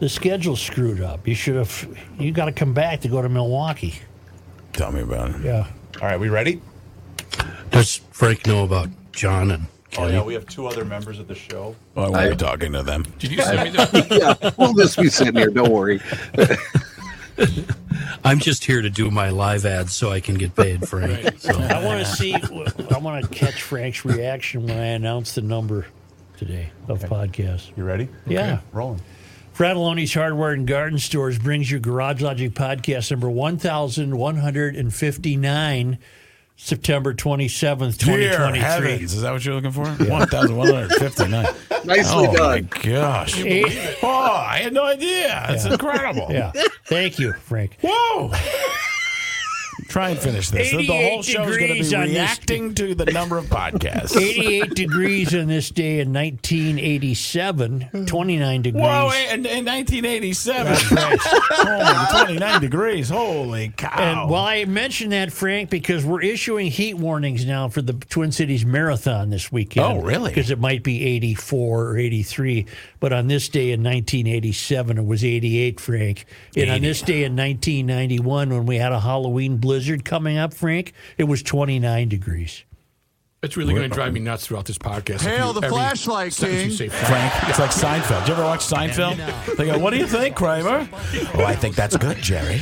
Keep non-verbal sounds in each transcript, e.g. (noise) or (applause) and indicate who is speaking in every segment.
Speaker 1: The schedule's screwed up. You should have. You got to come back to go to Milwaukee.
Speaker 2: Tell me about it.
Speaker 1: Yeah.
Speaker 3: All right, we ready?
Speaker 4: Does Frank know about John and
Speaker 3: Oh
Speaker 4: Kenny?
Speaker 3: yeah, we have two other members of the show.
Speaker 2: I won't be talking to them.
Speaker 5: Did you send me the?
Speaker 6: yeah, we'll just be sitting here. Don't worry.
Speaker 4: I'm just here to do my live ads so I can get
Speaker 5: (laughs)
Speaker 4: paid, Frank. So,
Speaker 1: I want to see. I want to catch Frank's reaction when I announce the number today of podcasts.
Speaker 3: You ready?
Speaker 1: Yeah.
Speaker 3: Rolling.
Speaker 1: Fratelloni's Hardware and Garden Stores brings you Garage Logic Podcast number 1159, September 27th,
Speaker 2: Dear
Speaker 1: 2023.
Speaker 2: heavens, is that what you're looking for? One thousand one hundred
Speaker 1: (laughs)
Speaker 2: fifty-nine.
Speaker 6: Nicely
Speaker 2: oh
Speaker 6: done.
Speaker 2: my gosh!
Speaker 1: Eh,
Speaker 2: Oh, I had no idea. It's incredible.
Speaker 1: yeah. Thank you,
Speaker 2: (laughs)
Speaker 1: Frank. (laughs)
Speaker 2: Whoa! Try and finish this. The whole
Speaker 1: 88
Speaker 2: show is going
Speaker 1: degrees
Speaker 2: to
Speaker 1: on
Speaker 2: be
Speaker 1: this-
Speaker 2: reacting to the number of podcasts.
Speaker 1: 88 degrees on this day in 1987, 29 degrees.
Speaker 2: Whoa! In, in 1987, (laughs) oh, 29 degrees. Holy cow!
Speaker 1: and well, I mentioned that, Frank, because we're issuing heat warnings now for the Twin Cities Marathon this weekend.
Speaker 2: Oh, really?
Speaker 1: Because it might be 84 or 83. But on this day in 1987, it was 88, Frank. And on this day in 1991, when we had a Halloween blizzard coming up, Frank, it was 29 degrees.
Speaker 5: It's really going to drive me nuts throughout this podcast.
Speaker 7: Hail
Speaker 5: If you-
Speaker 7: the
Speaker 5: every
Speaker 7: flashlight,
Speaker 5: sentence you
Speaker 7: King.
Speaker 5: say, Frank.
Speaker 2: Frank. It's like Seinfeld. Did you ever watch Seinfeld? They go, What do you think, Kramer? Oh, I think that's good, Jerry.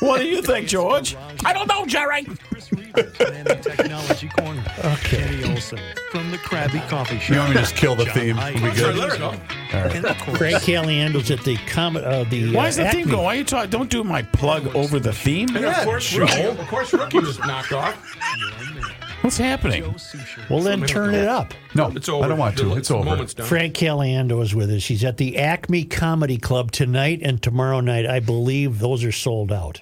Speaker 2: what do you think, George? I don't know, Jerry.
Speaker 8: Chris Reaver, Commanding Technology Corner. Okay. Kenny Olson from the Krabby Coffee Shop.
Speaker 3: You want me to just kill the theme? We
Speaker 5: Sure,
Speaker 3: good?
Speaker 5: let her
Speaker 4: (laughs)
Speaker 5: go.
Speaker 8: And of course,
Speaker 1: Frank Caliendo's at the com- uh, the.
Speaker 2: Why
Speaker 1: uh,
Speaker 2: is the theme
Speaker 1: Acme.
Speaker 2: going? Why are you talking? Don't do my plug over the theme.
Speaker 5: And of course, Rookie, of course, Rookie was knocked off.
Speaker 2: What's happening?
Speaker 8: Sushi.
Speaker 1: Well, then turn it up.
Speaker 3: No,
Speaker 5: It's over.
Speaker 3: I don't want
Speaker 5: The-
Speaker 3: to. It's
Speaker 5: the
Speaker 3: over.
Speaker 5: moment's done.
Speaker 1: Frank Caliendo is with us. He's at the Acme Comedy Club tonight and tomorrow night. I believe those are sold out.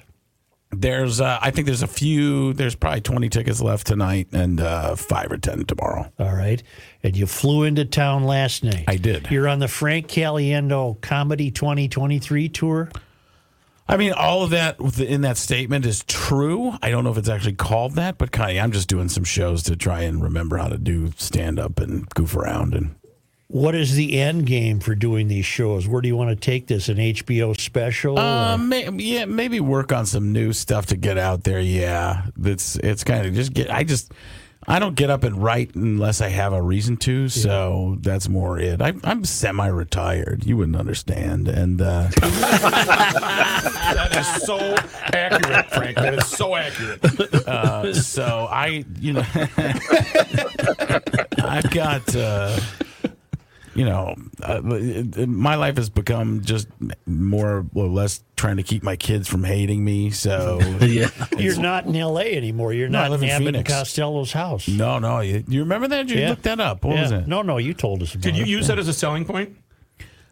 Speaker 2: There's, uh, I think there's a few. There's probably 20 tickets left tonight, and uh, five or 10 tomorrow.
Speaker 1: All right. And you flew into town last night.
Speaker 2: I did.
Speaker 1: You're on the Frank Caliendo Comedy 2023 tour.
Speaker 2: I mean, all of that in that statement is true. I don't know if it's actually called that, but kind of, I'm just doing some shows to try and remember how to do stand up and goof around and
Speaker 1: What is the end game for doing these shows? Where do you want to take this? An HBO special?
Speaker 2: Uh, may, yeah, maybe work on some new stuff to get out there. Yeah, that's it's kind of just get. I just I don't get up and write unless I have a reason to. So that's more it. I, I'm semi-retired. You wouldn't understand. And uh,
Speaker 5: (laughs) That is so accurate, Frank. That is so accurate.
Speaker 2: uh, so I, you know, (laughs) I've got. Uh, you know, uh, it- it- my life has become just more or less trying to keep my kids from hating
Speaker 1: (laughs)
Speaker 2: me. So
Speaker 4: yeah.
Speaker 1: You're not in LA anymore. You're
Speaker 2: No, I
Speaker 1: not
Speaker 2: live
Speaker 1: in
Speaker 2: in
Speaker 1: Abbott and
Speaker 2: Phoenix.
Speaker 1: Costello's house.
Speaker 2: No, no. You, you remember that? You
Speaker 1: Yeah.
Speaker 2: looked that up. What
Speaker 1: Yeah.
Speaker 2: was it?
Speaker 1: No, no, you told us about
Speaker 5: Did you
Speaker 1: it.
Speaker 5: use that as a selling point?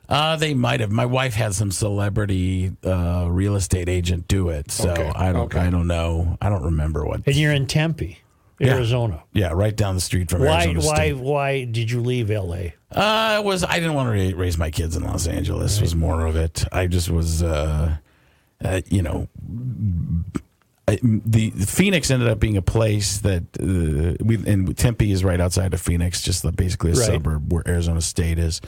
Speaker 2: Uh, they might have. My wife had some celebrity uh, real estate agent do it, so
Speaker 5: Okay.
Speaker 2: I don't.
Speaker 5: Okay.
Speaker 2: I don't know. I don't remember what.
Speaker 1: and you're in Tempe, Arizona.
Speaker 2: yeah, right down the street from
Speaker 1: Why,
Speaker 2: Arizona
Speaker 1: why,
Speaker 2: State.
Speaker 1: why did you leave LA?
Speaker 2: Uh, it was I didn't want to ra- raise my kids in Los Angeles. Was more of it. I just was. Uh, uh, you know, I, the Phoenix ended up being a place that uh, we and Tempe is right outside of Phoenix, just the, basically a
Speaker 1: Right.
Speaker 2: suburb where Arizona State is,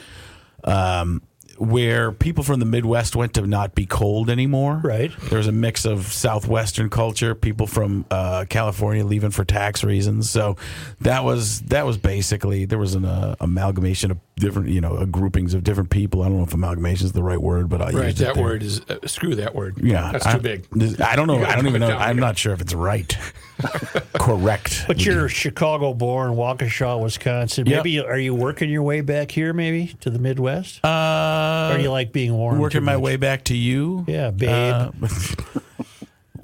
Speaker 2: um, where people from the Midwest went to not be cold anymore.
Speaker 1: Right.
Speaker 2: there was a mix of southwestern culture, people from uh, California leaving for tax reasons. So that was that was basically there was an uh, amalgamation of different you know uh, groupings of different people. I don't know if amalgamation is the right word, but I
Speaker 5: Right.
Speaker 2: used it
Speaker 5: That
Speaker 2: there.
Speaker 5: word is uh, screw that word.
Speaker 2: Yeah,
Speaker 5: That's
Speaker 2: I-
Speaker 5: too big.
Speaker 2: this- I don't know.
Speaker 5: gotta
Speaker 2: I don't
Speaker 5: dumb
Speaker 2: even
Speaker 5: it
Speaker 2: know.
Speaker 5: down
Speaker 2: I'm
Speaker 5: here.
Speaker 2: not sure if
Speaker 5: (laughs)
Speaker 2: it's right. Correct.
Speaker 1: But you're Chicago born, Waukesha, Wisconsin.
Speaker 2: Mm-hmm. Yep.
Speaker 1: Maybe you- are you working your way back here, maybe to the Midwest?
Speaker 2: uh,
Speaker 1: or you like being warm?
Speaker 2: working
Speaker 1: too
Speaker 2: my
Speaker 1: much?
Speaker 2: way back to you.
Speaker 1: Yeah, babe. (laughs)
Speaker 2: Uh,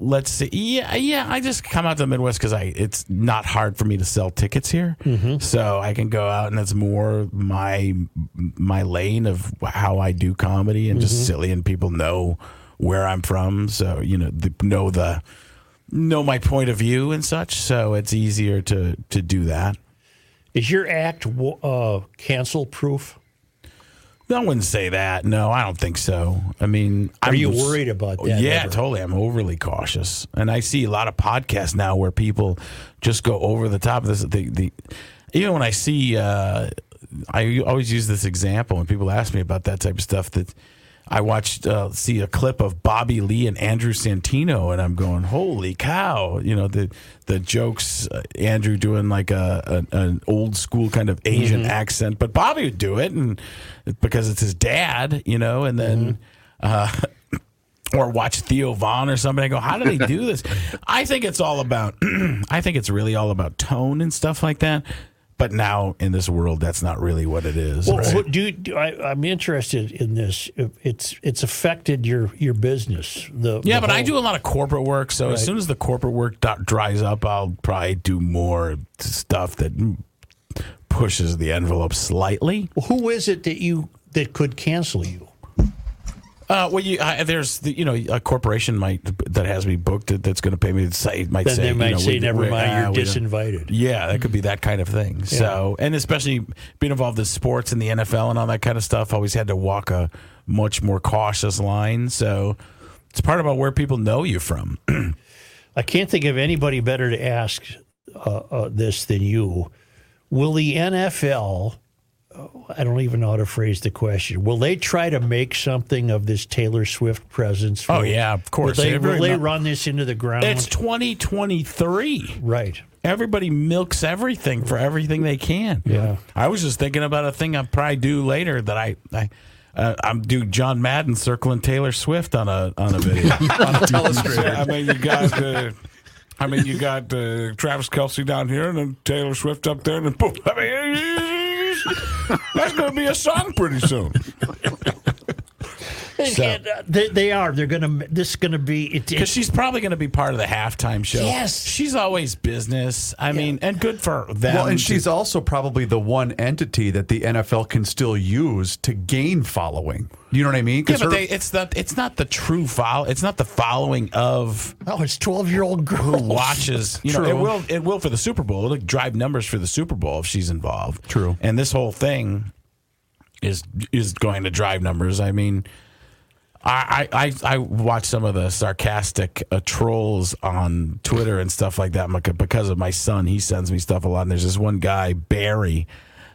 Speaker 2: let's see. Yeah, yeah. I just come out to the Midwest because I it's not hard for me to sell tickets here, so I can go out and it's more my my lane of how I do comedy and just silly and people know where I'm from, so you know the, know the know my point of view and such. So it's easier to to do that.
Speaker 1: Is your act wa- uh, cancel proof?
Speaker 2: I wouldn't say that. No, I don't think so. I mean,
Speaker 1: Are
Speaker 2: I'm
Speaker 1: you
Speaker 2: just-
Speaker 1: worried about that?
Speaker 2: Yeah,
Speaker 1: ever?
Speaker 2: totally. I'm overly cautious, and I see a lot of podcasts now where people just go over the top of this. The, the even when I see, uh, I always use this example when people ask me about that type of stuff. That I watched uh, see a clip of Bobby Lee and Andrew Santino, and I'm going, holy cow! You know the the jokes, uh, Andrew doing like a, a an old school kind of Asian accent, but Bobby would do it, and because it's his dad, you know, and then. Uh, or watch Theo Vaughn or something. I go, how do they do this? (laughs) I think it's all about, (clears throat) I think it's really all about tone and stuff like that. But now in this world, that's not really what it is.
Speaker 1: Well,
Speaker 2: right?
Speaker 1: what do, you- do I, I'm interested in this. It- It's it's affected your your business. The
Speaker 2: yeah,
Speaker 1: the
Speaker 2: but I
Speaker 1: whole-
Speaker 2: do a lot of corporate work. So as soon as the corporate work do- dries up, I'll probably do more stuff that pushes the envelope slightly.
Speaker 1: Who is it that you that could cancel you?
Speaker 2: Uh, well, you, I, there's the, you know a corporation might that has me booked that, that's going to pay me. Say might
Speaker 1: Then
Speaker 2: say
Speaker 1: they
Speaker 2: you
Speaker 1: might
Speaker 2: know,
Speaker 1: say,
Speaker 2: we-
Speaker 1: "Never
Speaker 2: we-
Speaker 1: mind,
Speaker 2: ah, we
Speaker 1: you're
Speaker 2: don't-
Speaker 1: disinvited."
Speaker 2: Yeah, that could be that kind of thing. So, and especially being involved in sports and the NFL and all that kind of stuff, always had to walk a much more cautious line. So, it's part about where people know you from.
Speaker 1: I can't think of anybody better to ask uh, uh, this than you. Will the NFL? oh, I don't even know how to phrase the question. Will they try to make something of this Taylor Swift presence?
Speaker 2: Oh, yeah, of course.
Speaker 1: Will they,
Speaker 2: They're very
Speaker 1: will they
Speaker 2: not-
Speaker 1: run this into the ground?
Speaker 2: It's 2023.
Speaker 1: right.
Speaker 2: Everybody milks everything for everything they can.
Speaker 1: Yeah.
Speaker 2: I was just thinking about a thing I'll probably do later that I. I uh, I'm do John Madden circling Taylor Swift on a on a video.
Speaker 5: I mean, you got. Uh, I mean, you got uh, Travis Kelsey down here, and then Taylor Swift up there, and then boom. I mean, that's going to be a song pretty soon.
Speaker 1: They, can't- uh, they, they are. They're gonna. This is gonna be. It,
Speaker 2: Because
Speaker 1: it,
Speaker 2: she's probably going to be part of the halftime show.
Speaker 1: Yes.
Speaker 2: she's always business. I mean, and good for them.
Speaker 3: Well, and
Speaker 2: to-
Speaker 3: she's also probably the one entity that the NFL can still use to gain following. You know what I mean?
Speaker 2: yeah,
Speaker 3: 'Cause
Speaker 2: but
Speaker 3: her-
Speaker 2: they, it's not it's not the true follow. It's not the following of
Speaker 1: oh, it's twelve-year-old
Speaker 2: who
Speaker 1: girls.
Speaker 2: watches. You know, it
Speaker 3: True.
Speaker 2: will it will for the Super Bowl. It'll drive numbers for the Super Bowl if she's involved.
Speaker 3: True.
Speaker 2: And this whole thing is is going to drive numbers. I mean. I, I, I- I watch some of the sarcastic uh, trolls on Twitter and stuff like that Micah, because of my son. He sends me stuff a lot. And there's this one guy, Barry.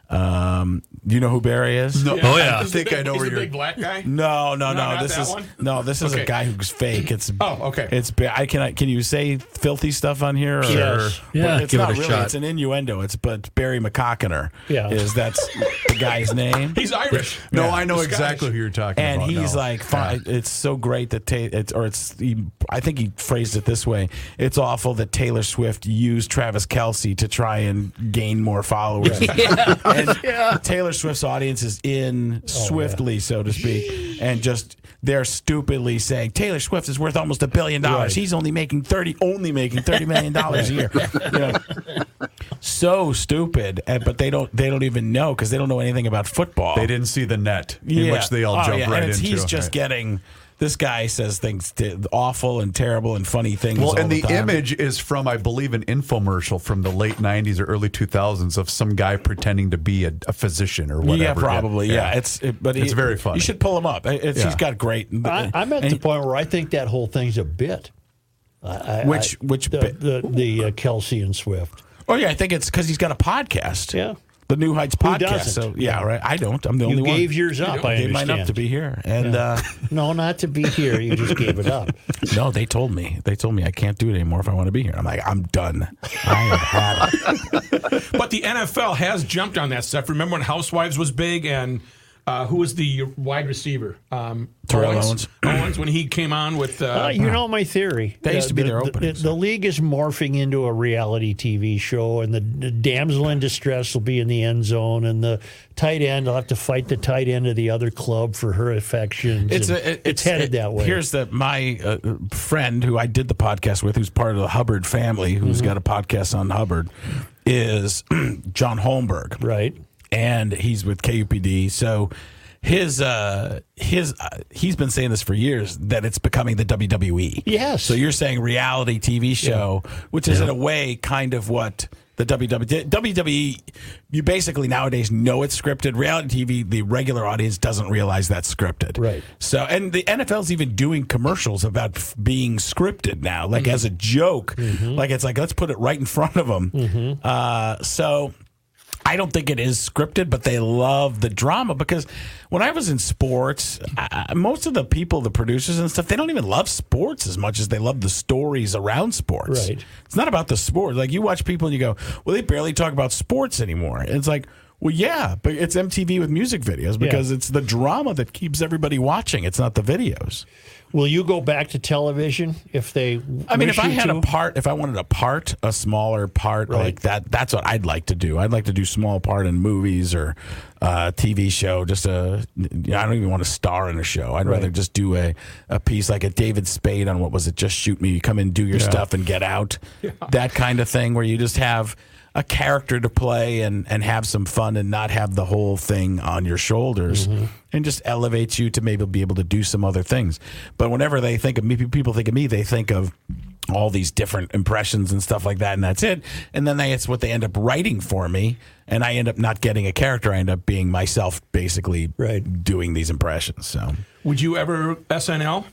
Speaker 2: Um, you know who Barry is?
Speaker 3: No,
Speaker 4: Oh, yeah.
Speaker 3: I think I know
Speaker 5: He's
Speaker 3: where
Speaker 5: the
Speaker 3: you're.
Speaker 5: big black guy.
Speaker 2: No, no,
Speaker 5: No,
Speaker 2: no.
Speaker 5: not
Speaker 2: this
Speaker 5: that
Speaker 2: is
Speaker 5: one?
Speaker 2: no. This is a
Speaker 5: Okay.
Speaker 2: guy who's fake. It's
Speaker 5: (laughs) Oh, okay.
Speaker 2: It's ba- I can I, can you say filthy stuff on here? Or,
Speaker 1: Yes.
Speaker 4: Yeah,
Speaker 2: but it's
Speaker 4: give it
Speaker 2: not
Speaker 4: a
Speaker 2: really.
Speaker 4: shot.
Speaker 2: It's an innuendo. It's but Barry McCockiner.
Speaker 1: Yeah.
Speaker 2: is that's the guy's name.
Speaker 5: He's Irish.
Speaker 3: No,
Speaker 2: Yeah.
Speaker 3: I know
Speaker 5: Scottish.
Speaker 3: exactly who you're talking
Speaker 2: And
Speaker 3: about.
Speaker 2: he's
Speaker 3: now.
Speaker 2: like, fine, it's so great that Ta- it's or it's. He, I think he phrased it this way: it's awful that Taylor Swift used Travis Kelsey to try and gain more
Speaker 3: (laughs)
Speaker 2: followers. (laughs) and Taylor Swift's audience is in
Speaker 3: Oh,
Speaker 2: swiftly, so to speak, and just they're stupidly saying Taylor Swift is worth almost a billion dollars. He's only making thirty, only making thirty million dollars
Speaker 3: (laughs)
Speaker 2: a year. You know, so stupid, and, but they don't they don't even know because they don't know anything about football
Speaker 3: they didn't see the net in which they all
Speaker 2: oh,
Speaker 3: jump
Speaker 2: yeah.
Speaker 3: right
Speaker 2: and it's,
Speaker 3: into.
Speaker 2: He's just
Speaker 3: Right.
Speaker 2: getting this guy says things t- awful and terrible and funny things.
Speaker 3: Well,
Speaker 2: all
Speaker 3: and the,
Speaker 2: time.
Speaker 3: image is from, I believe, an infomercial from the late '90s or early 2000s of some guy pretending to be a, a physician or whatever.
Speaker 2: Yeah, probably. Yeah, it's it, but
Speaker 3: It's
Speaker 2: he-
Speaker 3: very funny.
Speaker 2: You should pull him up. It's,
Speaker 3: Yeah.
Speaker 2: He's got great.
Speaker 1: I, I'm at the point where I think that whole thing's a bit.
Speaker 2: which which
Speaker 1: The
Speaker 2: bit-
Speaker 1: the, the uh, Kelsey and Swift.
Speaker 2: oh yeah, I think it's because he's got a podcast.
Speaker 1: Yeah.
Speaker 2: the New Heights podcast.
Speaker 1: doesn't?
Speaker 2: So yeah, right. I don't. I'm the only
Speaker 1: You
Speaker 2: one.
Speaker 1: gave yours up. I
Speaker 2: gave mine up
Speaker 1: understand.
Speaker 2: to be here, and uh,
Speaker 1: No, not to be here. You just gave it up.
Speaker 2: no, they told me. They told me I can't do it anymore if I want to be here. I'm like, I'm done. I
Speaker 1: (laughs)
Speaker 2: have had it.
Speaker 5: But the NFL has jumped on that stuff. Remember when Housewives was big and uh, who was the wide receiver? Um,
Speaker 2: Terrell
Speaker 5: Owens. Owens, when he came on with. Uh,
Speaker 1: Uh, you know my theory. Uh,
Speaker 2: That used to be
Speaker 1: the,
Speaker 2: their
Speaker 1: the-
Speaker 2: opening,
Speaker 1: The,
Speaker 2: so.
Speaker 1: league is morphing into a reality TV show, and the, the damsel in distress will be in the end zone, and the tight end will have to fight the tight end of the other club for her affections.
Speaker 2: It's
Speaker 1: and
Speaker 2: a, it-
Speaker 1: it's headed
Speaker 2: it-
Speaker 1: that way.
Speaker 2: Here's the my uh, friend who I did the podcast with, who's part of the Hubbard family, who's
Speaker 1: Mm-hmm.
Speaker 2: got a podcast on Hubbard, is (clears throat) John Holmberg
Speaker 1: right.
Speaker 2: and he's with KUPD. So his uh his uh, he's been saying this for years that it's becoming the WWE.
Speaker 1: Yes.
Speaker 2: So you're saying reality TV show, which is in a way kind of what the E, WWE WWE you basically nowadays know it's scripted. Reality TV, the regular audience doesn't realize that's scripted.
Speaker 1: Right.
Speaker 2: So and the NFL's even doing commercials about f- being scripted now, like as a joke. Like it's like let's put it right in front of them. Uh, so I don't think it is scripted, but they love the drama because when I was in sports, I, I- most of the people, the producers and stuff, they don't even love sports as much as they love the stories around sports.
Speaker 1: Right.
Speaker 2: It's not about the sport. Like you watch people and you go, well, they barely talk about sports anymore. And it's like, well, yeah, but it's MTV with music videos because it's the drama that keeps everybody watching. It's not the videos.
Speaker 1: Will you go back to television if they?
Speaker 2: I mean,
Speaker 1: wish
Speaker 2: if I
Speaker 1: you
Speaker 2: had
Speaker 1: to?
Speaker 2: a part, if I wanted a part, a smaller part like that, that's what I'd like to do. I'd like to do small part in movies or uh, TV show. Just a, I don't even want to star in a show. I'd rather just do a, a piece like a David Spade on what was it? Just shoot me. You come in, do your stuff, and get (laughs) out. That kind of thing where you just have a character to play and and have some fun and not have the whole thing on your shoulders and just elevates you to maybe be able to do some other things. But whenever they think of me, people think of me, they think of all these different impressions and stuff like that, and that's it. And then they, it's what they end up writing for me, and I end up not getting a character. I end up being myself, basically
Speaker 1: Right.
Speaker 2: doing these impressions. So
Speaker 7: Would you ever SNL?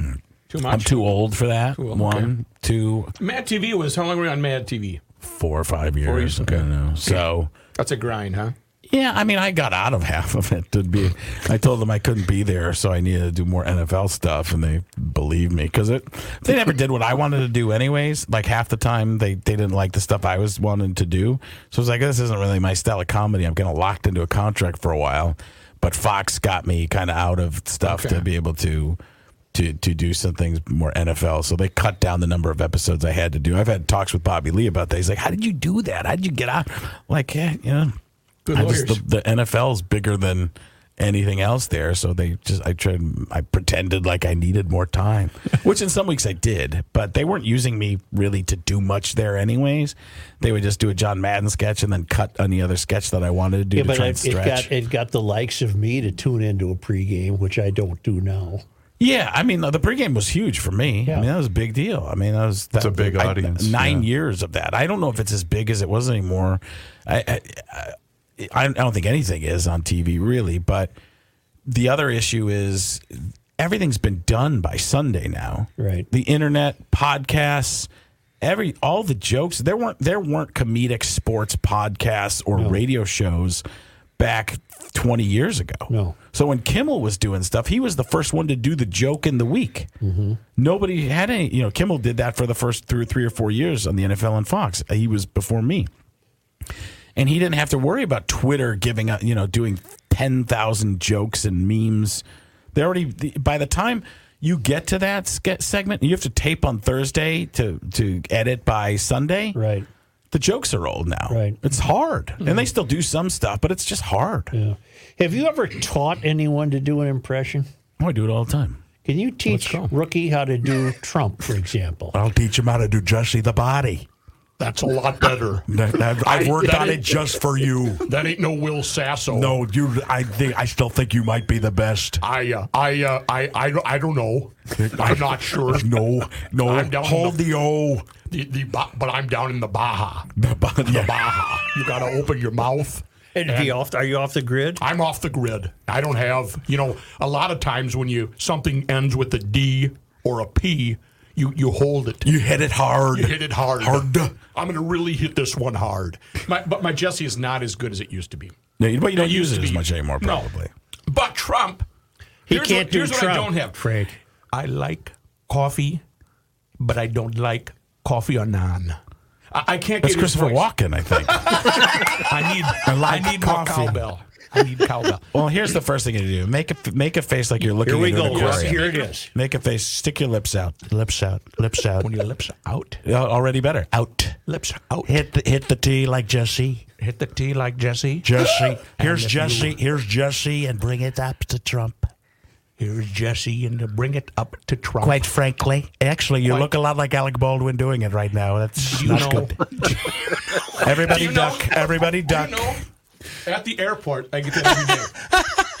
Speaker 3: Mm.
Speaker 7: Too much.
Speaker 2: I'm too old for that.
Speaker 7: old,
Speaker 2: One, two,
Speaker 7: Mad TV was how long were we on Mad TV?
Speaker 2: four or five years.
Speaker 7: years,
Speaker 2: I don't know. So.
Speaker 7: That's a grind, huh?
Speaker 2: Yeah, I mean, I got out of half of it. To be, I told them I couldn't be there, so I needed to do more NFL stuff, and they believed me because it. They never did what I wanted to do, anyways. Like half the time, they they didn't like the stuff I was wanting to do. So I was like, this isn't really my style of comedy. I'm kind of locked into a contract for a while, but Fox got me kind of out of stuff to be able to. To, to do some things more NFL. So they cut down the number of episodes I had to do. I've had talks with Bobby Lee about that. He's like, How did you do that? How did you get out? Like, yeah, you know, I just, the, the NFL's bigger than anything else there, so they just I tried I pretended like I needed more
Speaker 3: (laughs)
Speaker 2: time, which in some weeks I did, but they weren't using me really to do much there anyways. They would just do a John Madden sketch and then cut any other sketch that I wanted to do
Speaker 1: Yeah,
Speaker 2: to
Speaker 1: but
Speaker 2: try
Speaker 1: I,
Speaker 2: and
Speaker 1: it
Speaker 2: stretch.
Speaker 1: got it got the likes of me to tune into a pregame, which I don't do now.
Speaker 2: Yeah, I mean the pregame was huge for me.
Speaker 1: Yeah.
Speaker 2: I mean that was a big deal. I mean that was that's
Speaker 3: a big audience,
Speaker 2: nine years of that. I don't know if it's as big as it was anymore. I I, I I don't think anything is on TV really. But the other issue is everything's been done by Sunday now.
Speaker 1: Right.
Speaker 2: The internet, podcasts, every all the jokes. There weren't there weren't comedic sports podcasts or radio shows back twenty years ago.
Speaker 1: No.
Speaker 2: So when Kimmel was doing stuff, he was the first one to do the joke in the week.
Speaker 1: Mm-hmm.
Speaker 2: Nobody had any, you know, Kimmel did that for the first three, three or four years on the NFL and Fox. He was before me. And he didn't have to worry about Twitter giving up, you know, doing 10,000 jokes and memes. They already, the- by the time you get to that ske- segment, you have to tape on Thursday to, to edit by Sunday.
Speaker 1: Right.
Speaker 2: The jokes are old now.
Speaker 1: Right. Mm-hmm.
Speaker 2: It's hard. And they still do some stuff, but it's just hard.
Speaker 1: Yeah. Have you ever taught anyone to do an impression?
Speaker 2: Oh, I do it all the time.
Speaker 1: Can you teach rookie how to do Trump, for example?
Speaker 2: I'll teach him how to do Jesse the body.
Speaker 9: That's a lot better. I've,
Speaker 2: (laughs)
Speaker 9: I've worked on it just for you. That ain't no Will Sasso. No, you. I think I still think you might be the best.
Speaker 7: I, uh,
Speaker 9: I, uh, I, I, don't- I don't know. I'm not sure. (laughs) No, no. I'm down Hold in the, the- O. The, the, Ba- but I'm down in the Baja.
Speaker 2: The body.
Speaker 9: The Baja. You got to open your mouth.
Speaker 1: (laughs) And be off, are you off the grid?
Speaker 9: I'm off the grid. I don't have, you know, a lot of times when you something ends with a D or a P, you you hold it.
Speaker 2: You hit it hard.
Speaker 9: You hit it hard.
Speaker 2: Hard.
Speaker 9: I'm going to really hit this one hard.
Speaker 7: my, but my Jesse is not as good as it used to be.
Speaker 2: No, you- but you don't
Speaker 7: It
Speaker 2: use
Speaker 7: used
Speaker 2: it
Speaker 7: to
Speaker 2: as
Speaker 7: be-
Speaker 2: much anymore,
Speaker 7: No.
Speaker 2: probably.
Speaker 7: But Trump,
Speaker 1: He
Speaker 7: here's
Speaker 1: can't
Speaker 7: what,
Speaker 1: do
Speaker 7: here's
Speaker 1: Trump.
Speaker 7: what I don't have.
Speaker 1: Frank.
Speaker 7: I like coffee, but I don't like coffee or naan. I, I can't
Speaker 2: That's
Speaker 7: get his
Speaker 2: Christopher
Speaker 7: voice.
Speaker 2: Walken, I
Speaker 7: (laughs)
Speaker 2: think.
Speaker 7: I need I,
Speaker 2: like
Speaker 7: need more
Speaker 2: coffee.
Speaker 7: cowbell. I need cowbell.
Speaker 2: (laughs) well, here's the first thing you do: make a make a face like you're looking
Speaker 1: Here we
Speaker 2: into
Speaker 1: go.
Speaker 2: an aquarium.
Speaker 1: Here it is.
Speaker 2: Make a face. Stick your lips out. Lips out. Lips out.
Speaker 7: When your lips are out,
Speaker 2: Uh, Already better. Out.
Speaker 7: lips are out.
Speaker 2: Hit the hit the T like Jesse.
Speaker 7: Hit the tea like Jesse.
Speaker 2: Jesse. Here's
Speaker 7: if
Speaker 2: Jesse.
Speaker 7: you-
Speaker 2: Here's Jesse, and bring it up to Trump.
Speaker 7: Here's Jesse, and to bring it up to Trump.
Speaker 2: Quite frankly, actually, you
Speaker 7: Quite-
Speaker 2: look a lot like Alec Baldwin doing it right now. That's
Speaker 7: Do you
Speaker 2: not
Speaker 7: know-
Speaker 2: good.
Speaker 7: (laughs)
Speaker 2: Everybody
Speaker 7: Do you know-
Speaker 2: duck. Everybody
Speaker 7: Do
Speaker 2: duck.
Speaker 7: you know, at the airport, I get that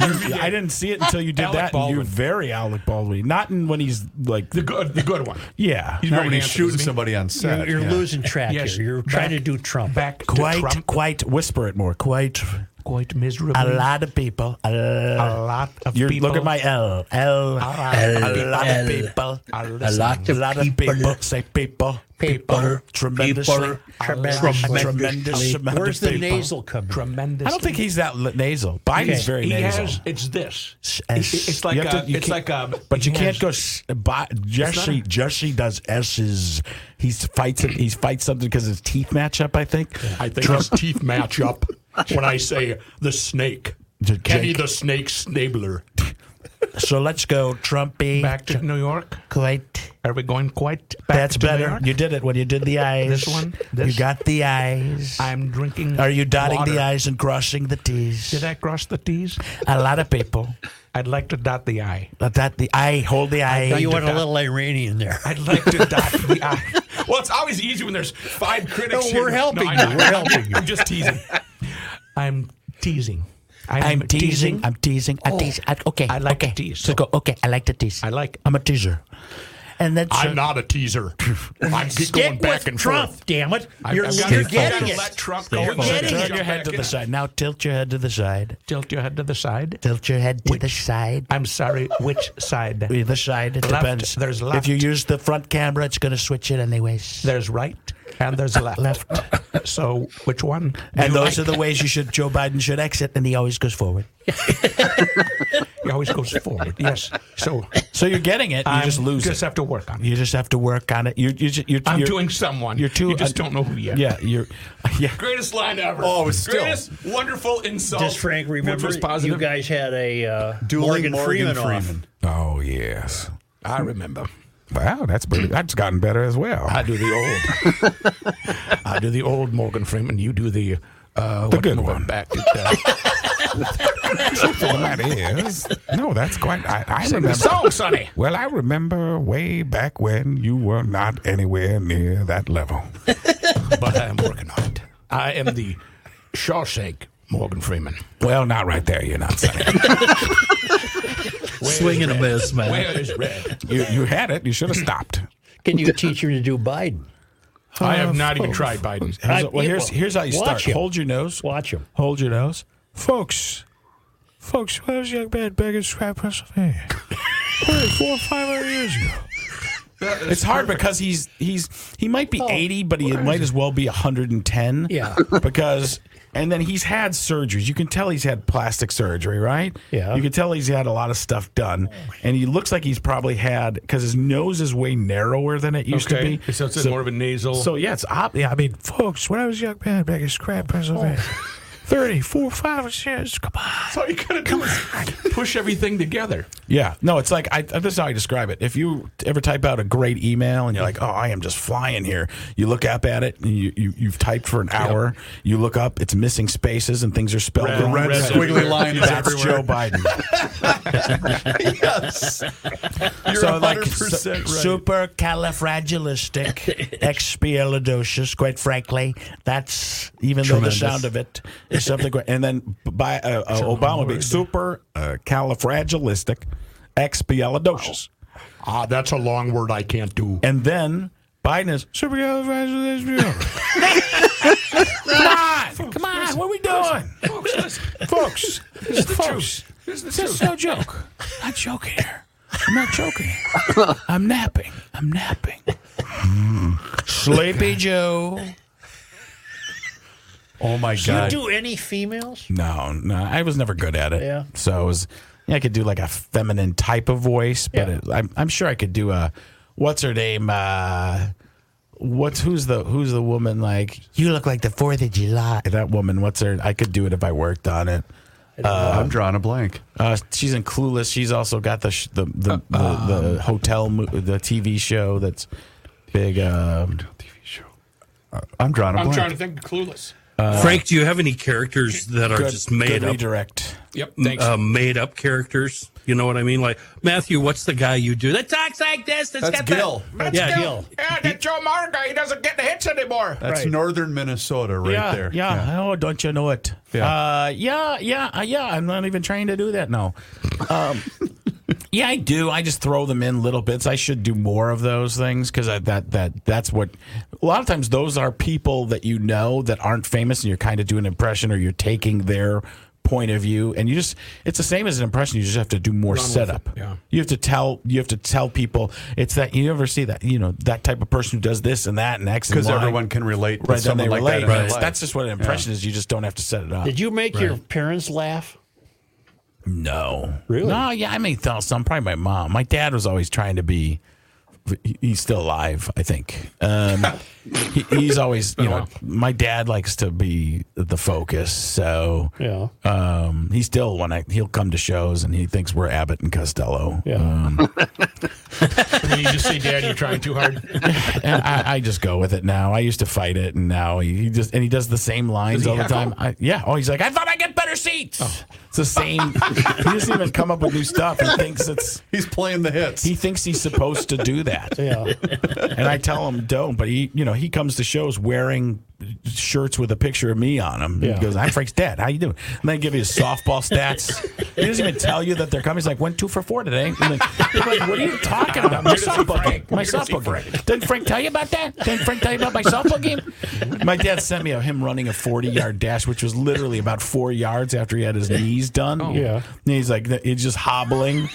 Speaker 7: every day.
Speaker 2: I didn't see it until you did
Speaker 7: Alec
Speaker 2: that. and You're
Speaker 7: Baldwin.
Speaker 2: very Alec Baldwin. Not in when he's like,
Speaker 7: The good, the good one.
Speaker 2: yeah,
Speaker 7: He's
Speaker 3: Not
Speaker 7: very
Speaker 3: when he's
Speaker 7: handsome,
Speaker 3: shooting
Speaker 7: isn't he?
Speaker 3: somebody on set.
Speaker 1: You're, you're
Speaker 3: yeah.
Speaker 1: losing track
Speaker 7: Yes.
Speaker 1: here. You're
Speaker 7: Back-
Speaker 1: trying to do Trump.
Speaker 7: Back to
Speaker 2: quite,
Speaker 7: Trump.
Speaker 2: quite. Whisper it more. Quite.
Speaker 7: quite miserably.
Speaker 2: A lot of people.
Speaker 7: a lot of
Speaker 2: You're-
Speaker 7: people.
Speaker 2: Look at my L. L. a lot of people.
Speaker 7: A lot
Speaker 2: A lot of, people.
Speaker 9: Say people.
Speaker 2: People.
Speaker 9: Tremendously.
Speaker 1: Tremendously.
Speaker 9: Tremendous amount
Speaker 1: Where's
Speaker 9: of
Speaker 1: the
Speaker 9: people.
Speaker 1: nasal coming?
Speaker 7: tremendous.
Speaker 2: I don't think he's that l- nasal. Biden's
Speaker 1: Okay.
Speaker 2: very
Speaker 7: he
Speaker 2: nasal.
Speaker 7: has. It's this.
Speaker 2: and
Speaker 7: It- it- (laughs) it's like
Speaker 2: you have
Speaker 7: a,
Speaker 2: to- you
Speaker 7: it's like
Speaker 2: can't-
Speaker 7: a.
Speaker 2: But
Speaker 7: he
Speaker 2: you can't
Speaker 7: has-
Speaker 2: go. s- By, Jesse Jesse does S's. He fights it. He fights something because his teeth match up. I think.
Speaker 7: I think his teeth match up when I say the snake.
Speaker 2: J-
Speaker 7: Kenny
Speaker 2: Jake.
Speaker 7: the snake snabler.
Speaker 2: So let's go, Trumpy.
Speaker 7: Back to New York.
Speaker 2: Quite.
Speaker 7: Are we going quite back
Speaker 2: That's
Speaker 7: to New
Speaker 2: better.
Speaker 7: York?
Speaker 2: You did it when you did the eyes.
Speaker 7: This one?
Speaker 2: You
Speaker 7: This?
Speaker 2: got the eyes.
Speaker 7: I'm drinking.
Speaker 2: Are you dotting
Speaker 7: water.
Speaker 2: the I's and crossing the T's?
Speaker 7: Did I cross the T's?
Speaker 2: A lot of people.
Speaker 7: I'd like to dot the I.
Speaker 2: Let that the I hold the I.
Speaker 1: You want a little Iranian there.
Speaker 7: I'd like to dot the I. Well, it's always easy when there's five critics.
Speaker 1: No, we're
Speaker 7: here.
Speaker 1: helping
Speaker 7: I
Speaker 1: you.
Speaker 7: know.
Speaker 1: We're helping you.
Speaker 7: I'm just teasing. I'm teasing. Oh,
Speaker 2: I'm teasing. I'm teasing. I'm teasing. I, okay.
Speaker 7: I like to
Speaker 2: okay.
Speaker 7: tease,
Speaker 2: So
Speaker 7: so-
Speaker 2: go. Okay. I like to tease.
Speaker 7: I like it.
Speaker 2: I'm a teaser. And then
Speaker 7: I'm not a teaser. I'm just going
Speaker 1: Stick
Speaker 7: back
Speaker 1: with
Speaker 7: and
Speaker 1: Trump,
Speaker 7: forth.
Speaker 1: damn it. You're,
Speaker 7: I've got
Speaker 1: you're
Speaker 7: to-
Speaker 1: getting
Speaker 7: I've got to Let
Speaker 1: it.
Speaker 7: Trump go.
Speaker 1: You're
Speaker 7: and let
Speaker 1: getting
Speaker 7: him
Speaker 1: it.
Speaker 7: jump
Speaker 2: Turn your head
Speaker 7: back
Speaker 2: to the
Speaker 7: in.
Speaker 2: side. Now tilt your head to the side.
Speaker 7: Tilt your head to the side.
Speaker 2: Tilt your head to the side.
Speaker 7: I'm sorry. Which
Speaker 2: (laughs)
Speaker 7: side?
Speaker 2: Either side. It
Speaker 7: Left.
Speaker 2: depends.
Speaker 7: There's
Speaker 2: If
Speaker 7: left.
Speaker 2: you use the front camera, it's going to switch it anyways.
Speaker 7: There's right and there's left. left. So which one?
Speaker 2: and
Speaker 7: You
Speaker 2: those
Speaker 7: like?
Speaker 2: are the ways you should. Joe Biden should exit, and he always goes forward.
Speaker 7: He always goes forward. Yes. So
Speaker 2: So you're getting it. You
Speaker 7: I
Speaker 2: just lose
Speaker 7: Just
Speaker 2: it.
Speaker 7: have to work on it.
Speaker 2: You just have to work on it. You're, you're, just- you're,
Speaker 7: I'm
Speaker 2: you're-
Speaker 7: doing someone.
Speaker 2: you're too-
Speaker 7: You just
Speaker 2: uh,
Speaker 7: don't know who yet.
Speaker 2: Yeah, you're. Yeah,
Speaker 7: Greatest line ever.
Speaker 3: Oh, still.
Speaker 7: Greatest wonderful insult.
Speaker 1: Just Frank,
Speaker 7: which
Speaker 1: remember
Speaker 7: was
Speaker 1: you
Speaker 7: positive.
Speaker 1: guys had a uh,
Speaker 3: Dueling
Speaker 1: Morgan, Freeman, off.
Speaker 5: Oh, yes.
Speaker 7: I remember.
Speaker 5: Wow, that's pretty. That's gotten better as well.
Speaker 7: I do the old. I do the old Morgan Freeman. You do the uh, the
Speaker 5: good one.
Speaker 7: Back uh, to the,
Speaker 5: that is. No, that's quite. I, I
Speaker 7: the
Speaker 5: remember.
Speaker 7: song, Sonny.
Speaker 5: Well, I remember way back when you were not anywhere near that level.
Speaker 7: But I am working on it. I am the Shawshank Morgan Freeman.
Speaker 5: Well, not right there. You're not saying.
Speaker 4: Swing and a miss, man.
Speaker 7: Where is Red?
Speaker 5: you, you had it. You should have stopped.
Speaker 1: Can you teach him to do Biden?
Speaker 7: I have not
Speaker 2: Oh.
Speaker 7: even tried Biden.
Speaker 2: Here's,
Speaker 1: I-
Speaker 2: well, here's here's how you
Speaker 1: Watch
Speaker 2: start.
Speaker 1: him.
Speaker 2: Hold your nose.
Speaker 1: Watch him.
Speaker 2: Hold your nose.
Speaker 5: Folks, folks, when I was a young man back in Stratford, Pennsylvania, probably four or five hundred years ago.
Speaker 2: It's hard because he's he's he might
Speaker 1: Oh,
Speaker 2: be 80, but he might as well be 110.
Speaker 1: Yeah.
Speaker 2: Because and then he's had surgeries. You can tell he's had plastic surgery, right?
Speaker 1: Yeah.
Speaker 2: You can tell he's had a lot of stuff done, and he looks like he's probably had because his nose is way narrower than it used to be.
Speaker 7: So it's more of a nasal.
Speaker 2: So yeah, it's ob- yeah, I mean, folks, when I was a young man back in Scrap, Pennsylvania, (laughs) 30, 4, 5 years, come on.
Speaker 7: all you gotta do is push everything together.
Speaker 2: Yeah, no, it's like I, this is how I describe it. If you ever type out a great email and you're like, "Oh, I am just flying here," you look up at it and you, you you've typed for an hour. You look up, it's missing spaces and things are spelled
Speaker 3: The
Speaker 2: wrong.
Speaker 3: red squiggly line is
Speaker 2: That's
Speaker 3: everywhere.
Speaker 2: Joe Biden.
Speaker 3: (laughs)
Speaker 2: (laughs)
Speaker 3: yes. You're
Speaker 2: so
Speaker 3: 100%
Speaker 2: like
Speaker 3: right.
Speaker 2: super
Speaker 7: (laughs)
Speaker 2: califragilistic expialidocious. Quite frankly, that's even though the sound of it is something. Great. And then by uh, uh, Obama being super uh, califragilistic expialidocious.
Speaker 7: Ah, that's a long word I can't do.
Speaker 2: And then Biden is supercalifragilistic. come on, come on, what are we doing, folks? This folks, this is no joke. I'm not joking here. I'm not joking. here. I'm napping. I'm napping. Mm. Sleepy Joe.
Speaker 3: Oh my God.
Speaker 1: Do any females?
Speaker 2: No, no, I was never good at it.
Speaker 1: Yeah.
Speaker 2: So I was, yeah, I could do like a feminine type of voice, but
Speaker 1: Yeah.
Speaker 2: it, I'm, I'm sure I could do a, what's her name? Uh, what's who's the who's the woman like? You look like the Fourth of July. That woman. What's her? I could do it if I worked on it.
Speaker 3: I'm drawing a blank.
Speaker 2: Uh, she's in Clueless. She's also got the sh- the the, the,
Speaker 3: Uh, um,
Speaker 2: the hotel mo- the TV show that's big. Uh,
Speaker 3: I'm drawing a
Speaker 7: I'm
Speaker 3: blank.
Speaker 7: trying to think of clueless.
Speaker 4: Frank, do you have any characters that are just made
Speaker 2: good
Speaker 4: up,
Speaker 2: redirect.
Speaker 7: Yep. Thanks.
Speaker 4: uh, made up characters? You know what I mean? Like Matthew, what's the guy you do that talks like this? That's,
Speaker 3: That's
Speaker 4: got
Speaker 3: Gil.
Speaker 4: That, yeah, Gil.
Speaker 7: yeah, that Joe Marga, he doesn't get the hits anymore.
Speaker 3: That's northern Minnesota right
Speaker 2: yeah,
Speaker 3: there.
Speaker 2: Yeah. Oh, don't you know it?
Speaker 3: Yeah.
Speaker 2: Uh, yeah, yeah, uh, yeah. I'm not even trying to do that now. Um, (laughs) Yeah, I do. I just throw them in little bits. I should do more of those things because that that that's what a lot of times those are people that you know that aren't famous, and you're kind of doing an impression or you're taking their point of view, and you just it's the same as an impression. You just have to do more setup. Yeah, you have to tell you have to tell people it's that you never see that you know that type of person who does this and that and X and
Speaker 3: because
Speaker 2: Y.
Speaker 3: everyone can relate to
Speaker 2: right then
Speaker 3: someone
Speaker 2: they
Speaker 3: like
Speaker 2: relate.
Speaker 3: that. in their
Speaker 2: That's-
Speaker 3: life.
Speaker 2: That's just what an impression is. You just don't have to set it up.
Speaker 1: Did you make your parents laugh?
Speaker 2: No.
Speaker 1: Really?
Speaker 2: No, yeah, I may tell some. Probably my mom. My dad was always trying to be. he- He's still alive, I think. Um, he, he's always, you know, my dad likes to be the focus. So
Speaker 1: Yeah.
Speaker 2: um, he still when I he'll come to shows and he thinks we're Abbott and Costello.
Speaker 1: Yeah.
Speaker 2: Um,
Speaker 7: When you just say, Dad, you're trying too (laughs) hard.
Speaker 2: (laughs) and I, I just go with it now. I used to fight it, and now he, he just and he does the same lines all the time. I, yeah. Oh, he's like, I thought I get better seats.
Speaker 3: Oh.
Speaker 2: It's the
Speaker 3: (laughs)
Speaker 2: same. he doesn't even come up with new stuff. He thinks it's.
Speaker 3: He's playing the hits.
Speaker 2: He thinks he's supposed to do
Speaker 3: (laughs)
Speaker 2: that.
Speaker 1: Yeah.
Speaker 2: And I tell him don't, but he, you know, he comes to shows wearing shirts with a picture of me on them.
Speaker 1: Yeah.
Speaker 2: He goes, "I'm Frank's dad. How you doing?" And then give you his softball stats. he doesn't even tell you that they're coming. He's like, "Went two for four today." And then, you're like, what are you talking about? My softball game. My softball game. Didn't Frank tell you about that? Didn't Frank tell you about my softball game? My dad sent me of him running a 40 yard dash, which was literally about four yards after he had his knees done.
Speaker 1: Yeah.
Speaker 2: And he's like, he's just hobbling.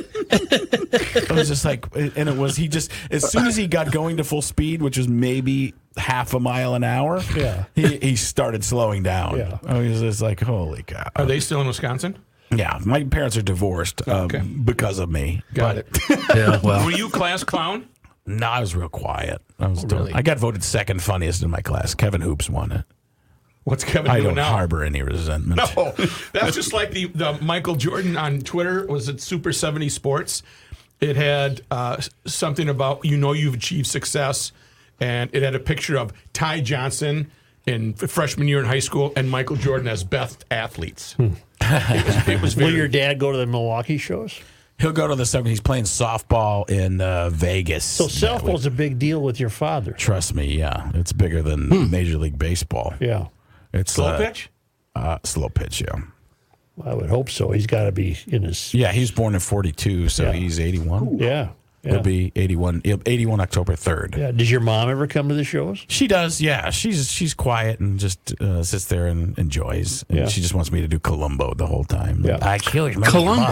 Speaker 2: I was just like, and it was he just as soon as he got going to full speed, which was maybe half a mile an hour.
Speaker 1: Yeah.
Speaker 2: he, he started slowing down.
Speaker 1: Yeah.
Speaker 2: I was just like, holy cow.
Speaker 7: Are they still in Wisconsin?
Speaker 2: Yeah, my parents are divorced um,
Speaker 7: Okay.
Speaker 2: because of me.
Speaker 7: Got
Speaker 2: but,
Speaker 7: it.
Speaker 4: Yeah, well,
Speaker 7: Were you class clown?
Speaker 2: No, I was real quiet. I
Speaker 7: Oh,
Speaker 2: was really? I got voted second funniest in my class. Kevin Hoops won it.
Speaker 7: What's Kevin
Speaker 2: I
Speaker 7: doing
Speaker 2: don't
Speaker 7: now?
Speaker 2: harbor any resentment.
Speaker 7: (laughs) No, that's just like the, the Michael Jordan on Twitter. Was it Super 70 Sports? It had uh, s- something about, you know, you've achieved success. And it had a picture of Ty Johnson in f- freshman year in high school and Michael Jordan as best athletes. It was, it was
Speaker 1: Will
Speaker 7: very,
Speaker 1: your dad go to the Milwaukee shows?
Speaker 2: He'll go to the second. He's playing softball in uh, Vegas.
Speaker 1: So softball's a big deal with your father.
Speaker 2: Trust me, yeah, it's bigger than Major League Baseball.
Speaker 1: Yeah.
Speaker 2: It's
Speaker 7: Hmm. slow
Speaker 2: uh,
Speaker 7: pitch?
Speaker 2: Uh, slow pitch, yeah.
Speaker 1: Well, I would hope so. He's got to be in his.
Speaker 2: Yeah, he was born in 42, so
Speaker 1: Yeah.
Speaker 2: he's 81.
Speaker 1: Yeah. Yeah.
Speaker 2: He'll be 81, he'll- 81 October 3rd.
Speaker 1: yeah. Does your mom ever come to the shows?
Speaker 2: She does, yeah. She's she's quiet and just uh, sits there and enjoys. And
Speaker 1: Yeah.
Speaker 2: She just wants me to do Columbo the whole time.
Speaker 1: Yeah.
Speaker 2: I killed my Columbo.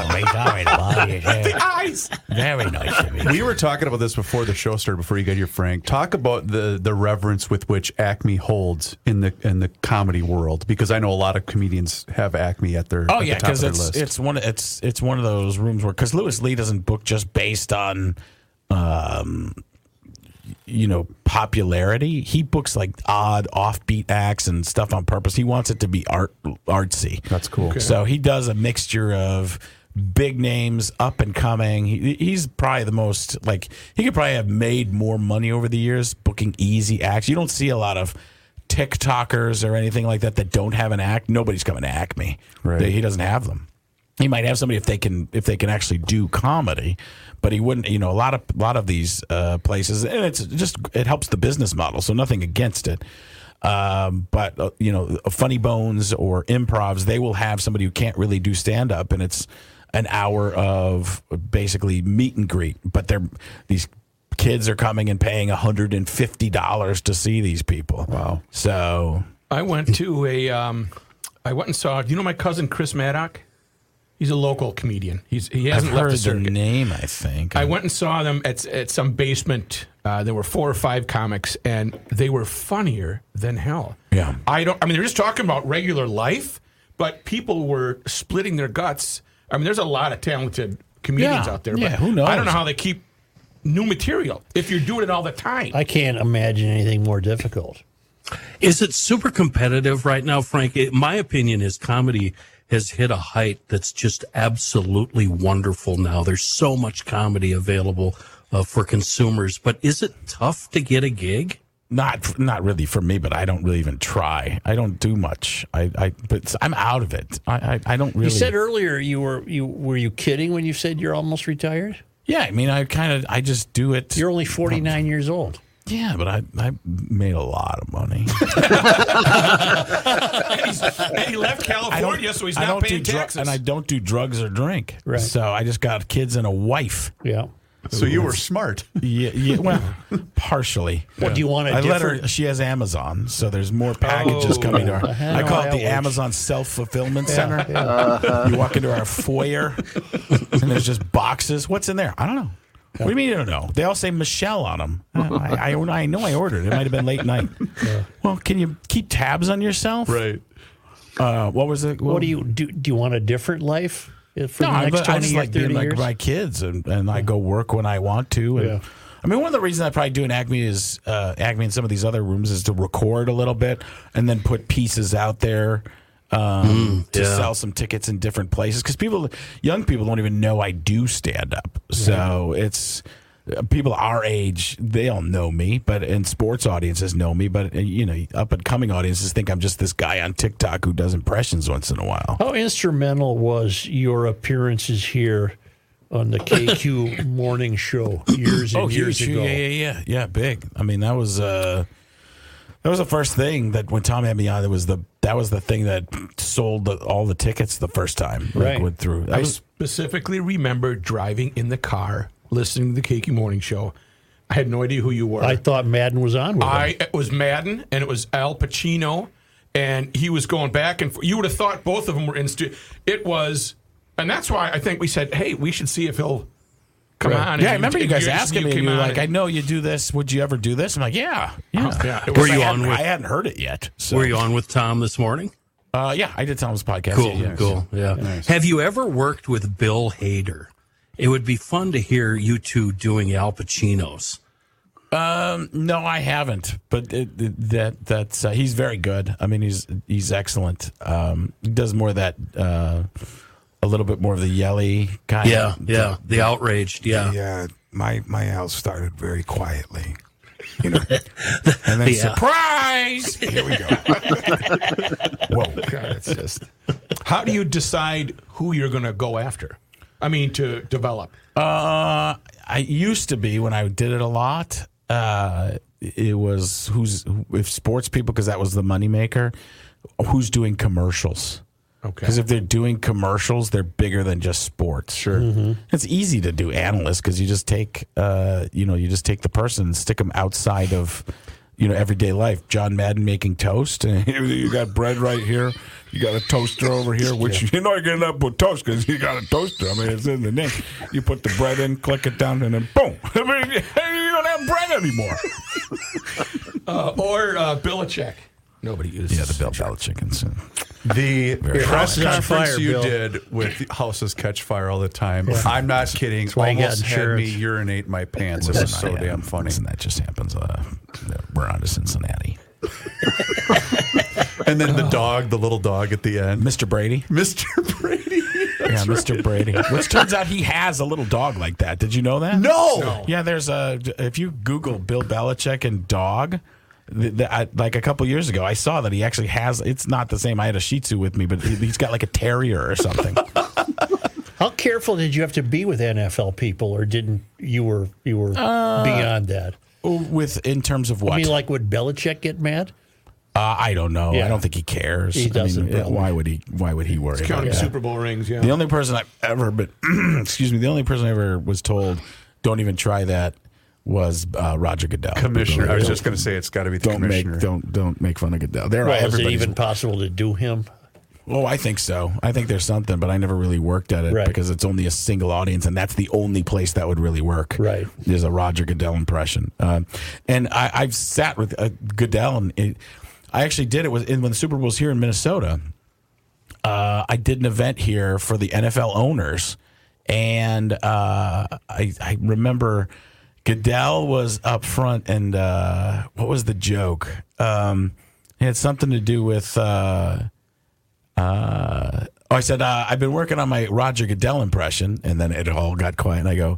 Speaker 2: the eyes. Very nice of
Speaker 3: (laughs)
Speaker 2: you.
Speaker 3: We were talking about this before the show started, before you got here, Frank. Talk about the the reverence with which Acme holds in the in the comedy world, because I know a lot of comedians have Acme at their at
Speaker 2: Oh
Speaker 3: the
Speaker 2: yeah,
Speaker 3: top of
Speaker 2: because
Speaker 3: their
Speaker 2: it's
Speaker 3: list.
Speaker 2: it's one it's it's one of those rooms where because Lewis Lee doesn't book just based on, um, you know, popularity. He books like odd offbeat acts and stuff on purpose. He wants it to be art artsy.
Speaker 3: That's cool.
Speaker 2: So he does a mixture of big names, up and coming. He, he's probably the most like he could probably have made more money over the years booking easy acts. You don't see a lot of TikTokers or anything like that that don't have an act. Nobody's coming to Acme.
Speaker 3: Right.
Speaker 2: They- he doesn't have them. He might have somebody if they can if they can actually do comedy, but he wouldn't. You know, a lot of lot of these uh, places, and it's just it helps the business model. So nothing against it. Um, but uh, you know, Funny Bones or Improvs, they will have somebody who can't really do stand up, and it's an hour of basically meet and greet. But they're these kids are coming and paying hundred and fifty dollars to see these people. Wow! So
Speaker 7: I went to a, um, I went and saw, do you know my cousin Chris Maddock? He's a local comedian. He's, he hasn't
Speaker 2: I've
Speaker 7: left
Speaker 2: heard
Speaker 7: the
Speaker 2: their
Speaker 7: circuit.
Speaker 2: name. I think
Speaker 7: I went and saw them at at some basement. Uh, there were four or five comics, and they were funnier than hell.
Speaker 2: Yeah.
Speaker 7: I don't. I mean, they're just talking about regular life, but people were splitting their guts. I mean, there's a lot of talented comedians
Speaker 2: Yeah,
Speaker 7: out there.
Speaker 2: yeah,
Speaker 7: but
Speaker 2: who knows?
Speaker 7: I don't know how they keep new material if you're doing it all the time.
Speaker 1: I can't imagine anything more difficult.
Speaker 4: is it super competitive right now, Frank? It, my opinion is comedy has hit a height that's just absolutely wonderful now. There's so much comedy available uh, for consumers, but is it tough to get a gig?
Speaker 2: not not really for me, but I don't really even try. I don't do much. I, I but I'm out of it. I I, I don't really.
Speaker 1: You said earlier you were you were you kidding when you said you're almost retired?
Speaker 2: yeah, I mean, I kind of I just do it.
Speaker 1: You're only 49 years old.
Speaker 2: Yeah, but I, I made a lot
Speaker 1: (laughs)
Speaker 2: of money. (laughs)
Speaker 7: And, he's- and he left California, so he's
Speaker 2: I
Speaker 7: not
Speaker 2: don't
Speaker 7: paying
Speaker 2: do dru-
Speaker 7: taxes.
Speaker 2: and I don't do drugs or drink.
Speaker 1: Right.
Speaker 2: So I just got kids and a wife.
Speaker 1: Yeah.
Speaker 3: So you were smart.
Speaker 2: Yeah, yeah well, partially.
Speaker 1: What do you want? A
Speaker 2: I let
Speaker 1: different?
Speaker 2: her. She has Amazon, so there's more packages
Speaker 7: Oh.
Speaker 2: coming to her. I
Speaker 1: know
Speaker 2: call
Speaker 1: how that
Speaker 2: it the
Speaker 1: works.
Speaker 2: Amazon Self Fulfillment Center. You walk into our foyer, and there's just boxes. What's in there? I don't know. What do you mean you don't know? They all say Michelle on them. I, I, I know I ordered. It might have been late night. Well, can you keep tabs on yourself?
Speaker 3: Right.
Speaker 2: Uh, what was it?
Speaker 1: What do you do? Do you want a different life uh, for
Speaker 2: No,
Speaker 1: the
Speaker 2: I,
Speaker 1: next
Speaker 2: but I
Speaker 1: twenty
Speaker 2: just
Speaker 1: or
Speaker 2: like being
Speaker 1: thirty
Speaker 2: like
Speaker 1: years?
Speaker 2: my kids, and, and I go work when I want to. And
Speaker 1: Yeah.
Speaker 2: I mean, one of the reasons I probably do an Acme is uh, Acme and some of these other rooms is to record a little bit and then put pieces out there um, to sell some tickets in different places because people, young people, don't even know I do stand up. So it's. uh, People our age, they don't know me, but and sports audiences know me, but uh, you know, up and coming audiences think I'm just this guy on TikTok who does impressions once in a while.
Speaker 1: How instrumental was your appearances here on the
Speaker 2: (laughs)
Speaker 1: KQ morning show years and years
Speaker 2: Oh, huge,
Speaker 1: ago?
Speaker 2: Yeah, yeah, yeah, yeah, big. I mean, that was uh, that was the first thing that when Tom had me on, it was the that was the thing that sold the, all the tickets the first time. like,
Speaker 1: Right.
Speaker 2: went through. I
Speaker 7: I
Speaker 2: was
Speaker 7: specifically remember driving in the car, listening to the Cakey Morning Show. I had no idea who you were.
Speaker 1: I thought Madden was on with him.
Speaker 7: I it was Madden and it was Al Pacino, and he was going back and forth. You would have thought both of them were in. Stu- it was, and that's why I think we said, "Hey, we should see if he'll come on." and
Speaker 2: yeah, I remember you guys
Speaker 7: and
Speaker 2: asking me.
Speaker 7: came
Speaker 2: and You were
Speaker 7: on
Speaker 2: like,
Speaker 7: and-
Speaker 2: I know you do this. Would you ever do this? I'm like, yeah, yeah.
Speaker 7: yeah.
Speaker 2: Because
Speaker 7: Were
Speaker 2: I
Speaker 4: you
Speaker 2: hadn't-
Speaker 4: on with-
Speaker 2: I hadn't heard it yet. So.
Speaker 4: Were you on with Tom this morning?
Speaker 2: Uh, yeah, I did Tom's podcast.
Speaker 4: Cool,
Speaker 2: Yeah, yeah.
Speaker 4: cool. Yeah. Have you ever worked with Bill Hader? It would be fun to hear you two doing Al Pacinos.
Speaker 2: No, I haven't. But it, it- that that's uh, he's very good. I mean, he's he's excellent. Um, he does more of that uh, a little bit more of the yelly kind.
Speaker 4: Yeah,
Speaker 2: of,
Speaker 4: yeah. The outraged. Yeah.
Speaker 9: Yeah, my my house started
Speaker 2: (laughs)
Speaker 9: very quietly. You know, and then
Speaker 4: Yeah.
Speaker 2: Surprise!
Speaker 9: here we go. Whoa, God, it's just
Speaker 7: "How do you decide who you're going to go after?" I mean, to develop.
Speaker 2: Uh, I used to be when I did it a lot. Uh, it was who's if sports people because that was the moneymaker. Who's doing commercials?
Speaker 7: Okay.
Speaker 2: Because if they're doing commercials, they're bigger than just sports. Sure, it's easy to do analysts because you just take, uh, you know, you just take the person and stick them outside of, you know, everyday life. John Madden making toast.
Speaker 9: Here, (laughs) you got bread right here. You got a toaster over here, which you know you're gonna end up with toast because you got a toaster. I mean, it's in the name. You put the bread in, click it down, and then boom. (laughs) I mean, you don't have bread anymore.
Speaker 7: Uh, or uh, Belichick. Nobody uses.
Speaker 2: Yeah, the Bill Belichickens.
Speaker 3: The press
Speaker 1: House is on
Speaker 3: conference
Speaker 1: fire,
Speaker 3: you
Speaker 1: Bill.
Speaker 3: did with the houses catch fire all the time. I'm not kidding.
Speaker 1: why you got
Speaker 3: almost had me
Speaker 1: insurance.
Speaker 3: urinate my pants. It was so damn funny.
Speaker 2: And um, that just happens. Uh, we're on to Cincinnati.
Speaker 3: (laughs) And then the dog, the little dog at the end,
Speaker 2: Mr.
Speaker 3: (laughs)
Speaker 2: Brady.
Speaker 3: Mr. Brady.
Speaker 2: Yeah, Mr. Brady. Which turns out he has a little dog like that. Did you know that?
Speaker 3: No!
Speaker 2: Yeah, there's a. If you Google Bill Belichick and dog, th th I, like a couple years ago, I saw that he actually has. It's not the same. I had a Shih Tzu with me, but he- he's got like a terrier or
Speaker 3: (laughs)
Speaker 2: something.
Speaker 1: How careful did you have to be with NFL people, or didn't you were you were beyond that?
Speaker 2: with in terms of what?
Speaker 1: I mean, like, would Belichick get mad?
Speaker 2: uh, I don't know.
Speaker 1: Yeah.
Speaker 2: I don't think he cares.
Speaker 1: He
Speaker 2: I mean,
Speaker 1: doesn't,
Speaker 2: yeah,
Speaker 1: really.
Speaker 2: why would he? Why would he worry? About
Speaker 7: Counting
Speaker 2: that?
Speaker 7: Super Bowl rings. Yeah.
Speaker 2: The only person I've ever been, (clears throat) excuse me, the only person I ever was told, don't even try that, was uh, Roger Goodell.
Speaker 3: Commissioner. I was
Speaker 2: Don't-
Speaker 3: just going to say it's got to be the
Speaker 2: don't
Speaker 3: commissioner.
Speaker 2: make don't don't make fun of Goodell. There
Speaker 1: Well,
Speaker 2: are
Speaker 1: is it
Speaker 2: everybody's.
Speaker 1: even possible to do him?
Speaker 2: oh, I think so. I think there's something, but I never really worked at it
Speaker 1: Right.
Speaker 2: because it's only a single audience, and that's the only place that would really work.
Speaker 1: Right.
Speaker 2: Is a Roger Goodell impression, Um and I, I've sat with uh, Goodell, and it, I actually did it was in, when the Super Bowl was here in Minnesota. uh, I did an event here for the NFL owners, and uh, I, I remember Goodell was up front, and uh, what was the joke? Um, it had something to do with. Uh, uh, oh, I said uh, I've been working on my Roger Goodell impression, and then it all got quiet, and I go.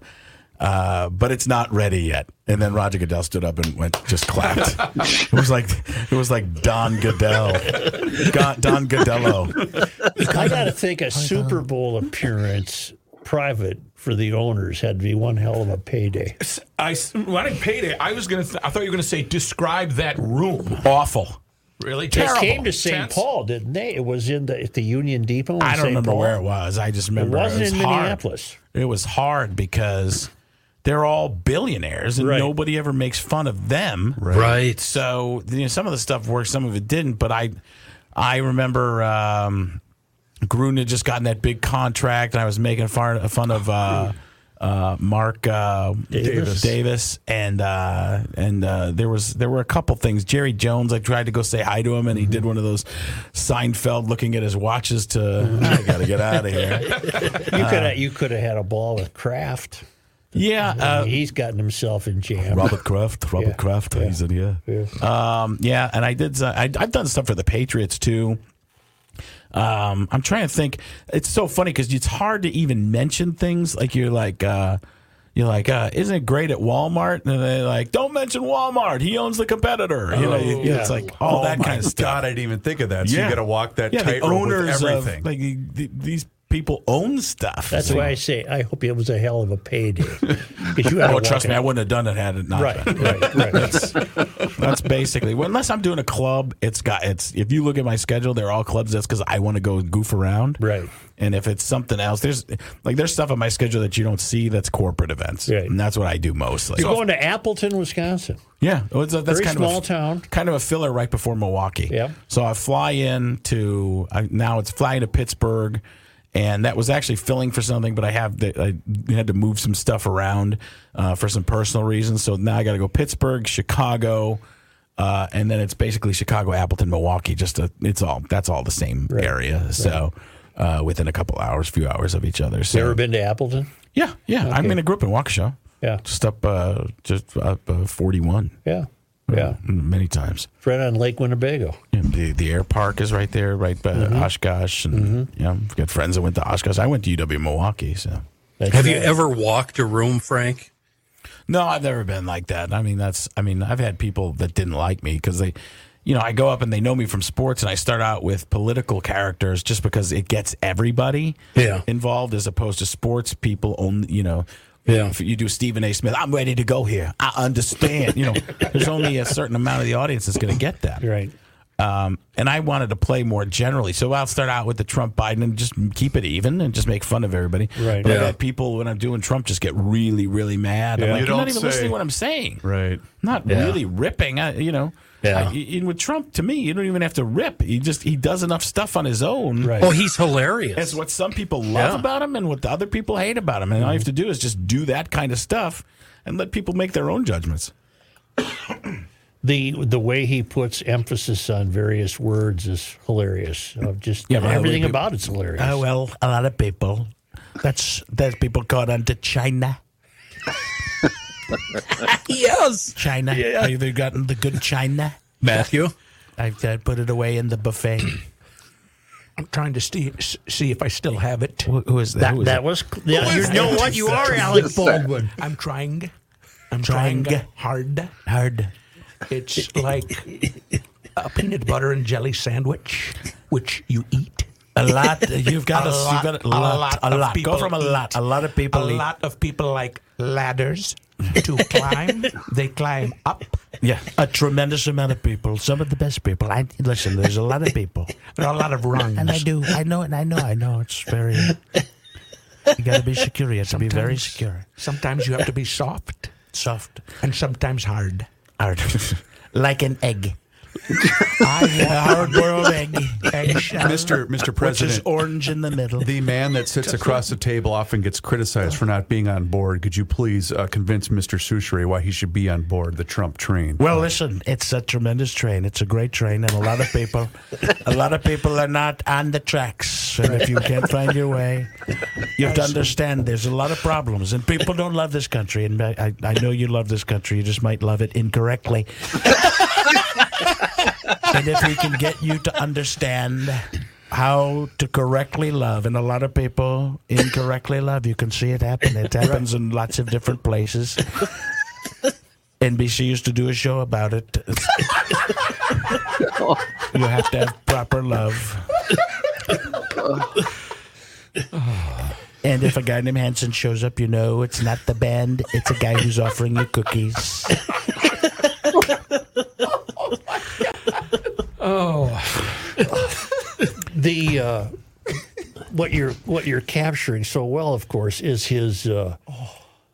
Speaker 2: Uh, but it's not ready yet. And then Roger Goodell stood up and went, just clapped. it was like it was like Don Goodell, Go- Don Goodell.
Speaker 1: I got to think a Super Bowl appearance private for the owners had to be one hell of a payday.
Speaker 7: I s- when I paid it, I was gonna. Th- I thought you were gonna say describe that room.
Speaker 2: Awful.
Speaker 7: Really
Speaker 1: They
Speaker 7: terrible.
Speaker 1: came to St.
Speaker 7: Tense.
Speaker 1: Paul, didn't they? It was in the at the Union Depot. In
Speaker 2: I don't
Speaker 1: St.
Speaker 2: remember
Speaker 1: Paul.
Speaker 2: where it was. I just remember it,
Speaker 1: wasn't
Speaker 2: was
Speaker 1: in
Speaker 2: hard.
Speaker 1: Minneapolis.
Speaker 2: It was hard because they're all billionaires and
Speaker 1: Right.
Speaker 2: nobody ever makes fun of them.
Speaker 4: Right.
Speaker 2: So you know, some of the stuff worked, some of it didn't. But I, I remember um, Gruden had just gotten that big contract, and I was making fun, fun of uh, uh, Mark uh,
Speaker 1: Davis.
Speaker 2: Davis, and uh, and uh, there was there were a couple things. Jerry Jones, I tried to go say hi to him, and he did one of those Seinfeld looking at his watches to I got to get out of here.
Speaker 1: You could have you could have had a ball with Kraft.
Speaker 2: Yeah, uh,
Speaker 1: He's gotten himself in jam.
Speaker 2: Robert Kraft. Robert
Speaker 1: Yeah.
Speaker 2: Kraft. He's in here. Um, yeah, and I did. I, I've done stuff for the Patriots too. Um, I'm trying to think. It's so funny because it's hard to even mention things. Like you're like, uh, you're like, uh, isn't it great at Walmart? And they're like, don't mention Walmart. He owns the competitor. You know, you- it's like all that
Speaker 3: Oh, my
Speaker 2: kind of stuff.
Speaker 3: God, I didn't even think of that. So you got to walk that
Speaker 2: yeah, the
Speaker 3: tightrope with
Speaker 2: owners of-
Speaker 3: everything.
Speaker 2: like the- the- these people own stuff.
Speaker 1: That's
Speaker 2: So-
Speaker 1: why I say I hope it was a hell of a
Speaker 2: (laughs)
Speaker 1: payday. 'Cause you had to
Speaker 2: Oh,
Speaker 1: walk
Speaker 2: trust me,
Speaker 1: out-
Speaker 2: I wouldn't have done it had it not
Speaker 1: Right,
Speaker 2: been.
Speaker 1: right,
Speaker 2: (laughs)
Speaker 1: right.
Speaker 2: That's basically well, unless I'm doing a club. It's got it's. If you look at my schedule, they're all clubs. That's because I want to go goof around.
Speaker 1: Right.
Speaker 2: And if it's something else, there's like there's stuff on my schedule that you don't see. That's corporate events.
Speaker 1: Right.
Speaker 2: And that's what I do mostly.
Speaker 1: You're going to Appleton, Wisconsin.
Speaker 2: yeah. Well, it's a- that's
Speaker 1: Very
Speaker 2: kind
Speaker 1: small
Speaker 2: of a,
Speaker 1: town.
Speaker 2: Kind of a filler right before Milwaukee.
Speaker 1: Yeah.
Speaker 2: So I fly in to I, now it's flying to Pittsburgh, and that was actually filling for something, but I have the, I had to move some stuff around uh, for some personal reasons. So now I got to go Pittsburgh, Chicago, uh, and then it's basically Chicago, Appleton, Milwaukee. Just a, it's all that's all the same area. So. Uh, within a couple hours, few hours of each other. So,
Speaker 1: You ever been to Appleton?
Speaker 2: yeah, yeah. I'm in a group in Waukesha.
Speaker 1: Yeah.
Speaker 2: just up, uh, just up uh, 41
Speaker 1: Yeah, yeah.
Speaker 2: Mm, many times.
Speaker 1: It's right on Lake Winnebago.
Speaker 2: Yeah, the the air park is right there, right by Oshkosh, and yeah, I've got friends that went to Oshkosh. I went to UW Milwaukee, so
Speaker 1: That's
Speaker 4: Have you
Speaker 1: right.
Speaker 4: ever walked a room, Frank?
Speaker 2: no, I've never been like that. I mean, that's I mean, I've had people that didn't like me because they, you know, I go up and they know me from sports, and I start out with political characters just because it gets everybody
Speaker 4: Yeah.
Speaker 2: involved as opposed to sports people only, you know.
Speaker 4: Yeah.
Speaker 2: If you do Stephen A. Smith, I'm ready to go here. I understand. You know, there's only a certain amount of the audience that's going to get that.
Speaker 1: Right.
Speaker 2: Um, and I wanted to play more generally. So I'll start out with the Trump Biden and just keep it even and just make fun of everybody.
Speaker 1: Right.
Speaker 2: But I've
Speaker 4: Yeah.
Speaker 2: had people when I'm doing Trump just get really, really mad. I'm
Speaker 3: Yeah.
Speaker 2: like,
Speaker 3: You
Speaker 2: you're not
Speaker 3: don't
Speaker 2: even
Speaker 3: say.
Speaker 2: listening to what I'm saying.
Speaker 3: right.
Speaker 2: Not
Speaker 4: Yeah.
Speaker 2: really ripping. I, you know.
Speaker 4: Yeah.
Speaker 2: I- and with Trump, to me, you don't even have to rip. He just he does enough stuff on his own.
Speaker 1: Right.
Speaker 4: Oh, he's hilarious.
Speaker 2: It's what some people love
Speaker 4: Yeah.
Speaker 2: about him and what the other people hate about him. And all you have to do is just do that kind of stuff and let people make their own judgments.
Speaker 1: the the way he puts emphasis on various words is hilarious. Uh, just
Speaker 2: Yeah, by the way,
Speaker 1: everything
Speaker 2: people-
Speaker 1: about it's hilarious.
Speaker 2: Oh, well, a lot of people. That's there's people going on to China.
Speaker 4: yes.
Speaker 2: China. Have you gotten the good China?
Speaker 4: Matthew?
Speaker 2: I've uh, put it away in the buffet.
Speaker 10: I'm trying to see, see if I still have it.
Speaker 2: Who, who is that?
Speaker 1: that,
Speaker 2: Who is
Speaker 1: that was yeah, you know what you are, Alec Baldwin.
Speaker 10: I'm trying. I'm
Speaker 2: Trying.
Speaker 10: trying, hard.
Speaker 2: hard?
Speaker 10: It's like a peanut butter and jelly sandwich, which you eat.
Speaker 2: A lot. You've got a,
Speaker 10: A
Speaker 2: lot,
Speaker 10: lot-
Speaker 2: a
Speaker 10: a
Speaker 2: lot.
Speaker 10: lot
Speaker 2: A
Speaker 10: of
Speaker 2: lot. Go
Speaker 10: people
Speaker 2: from a
Speaker 10: eat.
Speaker 2: lot. A lot of
Speaker 10: A
Speaker 2: people. eat.
Speaker 10: lot of people like ladders
Speaker 9: (laughs)
Speaker 10: to climb. They climb up.
Speaker 2: Yeah. A tremendous amount of people. Some of the best people. I listen. There's a lot of people,
Speaker 10: (laughs) There are a lot of rungs.
Speaker 2: and I do. I know. And I know. I know. It's very. You got to be secure. You have to be very
Speaker 10: Sometimes-
Speaker 2: secure.
Speaker 10: Sometimes you have to be soft
Speaker 2: Soft.
Speaker 10: and sometimes hard.
Speaker 2: Hard. (laughs) like an
Speaker 10: (laughs)
Speaker 2: egg.
Speaker 10: I
Speaker 2: hard boiled egg.
Speaker 10: eggshell,
Speaker 3: (laughs) Mr. Mr.
Speaker 2: Which is
Speaker 3: President,
Speaker 2: orange in the middle.
Speaker 3: the man that sits across the table often gets criticized for not being on board. Could you please uh, convince Mr. Souchere why he should be on board the Trump train?
Speaker 2: Well, listen, it's a tremendous train. It's a great train, and a lot of people, a lot of people are not on the tracks. And if you can't find your way, you have to understand there's a lot of problems, and people don't love this country. And I, I I know you love this country. You just might love it incorrectly. and if we can get you to understand how to correctly love, and a lot of people incorrectly love, you can see it happen. It happens in lots of different places. NBC used to do a show about
Speaker 3: (laughs)
Speaker 2: it. you have
Speaker 3: (laughs)
Speaker 2: to have proper love. And if a guy named Hanson shows up, you know it's not the band, it's a guy who's offering you cookies.
Speaker 1: the uh, what you're what you're capturing so well, of course, is his uh,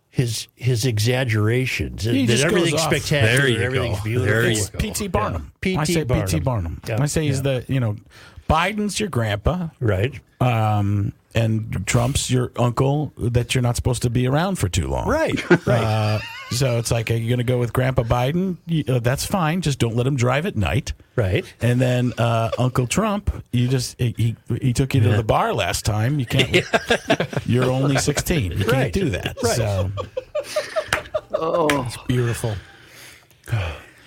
Speaker 1: his his exaggerations.
Speaker 2: He
Speaker 1: that
Speaker 2: just goes
Speaker 1: everything's
Speaker 2: off.
Speaker 1: spectacular,
Speaker 4: There you
Speaker 1: everything's
Speaker 4: go.
Speaker 1: beautiful.
Speaker 4: There you
Speaker 1: It's-
Speaker 4: go.
Speaker 2: P.T. Barnum.
Speaker 1: Yeah.
Speaker 2: I
Speaker 1: P.T.
Speaker 2: say P.T. Barnum.
Speaker 1: Yeah.
Speaker 2: I say he's the, you know, Biden's your grandpa,
Speaker 1: Right.
Speaker 2: um, and Trump's your uncle that you're not supposed to be around for too long. (laughs)
Speaker 1: Right.
Speaker 2: Uh, so it's like, are you going to go with Grandpa Biden? You- uh, that's fine. Just don't let him drive at night.
Speaker 1: Right.
Speaker 2: And then uh, Uncle Trump, you just he he- he took you to the bar last time.
Speaker 1: (laughs)
Speaker 2: You can't. You're only 16. You
Speaker 1: Right.
Speaker 2: can't do that.
Speaker 1: Right.
Speaker 2: So
Speaker 1: Beautiful.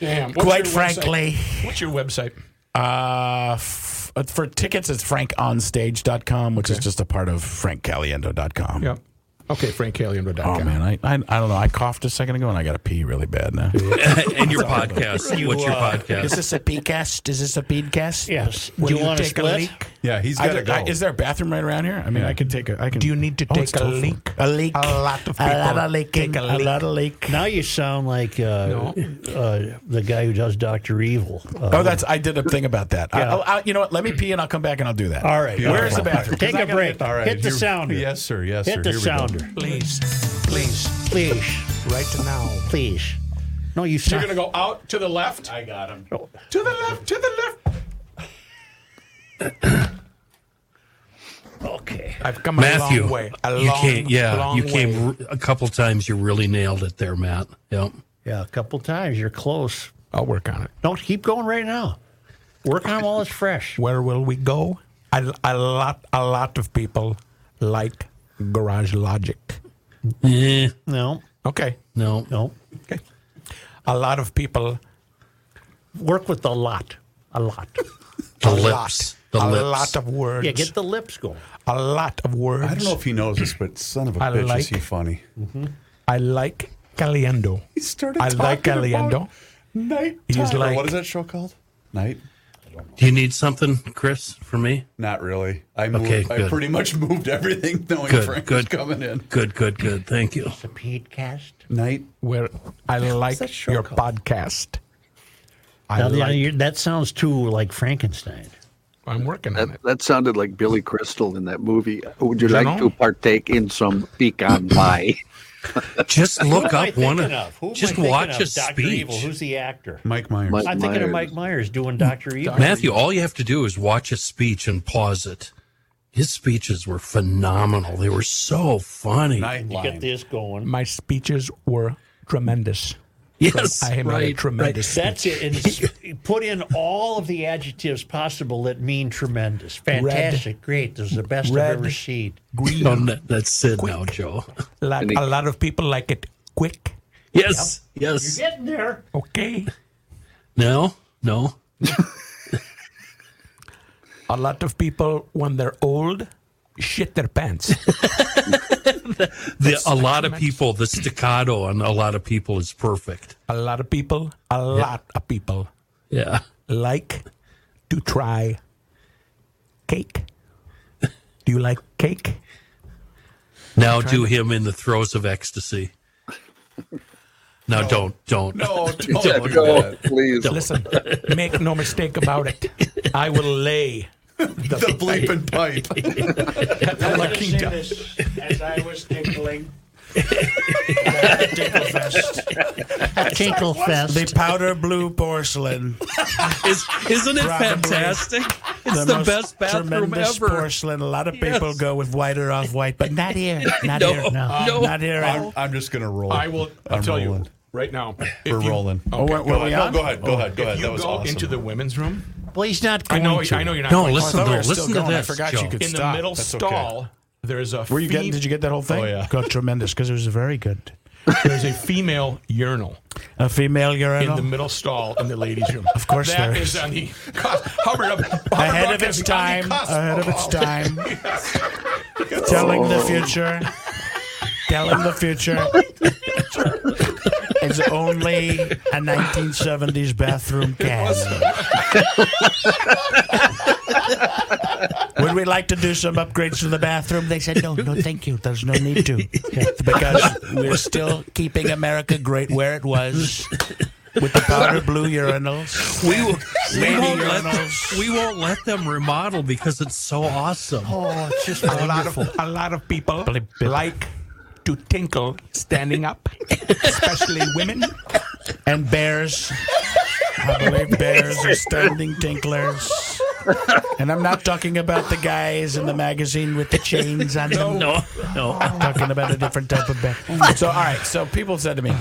Speaker 7: Damn. What's
Speaker 2: Quite
Speaker 7: your website?
Speaker 2: frankly.
Speaker 7: What's your website?
Speaker 2: uh, f- uh, for tickets, it's frankonstage.com, which is just a part of frankcaliendo.com.
Speaker 7: Yeah. Okay, Frank
Speaker 2: Oh
Speaker 7: Caliendo.com.
Speaker 2: man, I, I I don't know. I coughed a second ago and I got to pee really bad now.
Speaker 4: (laughs) and your podcast. What's your podcast?
Speaker 2: this a peedcast? Is this a peedcast?
Speaker 1: Yes. Do you, want to split?
Speaker 3: Yeah, he's
Speaker 2: I
Speaker 3: got to
Speaker 2: don't-
Speaker 3: go.
Speaker 2: I- is there a bathroom right around here? I mean, I could take a. I can.
Speaker 10: Do you need to
Speaker 2: Oh, it's
Speaker 10: take a
Speaker 2: Topher.
Speaker 10: leak?
Speaker 2: A leak.
Speaker 10: A lot of
Speaker 2: A lot
Speaker 10: people
Speaker 2: of leaking.
Speaker 10: take a
Speaker 2: A,
Speaker 10: leak.
Speaker 2: lot of leak.
Speaker 1: Now you sound like uh, uh, the guy who does Doctor Evil. Uh,
Speaker 2: Oh, that's. I did a thing about that. I,
Speaker 1: Yeah.
Speaker 2: I, I, you know what? Let me pee and I'll come back and I'll do that.
Speaker 1: All right.
Speaker 2: Where's the
Speaker 1: Beautiful.
Speaker 2: bathroom? 'Cause
Speaker 1: Take
Speaker 2: I
Speaker 1: a
Speaker 2: gotta
Speaker 1: break.
Speaker 2: get-
Speaker 3: All right,
Speaker 1: Hit the
Speaker 3: here-
Speaker 1: sounder.
Speaker 3: Yes, sir. Yes,
Speaker 1: Hit
Speaker 3: sir.
Speaker 1: the
Speaker 3: Here we go.
Speaker 1: sounder.
Speaker 10: Please, please,
Speaker 1: Please.
Speaker 10: right now.
Speaker 1: Please. No, you
Speaker 7: You're
Speaker 1: sound.
Speaker 7: going to go out to the left. I got him. To the left, to the left.
Speaker 1: (laughs) Okay.
Speaker 2: I've come a
Speaker 4: Matthew,
Speaker 2: long way. A
Speaker 4: you
Speaker 2: long,
Speaker 4: came, yeah,
Speaker 2: long
Speaker 4: you
Speaker 2: way.
Speaker 4: came r- a couple times. You really nailed it there, Matt. Yep.
Speaker 1: Yeah, a couple times. You're close.
Speaker 5: I'll work on it.
Speaker 1: Don't keep going right now. Work on them while it's fresh.
Speaker 5: Where will we go? A, a lot, a lot of people like Garage Logic.
Speaker 4: Eh,
Speaker 1: No,
Speaker 5: Okay,
Speaker 4: no,
Speaker 1: no.
Speaker 5: a lot of people.
Speaker 1: Work with the lot. A lot.
Speaker 4: the
Speaker 5: a
Speaker 4: lips, the
Speaker 5: lot,
Speaker 4: lips.
Speaker 5: a lot of words.
Speaker 1: Yeah, get the lips going.
Speaker 5: a lot of words.
Speaker 3: I don't know if he knows this, but son of a
Speaker 5: I
Speaker 3: bitch,
Speaker 5: like-
Speaker 3: is he funny?
Speaker 5: I like Caliendo.
Speaker 3: He started.
Speaker 5: I like
Speaker 3: talking about
Speaker 5: Caliendo.
Speaker 3: Night.
Speaker 5: He's
Speaker 3: Time, or
Speaker 5: like-
Speaker 3: what is that show called? Night.
Speaker 4: Do you need something, Chris, for me?
Speaker 3: Not really. I moved,
Speaker 4: Okay,
Speaker 3: I
Speaker 4: good.
Speaker 3: pretty much (laughs) moved everything knowing
Speaker 4: Good,
Speaker 3: Frank was
Speaker 4: good.
Speaker 3: coming in.
Speaker 4: Good, good, good. Thank you.
Speaker 1: The podcast.
Speaker 3: Night.
Speaker 5: Where I like your podcast. I
Speaker 1: Now, now
Speaker 5: like.
Speaker 1: you're- that sounds too like Frankenstein.
Speaker 5: I'm working on
Speaker 6: That,
Speaker 5: it.
Speaker 6: that sounded like Billy Crystal in that movie. Would you like
Speaker 5: General?
Speaker 6: to partake in some pecan pie?
Speaker 4: Just look
Speaker 1: Who am I
Speaker 4: up one
Speaker 1: thinking
Speaker 4: of.
Speaker 1: Who am I
Speaker 4: Just
Speaker 1: thinking
Speaker 4: watch
Speaker 1: of?
Speaker 4: a
Speaker 1: Dr.
Speaker 4: speech.
Speaker 1: Evil. Who's the actor?
Speaker 3: Mike Myers.
Speaker 6: Mike
Speaker 1: I'm thinking of
Speaker 6: Myers.
Speaker 1: Mike Myers doing Dr. Evil.
Speaker 4: Matthew, all you have to do is watch a speech and pause it. His speeches were phenomenal. They were so funny.
Speaker 1: You get this going.
Speaker 5: My speeches were tremendous.
Speaker 4: Yes,
Speaker 5: I am a
Speaker 4: right,
Speaker 5: tremendous.
Speaker 1: That's it. And s- put in all of the adjectives possible that mean tremendous. Fantastic. Great. This is the best
Speaker 5: Red.
Speaker 1: I've ever seen.
Speaker 5: Green.
Speaker 4: No, that- that's Sid now, Joe.
Speaker 5: Like, a lot of people like it quick.
Speaker 4: Yes, yes.
Speaker 1: Getting there.
Speaker 5: Okay.
Speaker 4: No, no.
Speaker 5: A lot of people, when they're old, shit their pants.
Speaker 4: The, a lot of people, the staccato on a lot of people is perfect.
Speaker 5: a lot of people, a lot of people
Speaker 4: Yeah.
Speaker 5: like to try cake. Do you like cake?
Speaker 4: Now do him in the throes of ecstasy. Now don't, don't.
Speaker 3: No, don't
Speaker 6: Yeah,
Speaker 3: do
Speaker 6: go,
Speaker 3: that.
Speaker 6: please.
Speaker 5: Listen, make no mistake about it. I will lay.
Speaker 3: The bleeping
Speaker 7: Oh,
Speaker 3: pipe.
Speaker 1: I'm going to say this as I was (laughs) tinkling. Tinkle fest.
Speaker 2: The powder blue porcelain.
Speaker 4: (laughs) Is, isn't it
Speaker 2: Probably
Speaker 4: fantastic? It's the,
Speaker 2: most
Speaker 4: best bathroom
Speaker 2: tremendous
Speaker 4: ever.
Speaker 2: porcelain. A lot of people
Speaker 4: Yes.
Speaker 2: go with white or off white, but not
Speaker 4: (laughs)
Speaker 2: here. Not
Speaker 4: No,
Speaker 2: here. No.
Speaker 4: no.
Speaker 2: Not here.
Speaker 3: I'm, I'm just gonna roll.
Speaker 7: I will I'll
Speaker 3: I'm
Speaker 7: tell
Speaker 3: rolling.
Speaker 7: you right now. if
Speaker 3: We're
Speaker 7: you-
Speaker 3: rolling.
Speaker 7: Okay, go ahead.
Speaker 3: No, go ahead. Go ahead. Oh, Go
Speaker 7: If
Speaker 3: ahead.
Speaker 7: you
Speaker 3: That was
Speaker 7: go
Speaker 3: awesome.
Speaker 7: into the women's room,
Speaker 1: Well, he's not
Speaker 7: I
Speaker 1: going
Speaker 7: know,
Speaker 1: to.
Speaker 7: I know you're not.
Speaker 4: No,
Speaker 7: going-
Speaker 4: listen
Speaker 2: thought we
Speaker 4: to
Speaker 2: were still
Speaker 4: listen to
Speaker 2: going. I
Speaker 4: this.
Speaker 2: forgot you
Speaker 4: Joe.
Speaker 2: could-
Speaker 7: in the
Speaker 2: Stop.
Speaker 7: middle
Speaker 3: That's okay.
Speaker 7: stall. There's a
Speaker 2: Were you getting?
Speaker 7: fem-
Speaker 2: Did you get that whole thing?
Speaker 3: Oh, yeah.
Speaker 2: Got tremendous because it was very good.
Speaker 7: there's a female urinal
Speaker 2: A female
Speaker 7: in
Speaker 2: urinal.
Speaker 7: the middle stall in the ladies' room.
Speaker 2: Of course
Speaker 7: that
Speaker 2: there
Speaker 7: is
Speaker 2: is.
Speaker 7: on (laughs) the cusp. Hubbard,
Speaker 2: ahead of its time. Ahead of its time. Telling the future. Telling the future. It's only a 1970s bathroom can. Would we like to do some upgrades to the bathroom? They said, no, no, thank you. There's no need to. Because we're still keeping America great where it was with the powder blue urinals.
Speaker 4: We, will, we,
Speaker 2: Lady
Speaker 4: won't let them,
Speaker 2: urinals.
Speaker 4: we won't let them remodel because it's so awesome.
Speaker 2: Oh, it's just
Speaker 5: A lot of a lot of people
Speaker 2: Blip, blip.
Speaker 5: like to tinkle standing up, especially women.
Speaker 2: And bears. I believe bears are standing tinklers. And I'm not talking about the guys in the magazine with the chains on them.
Speaker 4: No, no.
Speaker 2: I'm talking about a different type of bear. So, all right. So, people said to me,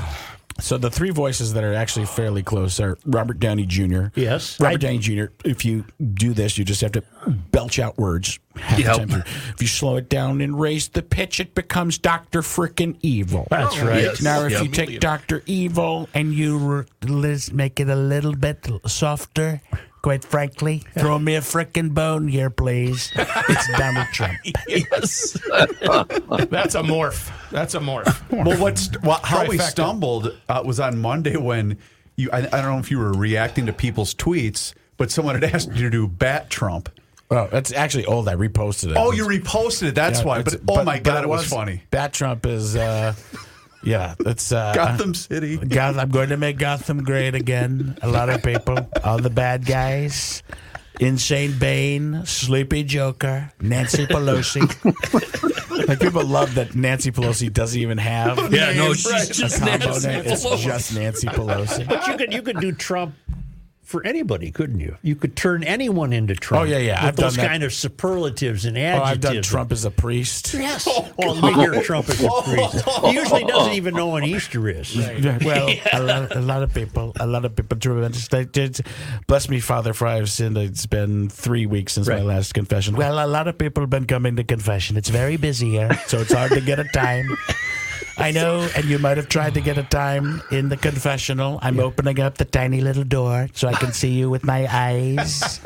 Speaker 2: so the three voices that are actually fairly close are Robert Downey Jr.
Speaker 1: Yes.
Speaker 2: Robert Downey Jr. If you do this, you just have to belch out words. half the
Speaker 4: Yep.
Speaker 2: time through. If you slow it down and raise the pitch, it becomes Doctor Frickin' Evil.
Speaker 1: That's right.
Speaker 4: Yes.
Speaker 2: Now, if
Speaker 4: Yep.
Speaker 2: you take Doctor Evil and you re- let's make it a little bit softer, quite frankly, throw me a frickin' bone here, please. (laughs) It's Donald Trump.
Speaker 4: Yes.
Speaker 7: That's a morph. That's a morph.
Speaker 3: Well, what's well, how we
Speaker 7: Trifecta.
Speaker 3: stumbled uh, was on Monday when you. I, I don't know if you were reacting to people's tweets, but someone had asked you to do Bat Trump.
Speaker 2: Oh, that's actually old. I reposted it.
Speaker 3: Oh, you reposted it. That's
Speaker 2: Yeah,
Speaker 3: why. But
Speaker 2: it's-
Speaker 3: oh my
Speaker 2: but
Speaker 3: god, it was, funny.
Speaker 2: Bat Trump is, uh, yeah, that's uh,
Speaker 3: Gotham City.
Speaker 2: Goth- I'm going to make Gotham great again. A lot of people, all the bad guys, Insane Bane, Sleepy Joker, Nancy Pelosi. like people love that Nancy Pelosi doesn't even have
Speaker 4: Yeah, no, she's just
Speaker 2: a combo
Speaker 4: Nancy
Speaker 2: name. It's
Speaker 4: Pelosi.
Speaker 2: just Nancy Pelosi.
Speaker 1: But you could you could do Trump for anybody, couldn't you? You could turn anyone into Trump.
Speaker 2: Oh, yeah, yeah.
Speaker 1: With
Speaker 2: I've done
Speaker 1: those
Speaker 2: that.
Speaker 1: kind of superlatives and
Speaker 2: Oh,
Speaker 1: adjectives.
Speaker 2: I've done Trump as a priest.
Speaker 1: Yes. Oh, you're Trump is a priest. He usually doesn't even know when Easter is.
Speaker 2: Yeah, well, a, lot, a lot of people, a lot of people do it. They did, bless me, Father, for I have sinned. It's been three weeks since my last confession. Well, a lot of people have been coming to confession. It's very busy here, so it's hard to get a time. I know, and you might have tried to get a time in the confessional. I'm opening up the tiny little door so I can see you with my eyes.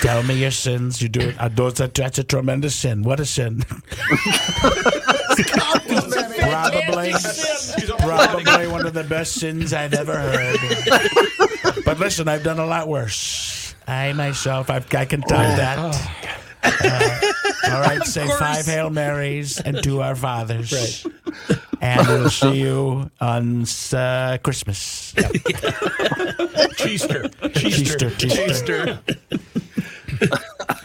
Speaker 2: Tell me your sins. You do it. Uh, those- That's a tremendous sin. What a sin. (laughs) Probably. Probably one of the best sins I've ever heard. but listen, I've done a lot worse. I myself, I've, I can tell that.
Speaker 7: Oh,
Speaker 2: Uh, all
Speaker 7: (laughs)
Speaker 2: right, say five Hail Marys and two Our Fathers. And we'll see you on uh, Christmas.
Speaker 7: (laughs) Cheester.
Speaker 2: Easter,
Speaker 7: Cheester.
Speaker 2: Easter.
Speaker 7: Cheester.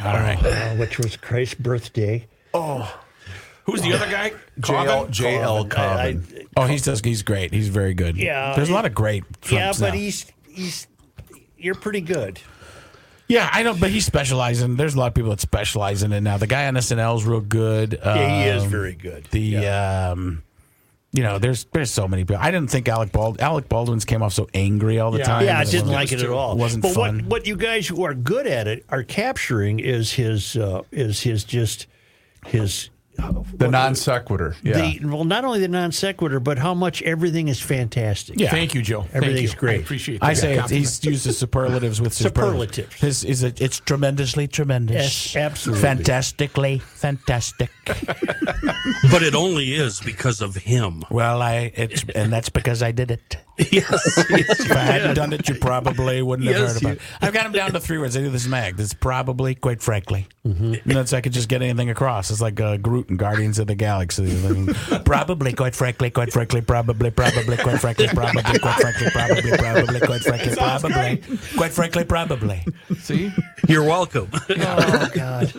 Speaker 2: All right.
Speaker 1: Uh, which was Christ's birthday.
Speaker 7: Who's the other guy?
Speaker 3: JL
Speaker 7: Corbin?
Speaker 3: JL Cobbin.
Speaker 2: Oh, he's just, he's great. He's very good.
Speaker 1: Yeah.
Speaker 2: There's a lot of great Trump
Speaker 1: yeah, but
Speaker 2: now.
Speaker 1: he's he's you're pretty good.
Speaker 2: Yeah, I know, but he specializes in. There's a lot of people that specialize in it now. The guy on SNL is real good.
Speaker 1: Yeah, he is
Speaker 2: Um,
Speaker 1: very good.
Speaker 2: The um, you know, there's there's so many people. I didn't think Alec Bald Alec Baldwin's came off so angry all the
Speaker 7: Yeah.
Speaker 2: time.
Speaker 1: Yeah, I
Speaker 2: It
Speaker 1: didn't
Speaker 2: wasn't-
Speaker 1: like it at all.
Speaker 2: Wasn't
Speaker 1: but
Speaker 2: fun.
Speaker 1: what what you guys who are good at it are capturing is his uh, is his just his
Speaker 3: The non sequitur. Yeah.
Speaker 1: the, well not only the non sequitur but how much everything is fantastic.
Speaker 2: Yeah.
Speaker 7: Thank you, Joe. Thank
Speaker 1: Everything's
Speaker 7: you.
Speaker 1: great.
Speaker 7: I appreciate that.
Speaker 2: I say it's,
Speaker 7: compliment.
Speaker 2: he's used his
Speaker 1: (laughs)
Speaker 2: superlatives with superlatives.
Speaker 1: Superlatives.
Speaker 2: His is it, it's tremendously tremendous.
Speaker 1: Yes, absolutely.
Speaker 2: Fantastically fantastic.
Speaker 4: But it only is because of him.
Speaker 2: well, I it's
Speaker 1: (laughs)
Speaker 2: and that's because I did it.
Speaker 4: Yes. yes.
Speaker 2: If I hadn't done it, you probably wouldn't have
Speaker 4: Yes,
Speaker 2: heard about
Speaker 4: you-
Speaker 2: it. I've got him down to three words. I do this mag. That's probably, quite frankly. You know, so I could just get anything across. It's like uh, Groot and Guardians of the Galaxy. I mean, probably, quite frankly, quite frankly, probably, probably, quite frankly, probably, quite frankly, probably, probably, quite frankly, probably, quite frankly, probably.
Speaker 7: See?
Speaker 4: You're welcome.
Speaker 2: Oh God.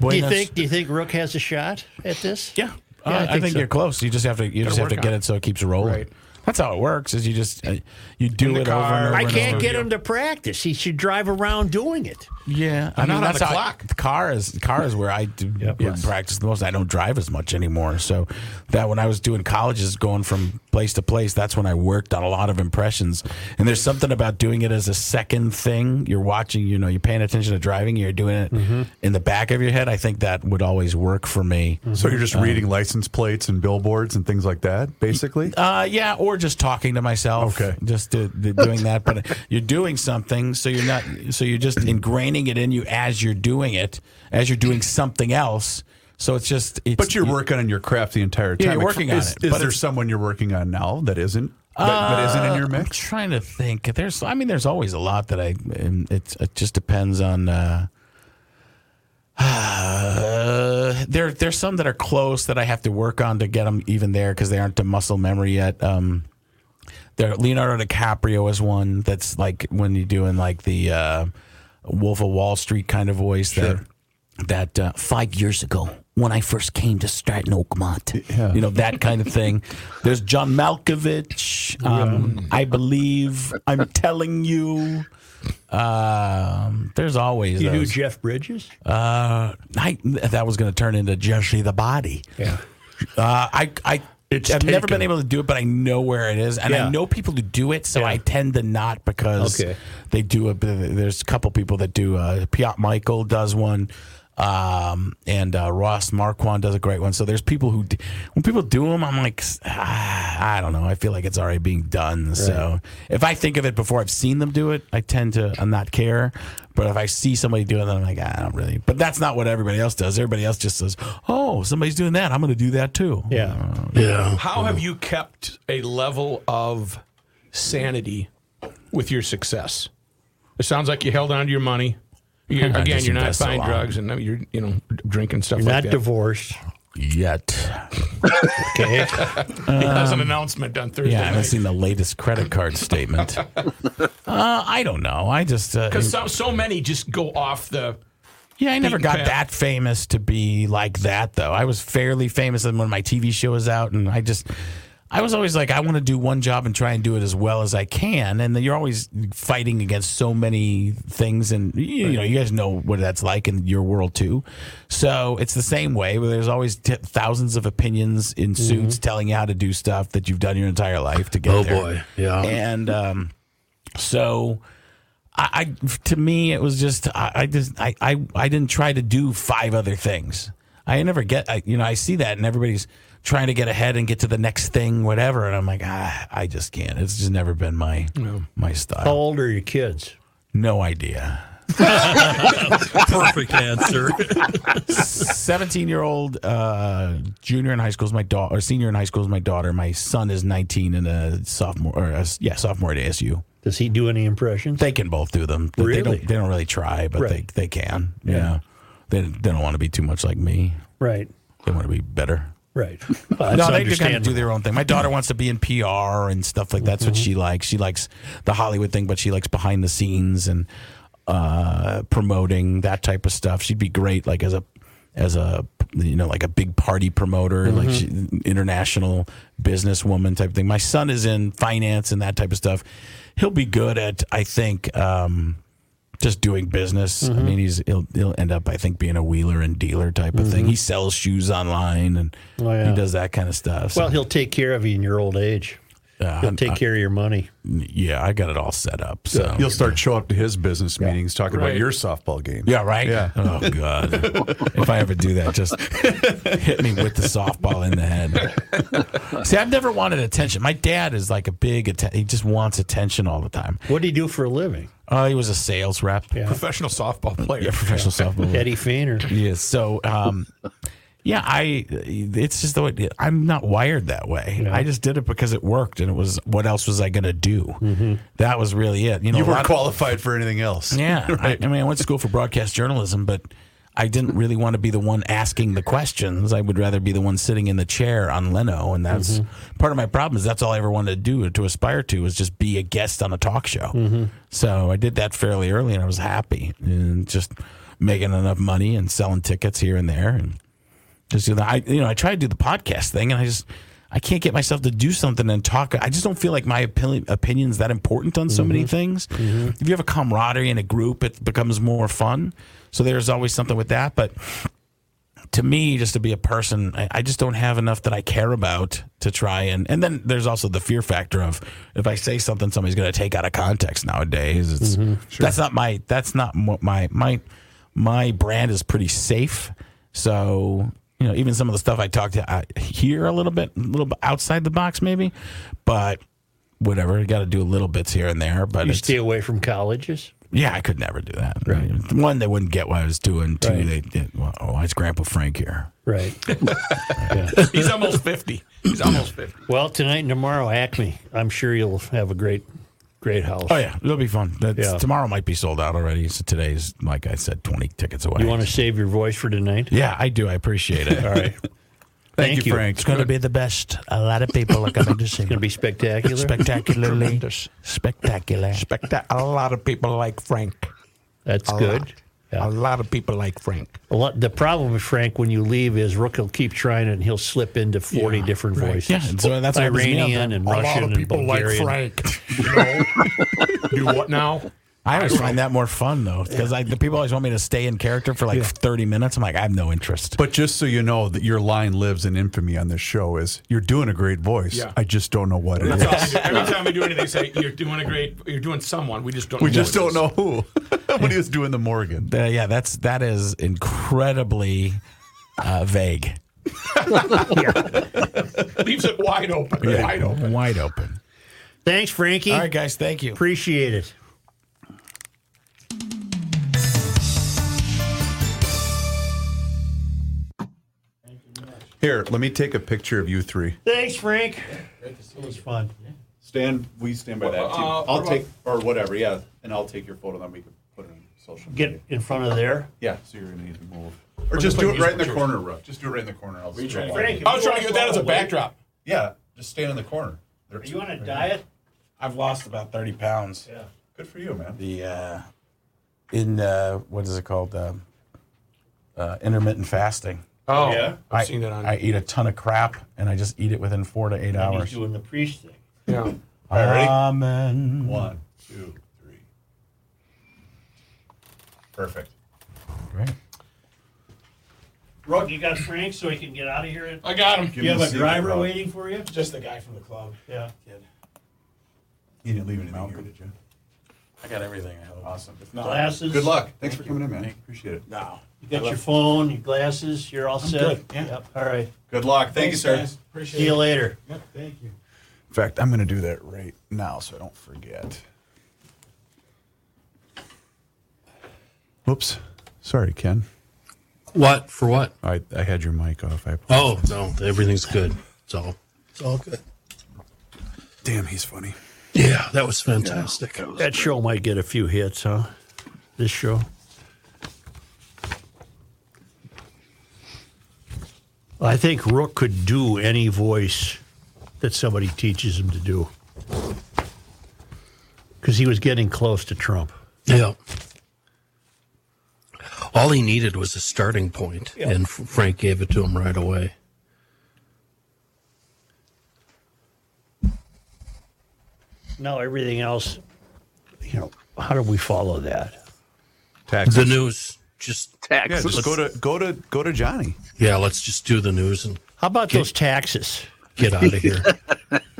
Speaker 1: Do you think do you think Rook has a shot at this?
Speaker 2: Yeah. Uh,
Speaker 1: Yeah,
Speaker 2: I
Speaker 1: I
Speaker 2: think,
Speaker 1: think so.
Speaker 2: you're close. You just have to. You just have to
Speaker 7: work
Speaker 2: get
Speaker 7: on
Speaker 2: it so it keeps rolling. That's how it works. Is you just uh, you do
Speaker 7: the
Speaker 2: it over
Speaker 7: car.
Speaker 2: and over.
Speaker 1: I
Speaker 2: and
Speaker 1: can't
Speaker 2: over.
Speaker 1: get him to practice. He should drive around doing it.
Speaker 2: Yeah, I mean,
Speaker 7: not on
Speaker 2: that's
Speaker 7: the
Speaker 2: how
Speaker 7: clock.
Speaker 2: the car is car is where I do would practice the most. I don't drive as much anymore, so that when I was doing colleges, going from place to place, that's when I worked on a lot of impressions. And there's something about doing it as a second thing. You're watching, you know, you're paying attention to driving. You're doing it in the back of your head. I think that would always work for me.
Speaker 3: So you're just reading license plates and billboards and things like that, basically.
Speaker 2: Uh, yeah, or just talking to myself.
Speaker 3: Okay.
Speaker 2: just to, to doing that. But you're doing something, so you're not. So you're just ingraining it in you as you're doing it, as you're doing something else. So it's just. It's,
Speaker 3: But you're working on your craft the entire time.
Speaker 2: Yeah, you're working on
Speaker 3: is,
Speaker 2: it,
Speaker 3: Is
Speaker 2: but
Speaker 3: there
Speaker 2: it's- Uh,
Speaker 3: someone you're working on now that isn't? But, but isn't in your
Speaker 2: I'm
Speaker 3: mix?
Speaker 2: trying to think. There's, I mean, there's always a lot that I. and It's, it just depends on. Uh, (sighs) there, there's some that are close that I have to work on to get them even there because they aren't to muscle memory yet. Um, there, Leonardo DiCaprio is one that's like when you're doing like the uh, Wolf of Wall Street kind of voice. That that uh, five years ago when I first came to Stratton Oakmont, you know that kind of thing. There's John Malkovich. Um, I believe I'm telling you. Um, there's always
Speaker 1: You do
Speaker 2: those.
Speaker 1: Jeff Bridges?
Speaker 2: Uh, I, that was going to turn into Jesse the Body.
Speaker 1: Yeah.
Speaker 2: Uh, I, I,
Speaker 1: It's
Speaker 2: I've never
Speaker 1: taken.
Speaker 2: been able to do it, but I know where it is, and
Speaker 1: Yeah.
Speaker 2: I know people who do it, so
Speaker 1: Yeah.
Speaker 2: I tend to not because
Speaker 1: Okay.
Speaker 2: they do it. but There's a couple people that do. Uh, Piot Michael does one, um, and uh, Ross Marquand does a great one. So there's people who, d- when people do them, I'm like, ah, I don't know. I feel like it's already being done. So if I think of it before I've seen them do it, I tend to uh, not care. But if I see somebody doing it, I'm like, ah, I don't really. But that's not what everybody else does. Everybody else just says, oh, somebody's doing that. I'm going to do that too.
Speaker 1: Yeah.
Speaker 4: Yeah.
Speaker 7: How have you kept a level of sanity with your success? It sounds like you held on to your money. (laughs) You,
Speaker 2: I
Speaker 7: again,
Speaker 2: just
Speaker 7: you're not
Speaker 2: invest a
Speaker 7: buying
Speaker 2: lot.
Speaker 7: drugs and you're you know drinking stuff
Speaker 1: You're
Speaker 7: like
Speaker 1: not
Speaker 7: that.
Speaker 1: divorced.
Speaker 7: (laughs)
Speaker 2: Yet.
Speaker 1: Okay.
Speaker 7: He has an announcement on Thursday
Speaker 2: Yeah, I haven't
Speaker 7: night.
Speaker 2: seen the latest credit card statement. uh, I don't know. I just uh,
Speaker 7: Because so, so many just go off the.
Speaker 2: yeah, I never
Speaker 7: beaten
Speaker 2: got
Speaker 7: path.
Speaker 2: that famous to be like that though. I was fairly famous when my TV show was out, and I just I was always like, I want to do one job and try and do it as well as I can. And then you're always fighting against so many things, and you, you know, you guys know what that's like in your world too. So it's the same way. Where there's always t- thousands of opinions in suits telling you how to do stuff that you've done your entire life to get
Speaker 4: Oh,
Speaker 2: there.
Speaker 4: boy. Yeah.
Speaker 2: and um, so I, I to me it was just I, I just I, I I didn't try to do five other things. I never get I, you know I see that and everybody's trying to get ahead and get to the next thing whatever and I'm like ah, I just can't. It's just never been my my
Speaker 1: How
Speaker 2: style.
Speaker 1: old are your kids?
Speaker 2: No idea. (laughs)
Speaker 4: Perfect answer.
Speaker 2: 17 year old uh, junior in high school is my daughter or senior in high school is my daughter. My son is 19 and a sophomore or a, yeah, sophomore at ASU.
Speaker 1: Does he do any impressions?
Speaker 2: They can both do them. They- They
Speaker 1: Really?
Speaker 2: don't, they don't really try, but
Speaker 1: Right.
Speaker 2: they, they can. Yeah. They, they don't want to be too much like me.
Speaker 1: Right.
Speaker 2: They want to be better. (laughs)
Speaker 1: Right. Well, that's
Speaker 2: no, they just kind of
Speaker 1: understandable.
Speaker 2: do their own thing. My daughter wants to be in PR and stuff like that's what
Speaker 1: Mm-hmm.
Speaker 2: she likes. She likes the Hollywood thing, but she likes behind the scenes and uh, promoting that type of stuff. She'd be great, like as a as a you know like a big party promoter, like she,
Speaker 1: Mm-hmm.
Speaker 2: international businesswoman type thing. My son is in finance and that type of stuff. He'll be good at, I think. Um, just doing business.
Speaker 1: Mm-hmm.
Speaker 2: I mean, he's he'll, he'll end up, I think, being a wheeler and dealer type of thing. He sells shoes online and
Speaker 1: Mm-hmm. Oh, yeah.
Speaker 2: he does that kind of stuff. So,
Speaker 1: Well, he'll take care of you in your old age.
Speaker 2: uh,
Speaker 1: He'll take care of your money.
Speaker 2: yeah, I got it all set up. So
Speaker 3: You'll start show up to his business meetings talking about your softball game.
Speaker 2: yeah, right. Yeah. Oh god, if I ever do that, just hit me with the softball in the head. See, I've never wanted attention. My dad is like a big. Atten- he just wants attention all the time.
Speaker 1: What do you do for a living?
Speaker 2: Oh, he was a sales rep. Yeah,
Speaker 7: Professional softball player.
Speaker 2: professional softball.
Speaker 1: Eddie Fainer.
Speaker 2: Yeah. So, um, yeah, I. It's just the way I'm not wired that way. I just did it because it worked, and it was what else was I going to do? That was really it. You know,
Speaker 3: You
Speaker 2: a
Speaker 3: weren't
Speaker 2: lot-
Speaker 3: qualified for anything else.
Speaker 2: (laughs) Yeah, I, I mean, I went to school for broadcast journalism, but I didn't really want to be the one asking the questions. I would rather be the one sitting in the chair on Leno, and that's part of my problem. Is that's all I ever wanted to do to aspire to was just be a guest on a talk show. So I did that fairly early, and I was happy and just making enough money and selling tickets here and there, and just do that. I you know I try to do the podcast thing, and I just I can't get myself to do something and talk. I just don't feel like my opinion opinion's that important on so many things. If you have a camaraderie in a group, it becomes more fun. So there's always something with that, but. To me, just to be a person, I, I just don't have enough that I care about to try and. And then there's also the fear factor of if I say something, somebody's going to take out of context nowadays. It's,
Speaker 1: Mm-hmm.
Speaker 2: That's not my. That's not what my my my brand is pretty safe. So you know, even some of the stuff I talked to I here a little bit, a little bit outside the box maybe, but whatever. You got to do little bits here and there. But
Speaker 1: You
Speaker 2: it's,
Speaker 1: stay away from colleges.
Speaker 2: yeah, I could never do that. Right. One, they wouldn't get what I was doing. Two,
Speaker 1: Right.
Speaker 2: they did. Well, oh, it's Grandpa Frank here.
Speaker 1: Right.
Speaker 7: He's almost 50. He's almost 50.
Speaker 1: Well, tonight and tomorrow, Acme. I'm sure you'll have a great, great house.
Speaker 2: Oh yeah, it'll be fun. That's,
Speaker 1: Yeah.
Speaker 2: Tomorrow might be sold out already. So today's, like I said, twenty tickets away.
Speaker 1: You want to save your voice for tonight?
Speaker 2: Yeah, I do. I appreciate
Speaker 7: (laughs)
Speaker 2: it. All right.
Speaker 1: Thank,
Speaker 3: you, Frank.
Speaker 10: It's going to be the best. A lot of people are going to see
Speaker 1: Going to be spectacular.
Speaker 10: Spectacularly. Spectacular.
Speaker 9: Spectac- a lot of people like Frank.
Speaker 1: That's
Speaker 9: A
Speaker 1: good.
Speaker 9: lot. A lot of people like Frank.
Speaker 1: A lot, the problem, Frank, when you leave is Rook will keep trying it and he'll slip into 40 different voices.
Speaker 2: Yeah, and so that's what pisses me off.
Speaker 1: Iranian and
Speaker 2: A lot of
Speaker 1: Russian and
Speaker 7: people like
Speaker 1: Bulgarian.
Speaker 7: Frank. You know? (laughs) Do what now?
Speaker 2: I always find that more fun though, because like the people always want me to stay in character for like thirty minutes. I'm like, I have no interest.
Speaker 3: But just so you know that your line lives in infamy on this show is you're doing a great voice.
Speaker 7: Yeah.
Speaker 3: I just don't know what it
Speaker 7: That's
Speaker 3: is.
Speaker 7: all we do. Every time we do anything, they say you're doing a great. You're doing someone. We just don't.
Speaker 3: We
Speaker 7: know
Speaker 3: just
Speaker 7: who it
Speaker 3: don't
Speaker 7: is."
Speaker 3: know who. (laughs) when he was doing the Morgan.
Speaker 2: Uh, yeah, that's that is incredibly uh, vague.
Speaker 7: Leaves it wide open. Wide open.
Speaker 2: Wide open.
Speaker 1: Thanks, Frankie.
Speaker 2: All right, guys. Thank you.
Speaker 1: Appreciate it.
Speaker 3: Here, let me take a picture of you three.
Speaker 1: Thanks, Frank. It was fun.
Speaker 3: Stand, we stand by that too. I'll take or whatever, yeah, and I'll take your photo. Then we can put it on social.
Speaker 1: Get in front of there.
Speaker 3: yeah. So you're gonna need to move, or just do it right in the corner, Rook. Just do it right in the corner. I'll just
Speaker 1: Frank,
Speaker 7: I was trying to get that as a backdrop.
Speaker 3: Yeah, just stand in the corner. There-
Speaker 1: Are you on a diet?
Speaker 2: I've lost about thirty pounds.
Speaker 3: Good for you, man.
Speaker 2: The uh, in uh, what is it called? Um uh, intermittent fasting.
Speaker 7: Oh,
Speaker 3: Yeah.
Speaker 7: I've
Speaker 2: I-
Speaker 7: seen that on.
Speaker 2: I eat a ton of crap and I just eat it within four to eight
Speaker 1: He's
Speaker 2: hours.
Speaker 1: doing the priest thing.
Speaker 7: yeah.
Speaker 2: All
Speaker 3: ready?
Speaker 2: Amen.
Speaker 3: One, two, three. Perfect.
Speaker 2: Great.
Speaker 1: You got Frank so he can get out of here?
Speaker 7: I got him.
Speaker 1: You have
Speaker 3: me
Speaker 1: a
Speaker 3: secret,
Speaker 1: driver
Speaker 3: Rob.
Speaker 1: waiting for you?
Speaker 7: Just the guy from the club.
Speaker 1: Yeah.
Speaker 3: You didn't leave anything here, did you?
Speaker 2: I got everything. I hope. Awesome. If not,
Speaker 1: Glasses.
Speaker 3: Good luck. Thanks for coming in, man. Appreciate it.
Speaker 2: no.
Speaker 1: You got your phone, your glasses. You're all set. Yep. All right.
Speaker 3: Good luck. Thank you, sir.
Speaker 1: See you later.
Speaker 3: In fact, I'm going to do that right now so I don't forget. Whoops. Sorry, Ken.
Speaker 4: What for what?
Speaker 3: I, I had your mic off. I
Speaker 4: Oh no, everything's good. It's all it's all good.
Speaker 3: Damn, he's funny.
Speaker 4: Yeah, that was fantastic.
Speaker 1: That show might get a few hits, huh? This show. I think Rook could do any voice that somebody teaches him to do. Because he was getting close to Trump.
Speaker 4: Yeah. All he needed was a starting point, and F- Frank gave it to him right away.
Speaker 1: Now everything else, you know, how do we follow that?
Speaker 3: Taxes.
Speaker 4: The news, just
Speaker 3: yeah,
Speaker 6: Taxes.
Speaker 3: just go to go to go to Johnny.
Speaker 4: yeah, let's just do the news and
Speaker 1: How about those taxes?
Speaker 4: get out of here.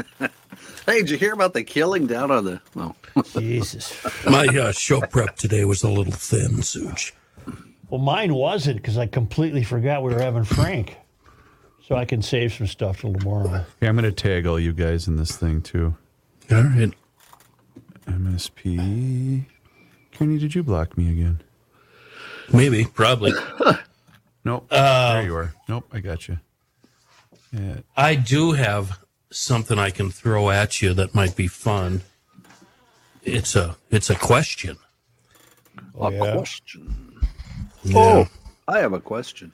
Speaker 4: (laughs)
Speaker 6: hey, did you hear about the killing down on the? Well,
Speaker 1: Jesus.
Speaker 4: My uh, show prep today was a little thin, Such.
Speaker 1: Well, mine wasn't because I completely forgot we were having Frank. So I can save some stuff till tomorrow.
Speaker 3: Yeah, I'm going to tag all you guys in this thing too.
Speaker 4: All right.
Speaker 3: MSP. Kenny, did you block me again?
Speaker 4: Maybe, probably.
Speaker 3: Nope. there you are. Nope, I got you. Yeah.
Speaker 4: I do have something I can throw at you that might be fun. It's a it's a question.
Speaker 6: a question. Oh,
Speaker 4: Yeah.
Speaker 6: I have a question.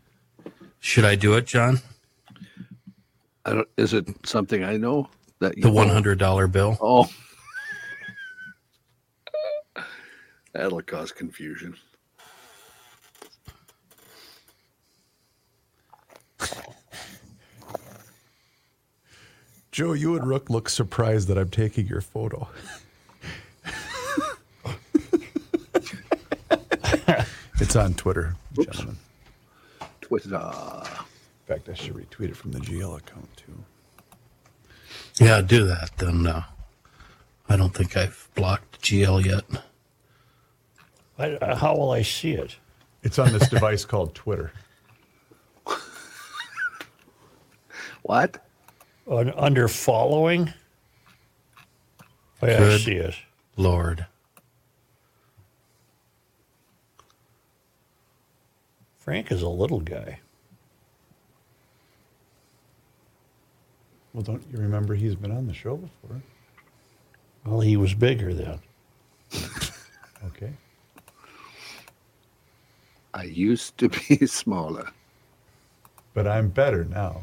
Speaker 4: Should I do it, John?
Speaker 6: I don't. Is it something I know that you
Speaker 4: The one hundred dollar bill.
Speaker 6: Oh, (laughs) that'll cause confusion.
Speaker 3: Joe, you and Rook look surprised that I'm taking your photo. (laughs) it's on Twitter, gentlemen.
Speaker 6: Twitter.
Speaker 3: In fact, I should retweet it from the GL account too.
Speaker 4: Yeah, do that. Then uh, I don't think I've blocked GL yet.
Speaker 1: I, I- how will I see it?
Speaker 3: It's on this device called Twitter.
Speaker 6: What?
Speaker 1: Un- under following? Oh, yeah, I
Speaker 4: Good.
Speaker 1: see it.
Speaker 4: Lord.
Speaker 1: Frank is a little guy.
Speaker 3: Well, don't you remember he's been on the show before?
Speaker 1: Well, he was bigger then.
Speaker 3: Okay.
Speaker 6: I used to (laughs) be smaller.
Speaker 3: But I'm better now.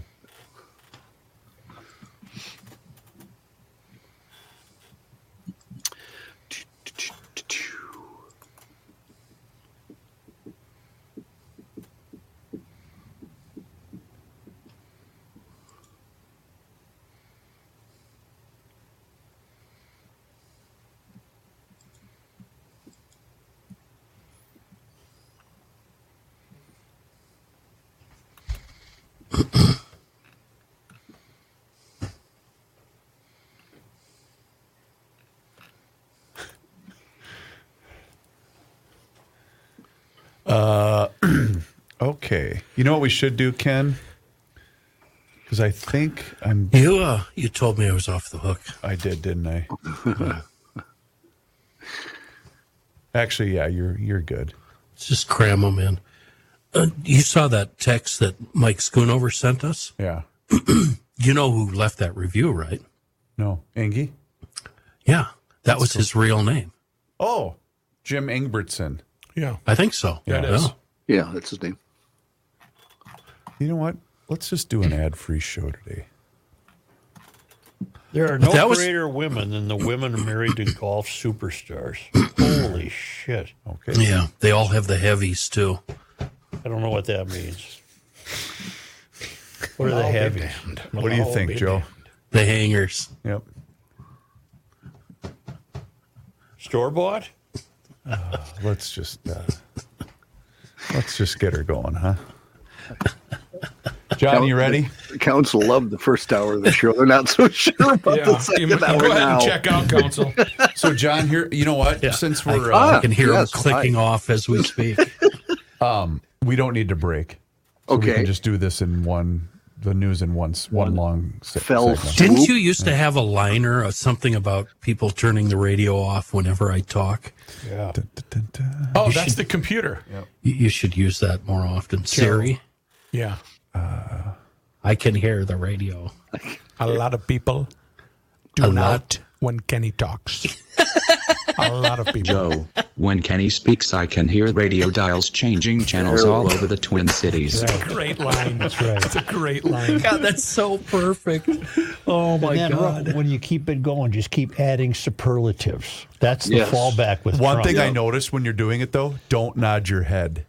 Speaker 3: Okay. You know what we should do, Ken? Because I think I'm.
Speaker 4: You uh, you told me I was off the hook.
Speaker 3: I did, didn't I? (laughs) Actually, yeah, you're you're good.
Speaker 4: Let's just cram them in. Uh, you saw that text that Mike Schoonover sent us.
Speaker 3: Yeah.
Speaker 4: You know who left that review, right?
Speaker 3: No, Engie.
Speaker 4: Yeah, that was his real name.
Speaker 3: Oh, Jim Engbertson.
Speaker 4: I think so.
Speaker 11: Yeah, it is.
Speaker 4: Yeah.
Speaker 6: Yeah, that's his name.
Speaker 3: You know what? Let's just do an ad-free show today.
Speaker 1: There are no
Speaker 4: that was-
Speaker 1: greater women than the women married to golf superstars. Holy shit.
Speaker 3: Okay.
Speaker 4: Yeah, they all have the heavies too.
Speaker 1: I don't know what that means. What are the heavies?
Speaker 3: (laughs) What do you think, Joe?
Speaker 4: The hangers.
Speaker 3: Yep.
Speaker 1: Store bought?
Speaker 3: Let's just uh, let's just get her going, huh? John, you (laughs) ready?
Speaker 6: The council loved the first hour of the show. They're not so (laughs) sure about the
Speaker 11: You
Speaker 6: second
Speaker 11: might-
Speaker 6: hour
Speaker 11: go ahead
Speaker 6: now.
Speaker 11: and check out
Speaker 6: (laughs)
Speaker 11: council.
Speaker 3: So, John, here. You know what? Since we're uh,
Speaker 4: I can hear
Speaker 6: yes,
Speaker 4: them clicking off as we speak.
Speaker 3: we don't need to break. So We
Speaker 6: Okay.
Speaker 3: can just do this in one the news in one s- one long se-
Speaker 6: Fell
Speaker 3: segment.
Speaker 4: Didn't you used to have a liner or something about people turning the radio off whenever I talk?
Speaker 3: Dun, dun, dun, dun.
Speaker 6: (laughs)
Speaker 11: Oh, that's the computer.
Speaker 4: You, you should use that more often. Siri,
Speaker 11: Yeah.
Speaker 4: I can hear the radio.
Speaker 7: A lot of people do
Speaker 4: A lot.
Speaker 7: not when Kenny
Speaker 4: (laughs)
Speaker 7: talks. a lot of people.
Speaker 10: Joe, when Kenny speaks, I can hear radio dials changing channels all over the Twin Cities.
Speaker 7: Great line. That's right. It's a great line.
Speaker 4: God, that's so perfect. Oh my
Speaker 1: Then,
Speaker 4: God.
Speaker 1: When you keep it going, just keep adding superlatives. That's the
Speaker 6: Yes.
Speaker 1: fallback with
Speaker 3: One
Speaker 1: Trump.
Speaker 3: thing I noticed when you're doing it though, don't nod your head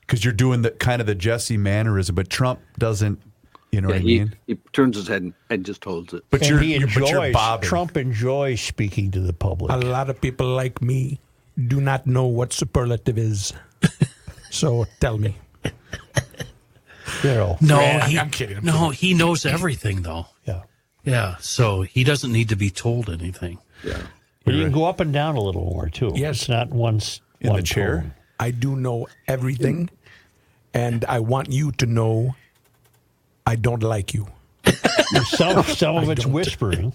Speaker 3: because you're doing the kind of the Jesse mannerism, but Trump doesn't. You know
Speaker 6: Yeah,
Speaker 3: what I
Speaker 6: he,
Speaker 3: mean?
Speaker 6: he turns his head and, and just holds it.
Speaker 3: But
Speaker 1: And
Speaker 3: you're,
Speaker 1: he
Speaker 3: you're-
Speaker 1: enjoys,
Speaker 3: but you're bobbing.
Speaker 1: Trump enjoys speaking to the
Speaker 7: A
Speaker 1: public.
Speaker 7: lot of people like me do not know what
Speaker 11: (laughs)
Speaker 7: superlative is. So tell me.
Speaker 1: You know,
Speaker 4: No,
Speaker 11: Man,
Speaker 4: he,
Speaker 11: I'm kidding, I'm
Speaker 4: no, he knows everything though.
Speaker 1: yeah.
Speaker 4: Yeah, so he doesn't need to be told anything.
Speaker 6: Yeah.
Speaker 1: But you can go up and down a little more too.
Speaker 7: Yes.
Speaker 1: It's not once
Speaker 3: In the
Speaker 1: one
Speaker 3: chair?
Speaker 1: tone.
Speaker 7: I do know everything, and I want you to know I don't like you.
Speaker 1: (laughs) Some some of it's (laughs) whispering.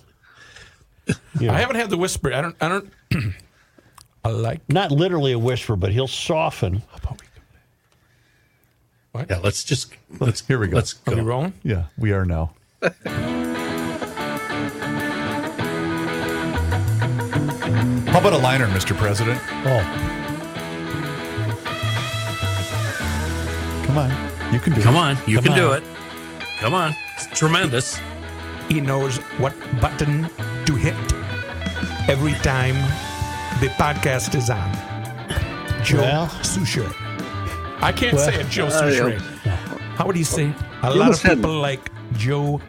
Speaker 1: Yeah.
Speaker 11: I haven't had the whisper. I don't. I don't. (clears throat)
Speaker 7: I like
Speaker 1: Not literally a whisper, but he'll soften.
Speaker 4: Yeah, let's just let's
Speaker 3: Here we go.
Speaker 4: Let's
Speaker 7: you
Speaker 4: go.
Speaker 7: wrong.
Speaker 3: Yeah, we are now. How about a liner, Mr. President?
Speaker 1: Oh,
Speaker 3: Come on, you can do
Speaker 4: Come
Speaker 3: it.
Speaker 4: on, you can do it. Come on, it's tremendous.
Speaker 7: He knows what button to hit every time the podcast is on. Joe
Speaker 1: Well.
Speaker 7: Susher.
Speaker 11: I can't say a Joe Suchere.
Speaker 7: How would he say? A lot
Speaker 6: almost
Speaker 7: of
Speaker 6: had
Speaker 7: people like Joe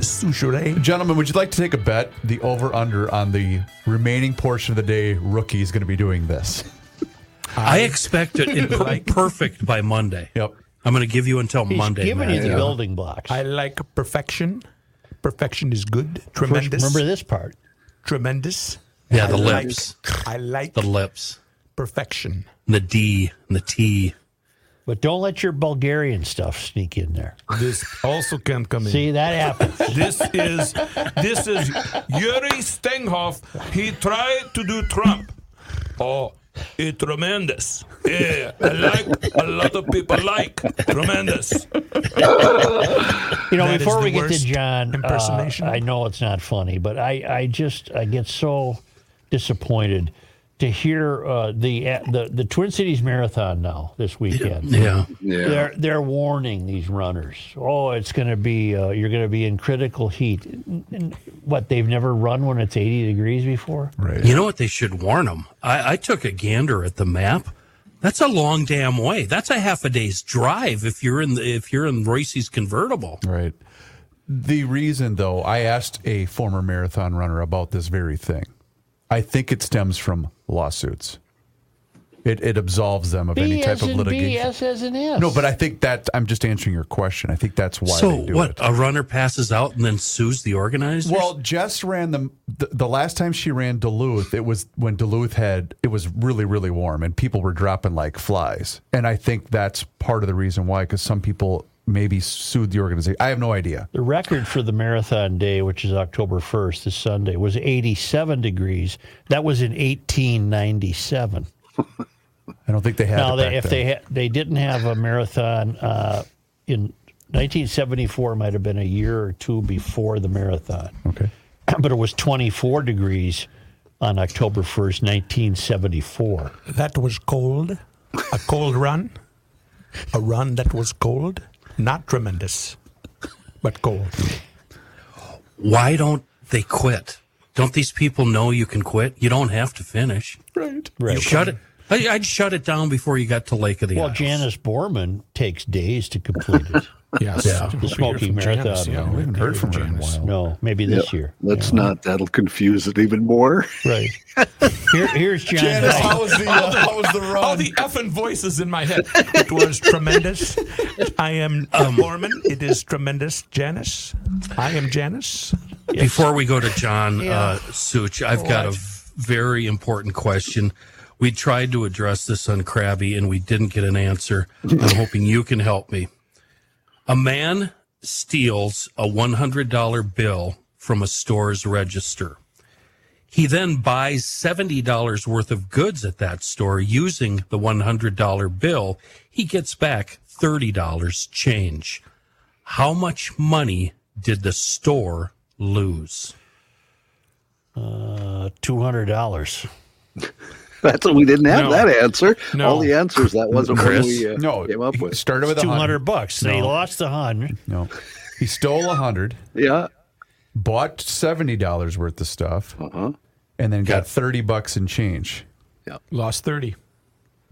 Speaker 7: Susher.
Speaker 3: Gentlemen, would you like to take a bet? The over/under on the remaining portion of the day, rookie is going to be doing this. (laughs)
Speaker 4: I expect it in per- perfect by Monday.
Speaker 3: Yep.
Speaker 4: I'm going to give you until
Speaker 1: he's
Speaker 4: Monday.
Speaker 1: giving
Speaker 4: Matt.
Speaker 1: you the building blocks.
Speaker 7: I like perfection. Perfection is good.
Speaker 1: First,
Speaker 7: Tremendous.
Speaker 1: remember this part.
Speaker 7: Tremendous.
Speaker 4: Yeah, the
Speaker 7: I like-
Speaker 4: lips,
Speaker 7: I like
Speaker 4: the lips,
Speaker 7: perfection.
Speaker 4: and the D, and the T.
Speaker 1: But don't let your Bulgarian stuff sneak in there.
Speaker 12: This also can come in.
Speaker 1: See, that
Speaker 13: (laughs)
Speaker 1: happens.
Speaker 12: This is this is Yuri Stenghoff. He tried to do Trump. Oh,
Speaker 13: It's tremendous. Yeah, I like. A lot of people like tremendous.
Speaker 1: You know,
Speaker 13: That is
Speaker 1: before
Speaker 13: the
Speaker 1: we get to
Speaker 13: worst
Speaker 1: John,
Speaker 13: impersonation.
Speaker 1: uh, I know it's not funny, but I, I just I get so disappointed to hear uh, the uh, the the Twin Cities Marathon now this weekend.
Speaker 4: Yeah. Yeah.
Speaker 1: They're they're warning these runners. Oh, it's going to be uh, you're going to be in critical heat. N- n- What they've never run when it's 80 degrees before.
Speaker 3: Right.
Speaker 4: You know what? They should warn them. I, I took a gander at the map. That's a long damn way. That's a half a day's drive if you're in the, if you're in Royce's convertible.
Speaker 3: Right. The reason, though, I asked a former marathon runner about this very thing. I think it stems from lawsuits. It, it absolves them of any type of litigation.
Speaker 1: BS as an S.
Speaker 3: No, but I think that I'm just answering your question. I think that's why
Speaker 4: so
Speaker 3: they do
Speaker 4: what?
Speaker 3: it.
Speaker 4: A runner passes out and then sues the organizers.
Speaker 3: Well, Jess ran the, the the last time she ran Duluth. It was when Duluth had it was really really warm and people were dropping like flies. And I think that's part of the reason why, because some people maybe sued the organization. I have no idea.
Speaker 1: The record for the marathon day, which is October 1st, this Sunday, was 87 degrees. That was in 1897.
Speaker 3: I don't think they had.
Speaker 1: now,
Speaker 3: it
Speaker 1: they,
Speaker 3: back
Speaker 1: if
Speaker 3: then.
Speaker 1: they ha- they didn't have a marathon uh, in 1974, might have been a year or two before the marathon.
Speaker 3: Okay.
Speaker 1: (clears throat) But it was 24 degrees on October 1st, 1974.
Speaker 10: That was cold. A cold run. A run that was cold. Not tremendous, but cold.
Speaker 4: Why don't they quit? Don't these people know you can quit? You don't have to finish.
Speaker 3: Right.
Speaker 4: You shut it. I, I'd shut it down before you got to Lake of the
Speaker 1: Well,
Speaker 4: Isles.
Speaker 1: Janice Borman takes days to complete
Speaker 3: (laughs)
Speaker 1: it.
Speaker 2: Yes.
Speaker 6: Yeah.
Speaker 1: The Smoky
Speaker 6: We'll hear
Speaker 1: Marathon.
Speaker 6: from Janice, yeah. We haven't heard from her in a while.
Speaker 1: No, maybe this
Speaker 6: Yeah,
Speaker 1: year.
Speaker 6: Let's not. That'll confuse it even more. (laughs)
Speaker 1: Right. Here, here's John.
Speaker 7: Janice,
Speaker 1: Dyke.
Speaker 7: how was the, uh, how was the run?
Speaker 2: All the effing voices in my head. It was tremendous.
Speaker 10: I am a Mormon. It is tremendous, Janice. I am Janice.
Speaker 4: Before we go to John
Speaker 10: Yeah.
Speaker 4: uh, Such, I've got a
Speaker 10: What?
Speaker 4: v- very important question. We tried to address this on Krabby and we didn't get an answer. I'm
Speaker 10: (laughs)
Speaker 4: hoping you can help me. A man steals a $100 bill from a store's register. He then buys $70 worth of goods at that store using the $100 bill. He gets back $30 change. How much money did the store lose?
Speaker 1: Uh, (laughs) two hundred dollars.
Speaker 6: That's what we didn't have
Speaker 1: No.
Speaker 6: that answer.
Speaker 1: No.
Speaker 6: All the answers that wasn't what
Speaker 1: Chris?
Speaker 6: we uh,
Speaker 1: No,
Speaker 6: came up
Speaker 3: (laughs)
Speaker 6: with.
Speaker 3: Started with
Speaker 1: Two
Speaker 3: 100.
Speaker 1: hundred bucks. They
Speaker 3: No.
Speaker 1: lost the hundred.
Speaker 3: No. He stole a hundred.
Speaker 6: Yeah.
Speaker 3: Bought seventy dollars worth of stuff. Uh-huh. And then got thirty bucks in change.
Speaker 2: Lost 30.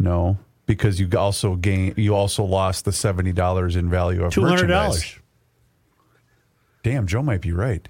Speaker 3: No. Because you also gain you also lost the seventy dollars in value of
Speaker 1: $200.
Speaker 3: merchandise. Damn, Joe might be right.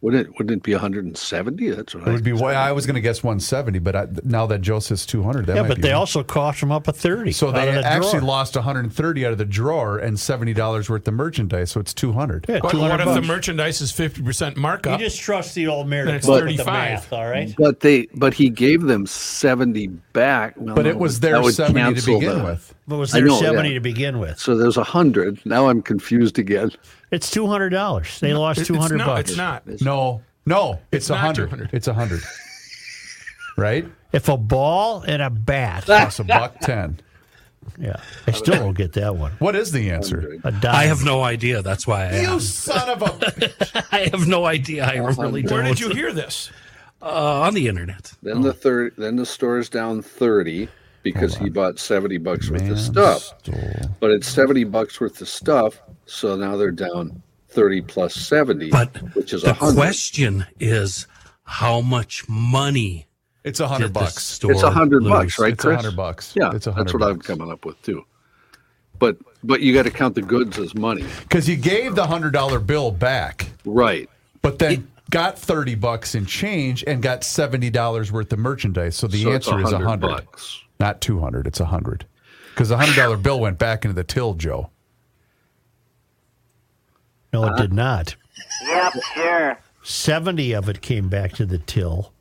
Speaker 6: Wouldn't it, wouldn't it be 170? That's what
Speaker 3: It would be why I was going to guess 170, but I, now that Joe says 200, that
Speaker 1: yeah,
Speaker 3: might
Speaker 1: but
Speaker 3: be
Speaker 1: they
Speaker 3: right.
Speaker 1: also coughed him up a thirty.
Speaker 3: so they
Speaker 1: out of the
Speaker 3: actually
Speaker 1: drawer.
Speaker 3: lost 130 out of the drawer and 70 dollars worth of merchandise, so it's 200.
Speaker 7: What, what if the merchandise is 50% markup?
Speaker 1: You just trust the old mayor. to
Speaker 7: Then it's
Speaker 1: come up with the
Speaker 7: 35.
Speaker 1: math, all right.
Speaker 6: But they, but he gave them seventy back. Well,
Speaker 3: But it
Speaker 6: no,
Speaker 3: was
Speaker 6: that
Speaker 3: their
Speaker 6: would
Speaker 3: 70 to
Speaker 6: cancel
Speaker 3: begin
Speaker 6: the-
Speaker 3: with.
Speaker 1: But was
Speaker 6: I
Speaker 1: there
Speaker 6: know,
Speaker 1: seventy
Speaker 6: yeah.
Speaker 1: to begin with?
Speaker 6: So there's a hundred. Now I'm confused again.
Speaker 1: It's two hundred dollars. They lost two hundred bucks.
Speaker 3: No, no, it's,
Speaker 1: not
Speaker 3: 100.
Speaker 6: (laughs)
Speaker 3: It's 100. right?
Speaker 1: If a ball and a bat
Speaker 3: costs a buck 10.
Speaker 1: Yeah. I still don't get that one.
Speaker 3: What is the answer?
Speaker 1: A dime.
Speaker 4: I have no idea. That's why I
Speaker 3: You
Speaker 4: asked.
Speaker 3: son of a
Speaker 4: I have no idea. I really don't.
Speaker 7: Where did you hear this?
Speaker 4: Uh, on the internet.
Speaker 6: Then the third, then the store's down thirty because he bought seventy bucks worth of stuff. (laughs) But it's seventy bucks worth of stuff, so now they're down thirty plus seventy,
Speaker 4: But
Speaker 6: which is
Speaker 4: the
Speaker 6: a hundred.
Speaker 4: question is how much money?
Speaker 3: It's a hundred bucks.
Speaker 6: It's a hundred bucks, right, Chris? Yeah,
Speaker 3: It's a
Speaker 6: that's
Speaker 3: hundred
Speaker 6: what I'm coming up with too. But but you got to count the goods as money,
Speaker 3: Because you gave the $100 bill back.
Speaker 6: right?
Speaker 3: but then got 30 bucks in change and got $70 worth of merchandise. So the
Speaker 6: So it's
Speaker 3: answer is
Speaker 6: 100
Speaker 3: 100.
Speaker 6: bucks.
Speaker 3: Not 200, it's 100. Cuz the $100 bill went back into the till, Joe.
Speaker 1: No, it did not.
Speaker 14: Yep, sure.
Speaker 1: 70 of it came back to the till,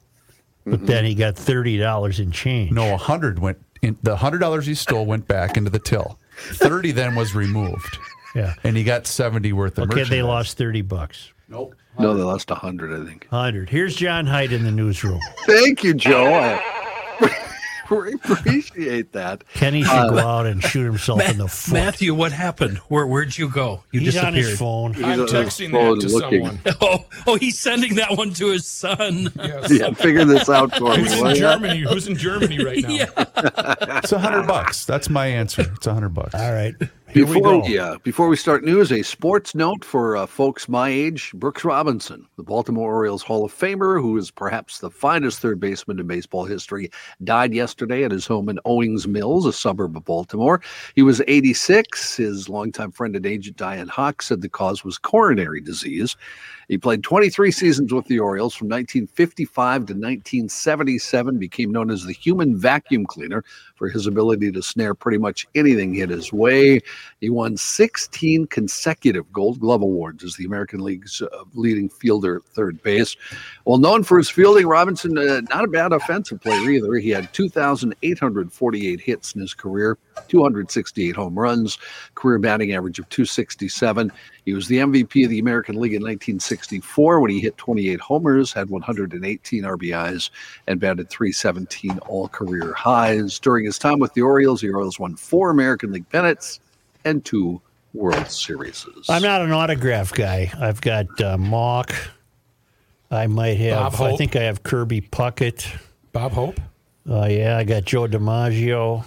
Speaker 1: but
Speaker 6: Mm-hmm.
Speaker 1: then he got $30 in change.
Speaker 3: No, 100 went in the $100 he stole went back into the till. 30 then was removed.
Speaker 1: Yeah.
Speaker 3: And he got 70 worth of
Speaker 1: Okay,
Speaker 3: merchandise.
Speaker 1: they lost 30 bucks.
Speaker 3: Nope.
Speaker 6: No, they lost
Speaker 1: (laughs)
Speaker 6: a hundred, I think.
Speaker 1: 100. Here's John Hyde in the newsroom.
Speaker 6: Thank you, Joe. I (laughs) we appreciate that.
Speaker 1: Kenny should
Speaker 6: Uh,
Speaker 1: go out and shoot himself in the foot.
Speaker 4: Matthew, what happened? Where where'd you go? You
Speaker 1: He's on
Speaker 4: disappeared.
Speaker 1: his phone.
Speaker 4: He's
Speaker 7: I'm
Speaker 4: on his
Speaker 7: texting
Speaker 4: phone
Speaker 7: that to
Speaker 4: looking.
Speaker 7: someone.
Speaker 4: (laughs) Oh, oh, he's sending that one to his son.
Speaker 6: Yeah, figure this out for me,
Speaker 7: Who's in
Speaker 6: will ya?
Speaker 7: Germany? Who's in Germany right now?
Speaker 3: It's a hundred bucks. That's my answer. It's a hundred bucks. All
Speaker 1: right.
Speaker 6: Before, yeah, before we start news, a sports note for uh, folks my age Brooks Robinson, the Baltimore Orioles Hall of Famer, who is perhaps the finest third baseman in baseball history, died yesterday at his home in Owings Mills, a suburb of Baltimore. He was 86. His longtime friend and agent, Diane Hawk, said the cause was coronary disease. He played 23 seasons with the Orioles from 1955 to 1977, became known as the human vacuum cleaner for his ability to snare pretty much anything hit his way. He won 16 consecutive Gold Glove Awards as the American League's uh, leading fielder at third base. Well, known for his fielding, Robinson, uh, not a bad offensive player either. He had 2,848 hits in his career, 268 home runs, career batting average of 267. He was the MVP of the American League in 1964 when he hit 28 homers, had 118 RBIs, and batted 317 all career highs. During his time with the Orioles, the Orioles won four American League pennants and two World Series.
Speaker 1: I'm not an autograph guy. I've got uh, Mock. I might
Speaker 7: Bob
Speaker 1: have.
Speaker 7: Hope.
Speaker 1: I think I have Kirby Puckett.
Speaker 7: Bob Hope.
Speaker 1: Uh, yeah, I got Joe DiMaggio.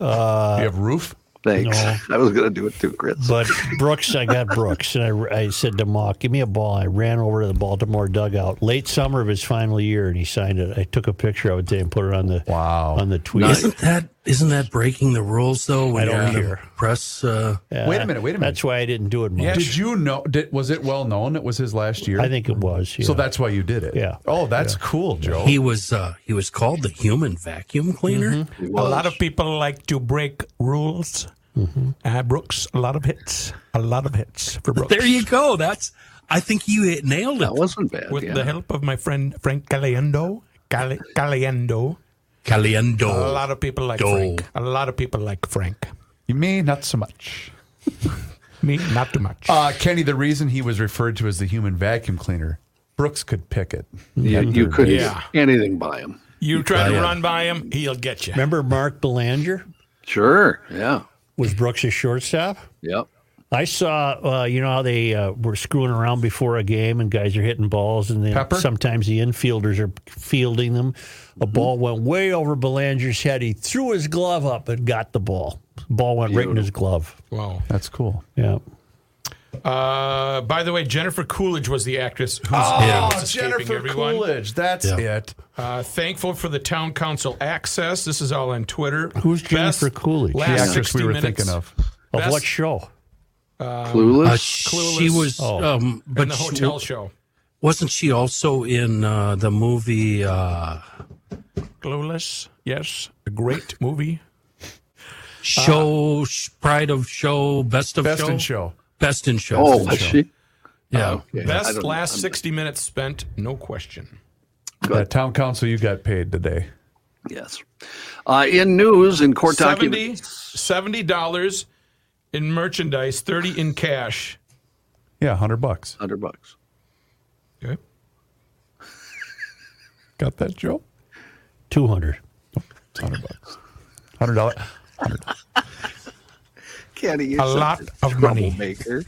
Speaker 1: Uh,
Speaker 3: you have Roof.
Speaker 6: Thanks.
Speaker 1: No.
Speaker 6: I was going to do it too, Chris.
Speaker 1: But Brooks, I got Brooks, and I, I said to Mock, "Give me a ball." I ran over to the Baltimore dugout late summer of his final year, and he signed it. I took a picture of it today and put it on the wow on the tweet.
Speaker 4: Isn't that isn't that breaking the rules though? When
Speaker 1: I don't
Speaker 4: you're on
Speaker 1: care.
Speaker 4: the press. Uh,
Speaker 1: Yeah,
Speaker 3: Wait a minute, wait a minute.
Speaker 1: That's why I didn't do it. Much.
Speaker 3: Did you know? Did, was it well known? It was his last year.
Speaker 1: I think it was.
Speaker 3: So
Speaker 1: yeah.
Speaker 3: that's why you did it.
Speaker 1: Yeah.
Speaker 3: Oh, that's cool, Joe.
Speaker 4: He was uh, he was called the human vacuum cleaner.
Speaker 1: Mm-hmm.
Speaker 10: A lot of people like to break rules.
Speaker 7: Mm-hmm.
Speaker 10: Uh, Brooks, a lot of hits. A lot of hits for Brooks.
Speaker 4: There you go. That's I think you hit, nailed it. That
Speaker 6: wasn't bad.
Speaker 10: With the help of my friend Frank Caliendo. Cal- Caliendo.
Speaker 4: Caliendo.
Speaker 10: A lot of people like Frank. A lot of people like Frank.
Speaker 3: You me, not so much.
Speaker 10: Me, not too much.
Speaker 3: Uh, Kenny, the reason he was referred to as the human vacuum cleaner, Brooks could pick it.
Speaker 6: You, you couldn't
Speaker 3: Yeah.
Speaker 6: get anything by him.
Speaker 5: You try to
Speaker 3: Yeah.
Speaker 5: run by him, he'll get you.
Speaker 1: Remember Mark Belanger
Speaker 6: Sure. Yeah.
Speaker 1: was Brooks' shortstop.
Speaker 6: Yep.
Speaker 1: I saw, uh, you know, how they uh, were screwing around before a game, and guys are hitting balls, and then
Speaker 3: Pepper?
Speaker 1: sometimes the infielders are fielding them. A ball went way over Belanger's head. He threw his glove up and got the ball. Ball went right in his glove.
Speaker 5: Wow.
Speaker 3: That's cool.
Speaker 1: Yeah.
Speaker 7: Uh, by the way, Jennifer Coolidge was the actress who's
Speaker 3: Oh,
Speaker 7: who's escaping
Speaker 3: Jennifer
Speaker 7: everyone.
Speaker 3: Coolidge. That's
Speaker 1: Yeah.
Speaker 3: it.
Speaker 7: Uh, thankful for the town council access. This is all on Twitter.
Speaker 1: Who's Jennifer Coolidge?
Speaker 7: Last
Speaker 3: The actress
Speaker 7: 60
Speaker 3: we were
Speaker 7: minutes.
Speaker 3: thinking of.
Speaker 1: Of
Speaker 7: Best-
Speaker 1: what show?
Speaker 7: Um,
Speaker 6: Clueless?
Speaker 4: Uh, she
Speaker 7: Clueless.
Speaker 4: was,
Speaker 7: Oh.
Speaker 4: um, but
Speaker 7: in the
Speaker 4: she-
Speaker 7: hotel show.
Speaker 4: Wasn't she also in uh, the movie? Uh,
Speaker 5: Clueless. Yes. A great movie.
Speaker 4: show sh- pride of show best of
Speaker 3: Best
Speaker 4: show?
Speaker 3: in show.
Speaker 4: best in show
Speaker 6: Oh,
Speaker 4: Best in
Speaker 6: was
Speaker 4: show.
Speaker 6: she?
Speaker 4: yeah
Speaker 6: Okay. I
Speaker 7: Best
Speaker 6: don't-
Speaker 7: last
Speaker 6: I'm-
Speaker 7: 60 minutes spent, no question.
Speaker 3: That town council, you got paid today.
Speaker 6: Yes. Uh, in news, in court
Speaker 7: 70
Speaker 6: documents.
Speaker 7: $70 in merchandise, 30 in cash.
Speaker 3: Yeah, hundred bucks.
Speaker 6: 100 bucks.
Speaker 7: Okay.
Speaker 3: Got that, Joe?
Speaker 1: 200.
Speaker 3: It's hundred bucks. Hundred dollar.
Speaker 6: Kenny,
Speaker 10: A lot of money. Mm.
Speaker 6: maker.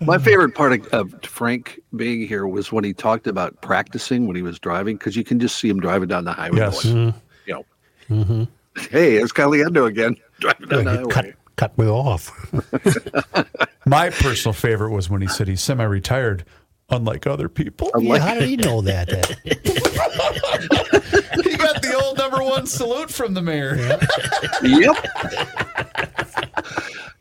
Speaker 6: My favorite part of, of Frank being here was when he talked about practicing when he was driving because you can just see him driving down the highway.
Speaker 3: Yes.
Speaker 6: going, You know,
Speaker 10: Mm-hmm.
Speaker 6: hey, it's Caliendo again (laughs) driving down the highway.
Speaker 1: Cut, cut me off.
Speaker 3: My personal favorite was when he said he's semi-retired, unlike other people.
Speaker 1: Yeah, how did he know that? then?
Speaker 3: (laughs) he got the old number one salute from the mayor.
Speaker 6: yep.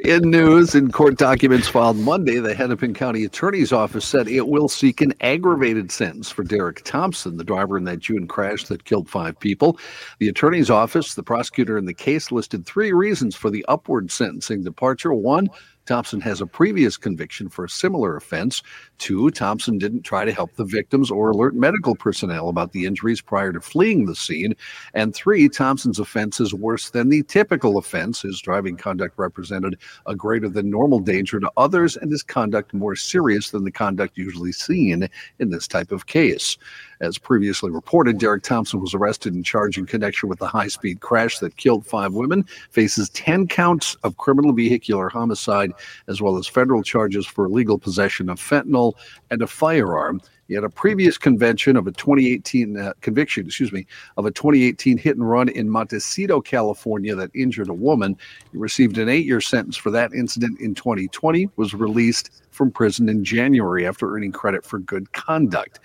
Speaker 6: In news, in court documents filed Monday, the Hennepin County Attorney's Office said it will seek an aggravated sentence for Derek Thompson, the driver in that June crash that killed five people. The Attorney's Office, the prosecutor in the case, listed three reasons for the upward sentencing departure. One, Thompson has a previous conviction for a similar offense. Two, Thompson didn't try to help the victims or alert medical personnel about the injuries prior to fleeing the scene. And three, Thompson's offense is worse than the typical offense. His driving conduct represented a greater than normal danger to others, and his conduct more serious than the conduct usually seen in this type of case. As previously reported, Derek Thompson was arrested and charged in connection with the high speed crash that killed five women, faces 10 counts of criminal vehicular homicide, as well as federal charges for illegal possession of fentanyl and a firearm. He had a previous convention of a 2018 uh, conviction, excuse me, of a 2018 hit and run in Montecito, California, that injured a woman. He received an eight-year sentence for that incident in 2020. Was released from prison in January after earning credit for good conduct.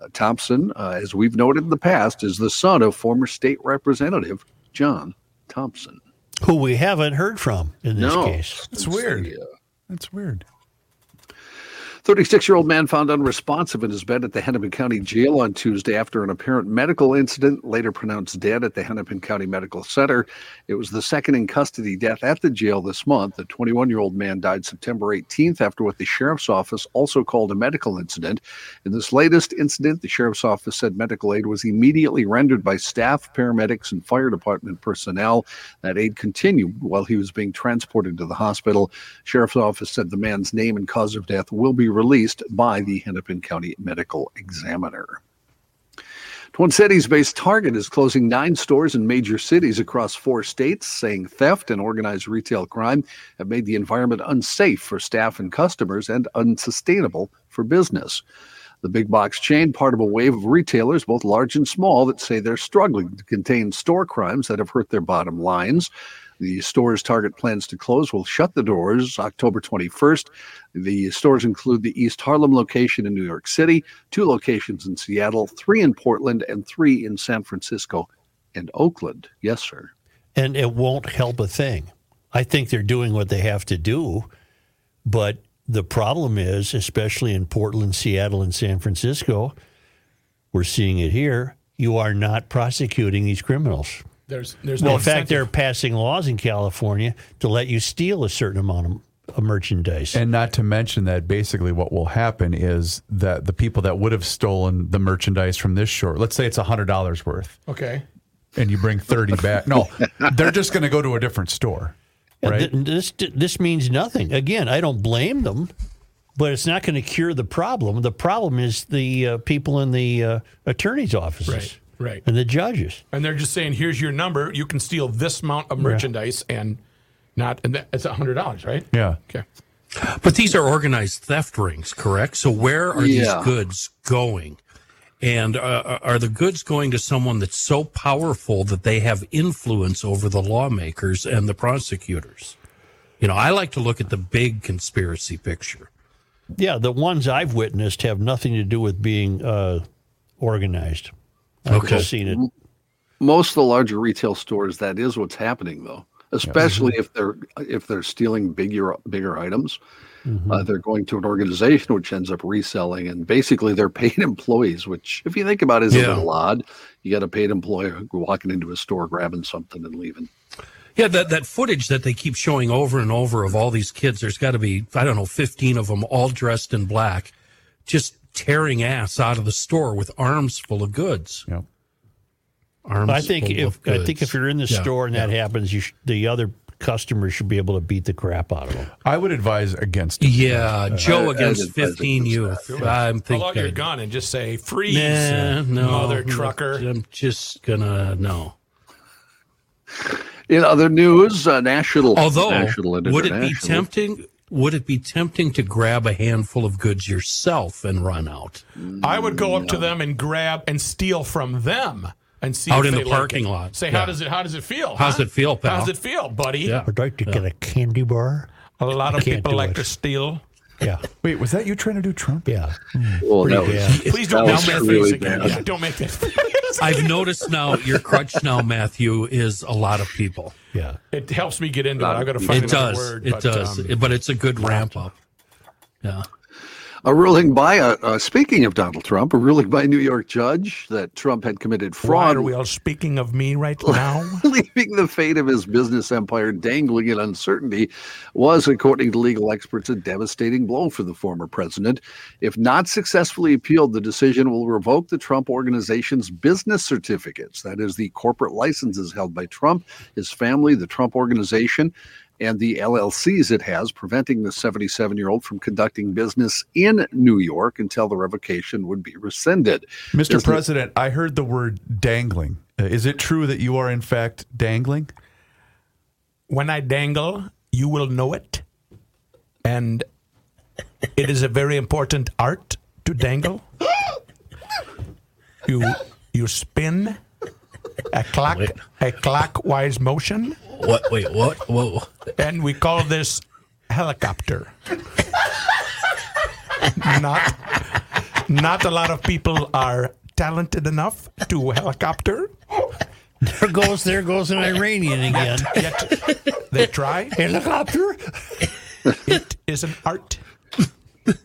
Speaker 6: Uh, Thompson, uh, as we've noted in the past, is the son of former state representative John Thompson.
Speaker 1: (laughs) Who we haven't heard from in this
Speaker 6: No.
Speaker 1: case.
Speaker 6: It's weird. Yeah.
Speaker 3: That's weird.
Speaker 6: 36 year old man found unresponsive in his bed at the Hennepin County Jail on Tuesday after an apparent medical incident, later pronounced dead at the Hennepin County Medical Center. It was the second in custody death at the jail this month. The 21 year old man died September 18th after what the sheriff's office also called a medical incident. In this latest incident, the sheriff's office said medical aid was immediately rendered by staff, paramedics, and fire department personnel. That aid continued while he was being transported to the hospital. Sheriff's office said the man's name and cause of death will be released by the Hennepin County Medical Examiner. Twin Cities based Target is closing nine stores in major cities across four states, saying theft and organized retail crime have made the environment unsafe for staff and customers and unsustainable for business. The big box chain, part of a wave of retailers, both large and small, that say they're struggling to contain store crimes that have hurt their bottom lines. The stores Target plans to close will shut the doors October 21st. The stores include the East Harlem location in New York City, two locations in Seattle, three in Portland, and three in San Francisco and Oakland. Yes, sir.
Speaker 1: and it won't help a thing. I think they're doing what they have to do, but the problem is, especially in Portland, Seattle, and San Francisco, we're seeing it here. You are not prosecuting these criminals.
Speaker 7: There's, there's
Speaker 1: well,
Speaker 7: no
Speaker 1: in fact,
Speaker 7: incentive.
Speaker 1: they're passing laws in California to let you steal a certain amount of, of merchandise.
Speaker 3: And not to mention that basically what will happen is that the people that would have stolen the merchandise from this store, let's say it's $100 worth,
Speaker 7: Okay.
Speaker 3: and you bring 30 back. No, they're just going to go to a different store.
Speaker 1: Yeah,
Speaker 3: Right.
Speaker 1: th- this this means nothing. Again, I don't blame them, but it's not going to cure the problem. The problem is the uh, people in the uh, attorneys' offices,
Speaker 7: Right, right.
Speaker 1: and the judges.
Speaker 7: And they're just saying, here's your number. You can steal this amount of merchandise and not, and that, it's $100, right?
Speaker 3: Yeah.
Speaker 7: Okay.
Speaker 4: But these are organized theft rings, correct? So where are
Speaker 7: Yeah.
Speaker 4: these goods going? And uh, are the goods going to someone that's so powerful that they have influence over the lawmakers and the prosecutors? You know, I like to look at the big conspiracy picture.
Speaker 1: Yeah, the ones I've witnessed have nothing to do with being uh, organized. I've
Speaker 6: Okay.
Speaker 1: just seen it.
Speaker 6: Most of the larger retail stores, that is what's happening though. Especially if they're if they're stealing bigger bigger items, uh, they're going to an organization which ends up reselling, and basically they're (laughs) paid employees. Which, if you think about, it, is
Speaker 4: Yeah.
Speaker 6: a little odd. You got a paid employee walking into a store, grabbing something, and leaving.
Speaker 4: Yeah, that, that footage that they keep showing over and over of all these kids, there's got to be, I don't know, 15 of them all dressed in black, just tearing ass out of the store with arms full of goods.
Speaker 3: Yep.
Speaker 4: Arms
Speaker 1: I think
Speaker 4: full
Speaker 1: if
Speaker 4: of
Speaker 1: I think if
Speaker 4: goods.
Speaker 1: you're in the
Speaker 4: Yeah,
Speaker 1: store and that happens, you sh- the other customers should be able to beat the crap out of them.
Speaker 3: I would advise against
Speaker 6: Uh,
Speaker 4: Yeah, Joe
Speaker 1: I- I
Speaker 4: against
Speaker 1: didn't- I didn't
Speaker 4: 15 youth. I'm
Speaker 7: Pull out your
Speaker 4: thinking.
Speaker 7: gun and just say, freeze,
Speaker 4: Nah, no,
Speaker 7: mother trucker.
Speaker 4: I'm just gonna no.
Speaker 6: In other news, uh, national
Speaker 4: Although,
Speaker 6: national and
Speaker 4: would it be
Speaker 6: international.
Speaker 4: tempting? Would it be tempting to grab a handful of goods yourself and run out
Speaker 7: I would go up to them and grab and steal from them and see
Speaker 4: out
Speaker 7: if
Speaker 4: in
Speaker 7: they
Speaker 4: the
Speaker 7: like
Speaker 4: parking
Speaker 7: it.
Speaker 4: lot?
Speaker 7: Say,
Speaker 4: Yeah.
Speaker 7: how does it? How does it feel?
Speaker 4: How's
Speaker 7: huh?
Speaker 4: it feel, pal?
Speaker 7: How's it feel, buddy?
Speaker 4: Yeah.
Speaker 1: I'd like to get a candy bar.
Speaker 7: A lot of
Speaker 1: Can't
Speaker 7: people
Speaker 1: do
Speaker 7: like
Speaker 1: it.
Speaker 7: to steal.
Speaker 1: Yeah.
Speaker 3: Wait, was that you trying to do Trump?
Speaker 1: Yeah.
Speaker 6: Well,
Speaker 1: Pretty
Speaker 6: Oh, that was-
Speaker 1: bad.
Speaker 6: (laughs)
Speaker 7: Please don't
Speaker 6: That
Speaker 7: make
Speaker 6: was
Speaker 7: that face
Speaker 6: really
Speaker 7: again.
Speaker 6: bad.
Speaker 7: Yeah, don't make that.
Speaker 4: (laughs) I've noticed now your
Speaker 7: (laughs)
Speaker 4: crutch now, Matthew, is a lot of people.
Speaker 1: Yeah,
Speaker 7: It helps me get into it. I've got to find
Speaker 4: it
Speaker 7: another
Speaker 4: does.
Speaker 7: word.
Speaker 4: it
Speaker 7: but,
Speaker 4: does.
Speaker 7: um,
Speaker 4: It- but it's a good ramp up. Yeah.
Speaker 6: A ruling by a uh, speaking of Donald Trump, a ruling by a New York judge that Trump had committed
Speaker 5: Why
Speaker 6: fraud,
Speaker 5: are we all speaking of me
Speaker 6: (laughs)
Speaker 5: right now?
Speaker 6: leaving the fate of his business empire dangling in uncertainty, was, according to legal experts, a devastating blow for the former president. If not successfully appealed, the decision will revoke the Trump organization's business certificates, that is, the corporate licenses held by Trump, his family, the Trump organization, and the LLCs it has, preventing the 77 year old from conducting business in New York until the revocation would be rescinded.
Speaker 3: Mr.
Speaker 6: There's no-
Speaker 3: President, I heard the word dangling. Uh, Is it true that you are in fact dangling?
Speaker 10: When I dangle, you will know it. And it is a very important art to dangle. You you spin a clock a clockwise motion.
Speaker 4: What wait, what? Whoa.
Speaker 10: And we call this helicopter. not not a lot of people are talented enough to helicopter.
Speaker 1: There goes there goes an
Speaker 4: (laughs)
Speaker 1: Iranian again.
Speaker 10: They try.
Speaker 1: Helicopter?
Speaker 10: It is an art.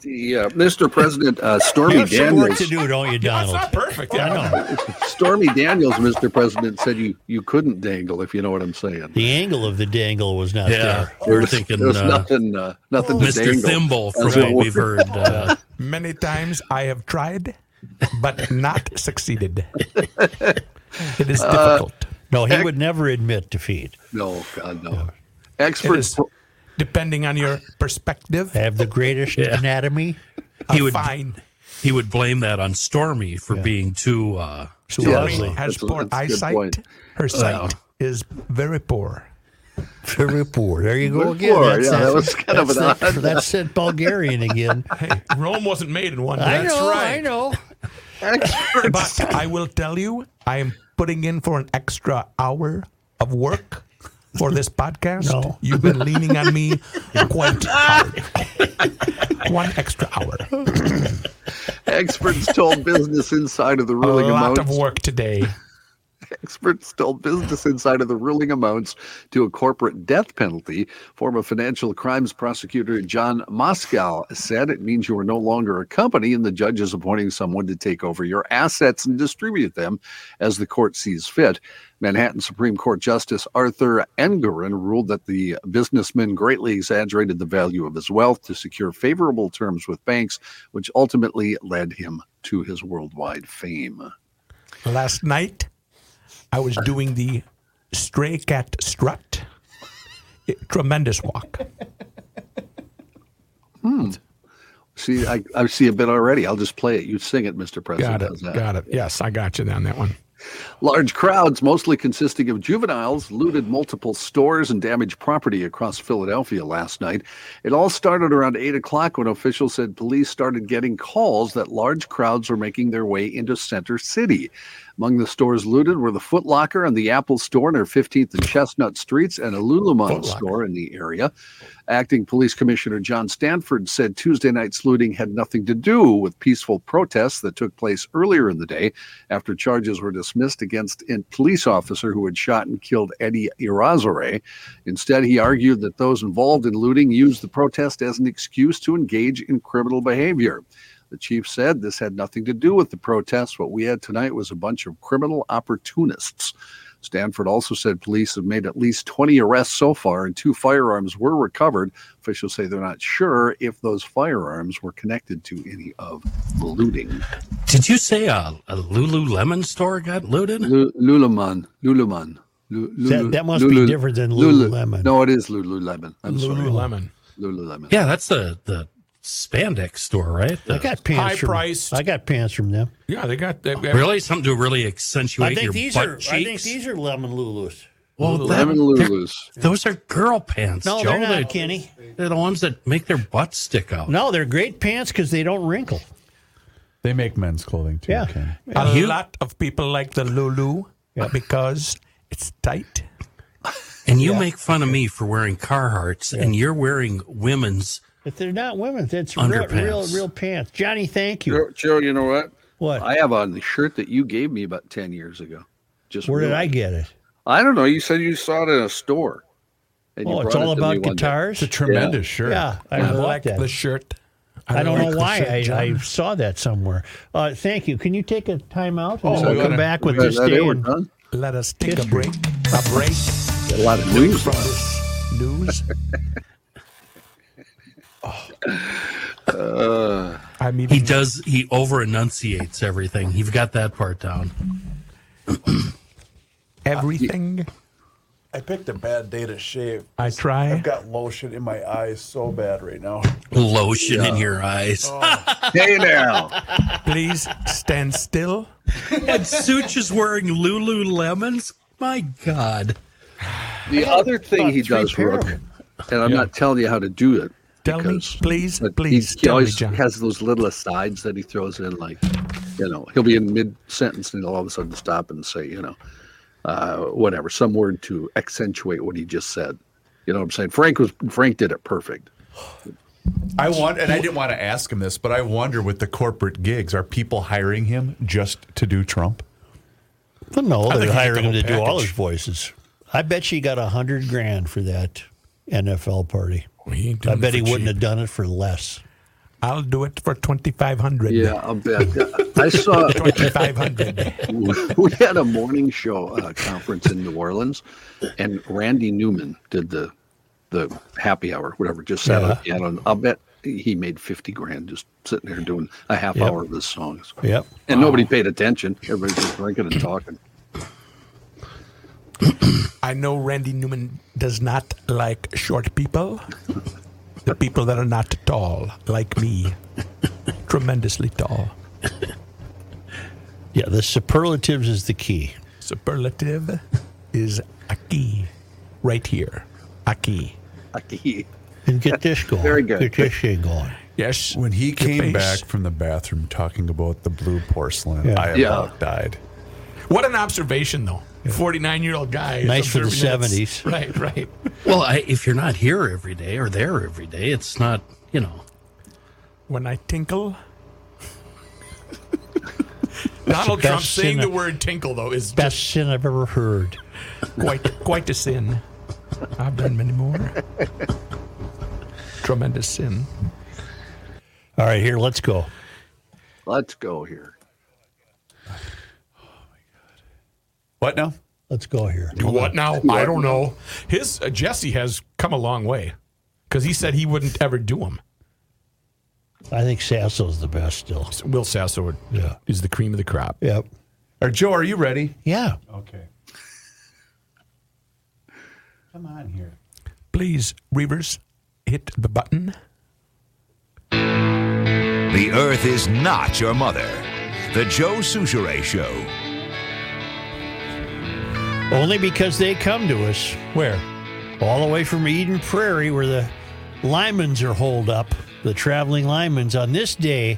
Speaker 6: The, uh, Mr. President, uh, Stormy
Speaker 1: you have some work
Speaker 6: Daniels.
Speaker 1: to do, don't you, Donald? It's not perfect. I know.
Speaker 6: Stormy Daniels, Mr. President, said you, you couldn't dangle, if you know what I'm saying.
Speaker 1: The angle of the dangle was not
Speaker 4: Yeah,
Speaker 1: there.
Speaker 4: we're thinking
Speaker 6: There's
Speaker 4: uh,
Speaker 6: nothing, uh, nothing to
Speaker 4: Mr.
Speaker 6: dangle.
Speaker 4: Thimble from
Speaker 6: That's
Speaker 4: what
Speaker 6: we're-
Speaker 4: we've heard.
Speaker 6: (laughs)
Speaker 4: Uh,
Speaker 10: Many times I have tried, but not succeeded. It
Speaker 1: Uh,
Speaker 10: is difficult.
Speaker 4: uh,
Speaker 1: No, he would never admit defeat.
Speaker 6: No, God, no.
Speaker 10: It
Speaker 6: Experts
Speaker 10: is, depending on your perspective,
Speaker 1: Have the greatest anatomy.
Speaker 10: a
Speaker 4: he would
Speaker 10: fine.
Speaker 4: he would blame that on Stormy for being too uh
Speaker 10: Stormy
Speaker 4: lovely.
Speaker 10: has
Speaker 6: that's a-
Speaker 10: poor
Speaker 6: that's a good point.
Speaker 10: eyesight. Her sight is very poor.
Speaker 1: (laughs) Very poor. There you go
Speaker 6: Very
Speaker 1: again.
Speaker 6: poor.
Speaker 1: That's
Speaker 6: Yeah, that was kind of
Speaker 1: that's
Speaker 6: an
Speaker 1: that-
Speaker 6: odd-
Speaker 1: (laughs) That's that Bulgarian again.
Speaker 10: (laughs) Hey, Rome wasn't made in one
Speaker 1: I
Speaker 10: day.
Speaker 1: know. I know.
Speaker 10: But I will tell you, I am putting in for an extra hour of work for this podcast.
Speaker 1: No.
Speaker 10: You've been leaning on me quite hard. One extra hour.
Speaker 6: Experts told Business Insider
Speaker 10: (laughs)
Speaker 6: the
Speaker 10: A
Speaker 6: ruling
Speaker 10: lot
Speaker 6: amounts.
Speaker 10: of work today.
Speaker 6: Experts told Business Insider the ruling amounts to a corporate death penalty. Former financial crimes prosecutor John Moscow said it means you are no longer a company, and the judge is appointing someone to take over your assets and distribute them as the court sees fit. Manhattan Supreme Court Justice Arthur Engerin ruled that the businessman greatly exaggerated the value of his wealth to secure favorable terms with banks, which ultimately led him to his worldwide fame.
Speaker 10: Last night, I was doing the stray cat strut. It- tremendous walk.
Speaker 6: See, I, I see a bit already. I'll just play it. You sing it, Mr. President.
Speaker 10: Got it.
Speaker 6: How's that?
Speaker 10: Got it. Yes, I got you on that one.
Speaker 6: Large crowds, mostly consisting of juveniles, looted multiple stores and damaged property across Philadelphia last night. It all started around 8 o'clock when officials said police started getting calls that large crowds were making their way into Center City. Among the stores looted were the Foot Locker and the Apple Store near 15th and Chestnut Streets and a Lululemon store in the area. Acting Police Commissioner John Stanford said Tuesday night's looting had nothing to do with peaceful protests that took place earlier in the day after charges were dismissed against a police officer who had shot and killed Eddie Irazare. Instead, he argued that those involved in looting used the protest as an excuse to engage in criminal behavior. The chief said this had nothing to do with the protests. What we had tonight was a bunch of criminal opportunists. Stanford also said police have made at least 20 arrests so far and two firearms were recovered. Officials say they're not sure if those firearms were connected to any of the looting.
Speaker 4: Did you say a, a Lululemon store got looted?
Speaker 6: Lu- Lululemon. Lululemon. Lu-
Speaker 1: That- that must be different than Lululemon.
Speaker 6: No, it is Lululemon. I'm sorry.
Speaker 10: Lululemon.
Speaker 6: Lululemon.
Speaker 4: Yeah, that's the the spandex store, right?
Speaker 1: I
Speaker 4: The-
Speaker 1: got pants.
Speaker 7: High
Speaker 1: from,
Speaker 7: priced.
Speaker 1: I got pants from them.
Speaker 7: Yeah, they got. They, they-
Speaker 4: really something to really accentuate
Speaker 1: I think
Speaker 4: your
Speaker 1: these
Speaker 4: butt
Speaker 1: are.
Speaker 4: cheeks.
Speaker 1: I think these are lemon lulus.
Speaker 4: well,
Speaker 6: Lemon
Speaker 4: they're-
Speaker 6: Lulus.
Speaker 4: Those are girl pants,
Speaker 1: No,
Speaker 4: Joe.
Speaker 1: they're not, Kenny.
Speaker 4: They're the ones that make their butts stick out.
Speaker 1: No, they're great pants because they don't wrinkle.
Speaker 3: They make men's clothing too.
Speaker 1: Yeah.
Speaker 3: Ken.
Speaker 10: A
Speaker 4: You-
Speaker 10: lot of people like the Lulu because it's tight.
Speaker 4: And you make fun of me for wearing Carhartts, and you're wearing women's.
Speaker 1: But they're not women. That's real,
Speaker 4: Underpants.
Speaker 1: real, real pants. Johnny, thank you.
Speaker 6: Joe, Joe, you know what?
Speaker 1: What?
Speaker 6: I have on the shirt that you gave me about 10 years ago. Just
Speaker 1: Where did
Speaker 6: really-
Speaker 1: I get it?
Speaker 6: I don't know. You said you saw it in a store. And
Speaker 1: Oh,
Speaker 6: you
Speaker 1: it's
Speaker 6: brought
Speaker 1: all
Speaker 6: it to
Speaker 1: about
Speaker 6: me one day.
Speaker 1: guitars.
Speaker 3: It's a tremendous shirt.
Speaker 1: Yeah, I
Speaker 10: I
Speaker 1: bought
Speaker 10: like
Speaker 1: that.
Speaker 10: the shirt.
Speaker 1: I don't
Speaker 10: like
Speaker 1: know
Speaker 10: the
Speaker 1: why
Speaker 10: shirt,
Speaker 1: I, I
Speaker 10: John.
Speaker 1: saw that somewhere. Uh, thank you. Can you take a time out? And
Speaker 3: Oh,
Speaker 1: we'll
Speaker 3: we
Speaker 1: come
Speaker 3: gotta-
Speaker 1: back with
Speaker 6: Yeah,
Speaker 1: this
Speaker 6: that
Speaker 1: day.
Speaker 6: it, we're
Speaker 1: in-
Speaker 6: done.
Speaker 10: Let us take a
Speaker 1: History.
Speaker 10: break. A break
Speaker 6: Got a lot of news.
Speaker 10: from this news.
Speaker 6: (laughs) Uh,
Speaker 10: I'm
Speaker 4: He
Speaker 10: even
Speaker 4: does. He over enunciates everything. You've got that part down.
Speaker 10: everything
Speaker 15: I picked a bad day to shave.
Speaker 10: I try.
Speaker 15: I've got lotion in my eyes so bad right now.
Speaker 4: Lotion in your eyes.
Speaker 6: hey
Speaker 10: (laughs)
Speaker 6: now.
Speaker 10: Please stand still.
Speaker 4: and Such is wearing Lululemons. My God.
Speaker 6: The other thing he
Speaker 4: three
Speaker 6: does,
Speaker 4: pair
Speaker 6: Rook,
Speaker 4: of
Speaker 6: and I'm not telling you how to do it.
Speaker 10: Tell me,
Speaker 6: because-
Speaker 10: please,
Speaker 6: but
Speaker 10: please
Speaker 6: He, he
Speaker 10: tell me,
Speaker 6: always
Speaker 10: John.
Speaker 6: has those little asides that he throws in, like, you know, he'll be in mid sentence and he'll all of a sudden stop and say, you know, uh, whatever, some word to accentuate what he just said. You know what I'm saying? Frank was Frank did it perfect.
Speaker 3: I want, and I didn't want to ask him this, but I wonder with the corporate gigs, are people hiring him just to do Trump?
Speaker 1: no, they're
Speaker 3: I think he
Speaker 1: hiring him
Speaker 3: got the
Speaker 1: to do
Speaker 3: whole
Speaker 1: all his
Speaker 3: package.
Speaker 1: voices. I bet she got a hundred grand for that NFL party. I
Speaker 10: doing it
Speaker 1: bet he
Speaker 10: for
Speaker 1: wouldn't
Speaker 10: cheap.
Speaker 1: have done it for less.
Speaker 10: I'll do it for twenty five hundred.
Speaker 6: Yeah, I'll bet. I
Speaker 10: (laughs)
Speaker 6: saw
Speaker 10: twenty five hundred.
Speaker 6: (laughs) we had a morning show uh, conference in New Orleans, and Randy Newman did the the happy hour, whatever. Just sat on the piano. I'll bet he made fifty grand just sitting there doing a half
Speaker 1: Yep.
Speaker 6: hour of his songs,
Speaker 1: Yep.
Speaker 6: and nobody paid attention. Everybody's just drinking and talking.
Speaker 10: I know Randy Newman does not like short people, the people that are not tall, like me, tremendously tall.
Speaker 1: Yeah, the superlatives is the key.
Speaker 10: Superlative is a key, right here, a key.
Speaker 6: Lucky.
Speaker 1: And get this going.
Speaker 6: (laughs) Very good.
Speaker 1: Get this shit going.
Speaker 10: Yes.
Speaker 3: When he
Speaker 10: Your
Speaker 3: came
Speaker 10: face.
Speaker 3: back from the bathroom talking about the blue porcelain,
Speaker 1: Yeah.
Speaker 3: I
Speaker 1: Yeah.
Speaker 3: about died.
Speaker 10: What an observation, though. Forty-nine-year-old guy. is
Speaker 1: Nice for the
Speaker 10: observing it.
Speaker 1: 70s.
Speaker 10: Right, right.
Speaker 4: Well, I, if you're not here every day or there every day, it's not, you know.
Speaker 10: When I
Speaker 1: (laughs)
Speaker 10: tinkle, Donald
Speaker 1: the
Speaker 10: Trump
Speaker 1: best sin-
Speaker 10: saying the word tinkle though is
Speaker 1: Best sin I've ever heard.
Speaker 10: quite quite a sin. I've done many more. Tremendous sin.
Speaker 1: All right, here, let's go.
Speaker 6: Let's go here.
Speaker 3: What now?
Speaker 1: Let's go here.
Speaker 7: What now? I don't know. His uh, Jesse has come a long way because he said he wouldn't ever do them.
Speaker 1: I think Sasso's the best still.
Speaker 7: Will Sasso would-
Speaker 1: Yeah.
Speaker 7: is the cream of the crop.
Speaker 1: Yep.
Speaker 3: Or Joe, are you ready?
Speaker 1: Yeah.
Speaker 3: Okay. Come on here.
Speaker 10: Please, Reavers, hit the button.
Speaker 16: The Earth is not your mother. The Joe Souchere Show.
Speaker 1: Only because they come to us. Where? All the way from Eden Prairie, where the Lymans are holed up, the traveling Lymans, on this day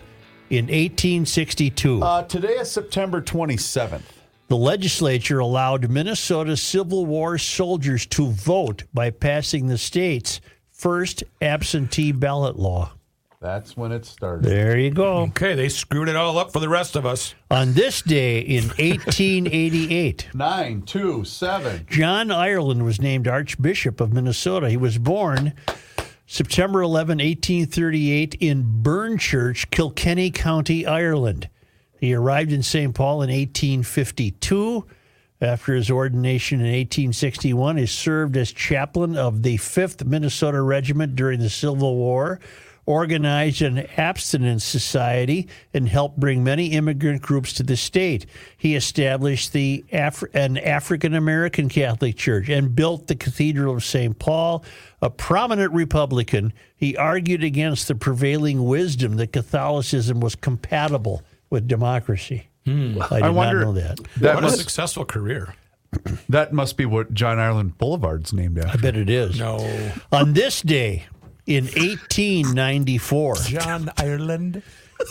Speaker 1: in 1862.
Speaker 3: Uh, today is September 27th.
Speaker 1: The legislature allowed Minnesota Civil War soldiers to vote by passing the state's first absentee ballot law.
Speaker 3: That's when it started.
Speaker 1: There you go.
Speaker 10: Okay, they screwed it all up for the rest of us.
Speaker 1: On this day in 1888,
Speaker 3: Nine, two, seven.
Speaker 1: John Ireland was named Archbishop of Minnesota. He was born September 11, 1838, in Burnchurch, Kilkenny County, Ireland. He arrived in St. Paul in 1852. After his ordination in 1861, he served as chaplain of the 5th Minnesota Regiment during the Civil War, organized an abstinence society, and helped bring many immigrant groups to the state. He established the Af- an African American Catholic Church and built the Cathedral of St. Paul. A prominent Republican, he argued against the prevailing wisdom that Catholicism was compatible with democracy. I did
Speaker 3: wonder-
Speaker 1: not know that.
Speaker 3: That
Speaker 10: what
Speaker 3: must-
Speaker 10: a successful career.
Speaker 3: That must be what John Ireland Boulevard's named
Speaker 1: I
Speaker 3: after.
Speaker 1: bet it is.
Speaker 10: No.
Speaker 1: On this day in 1894,
Speaker 10: John Ireland.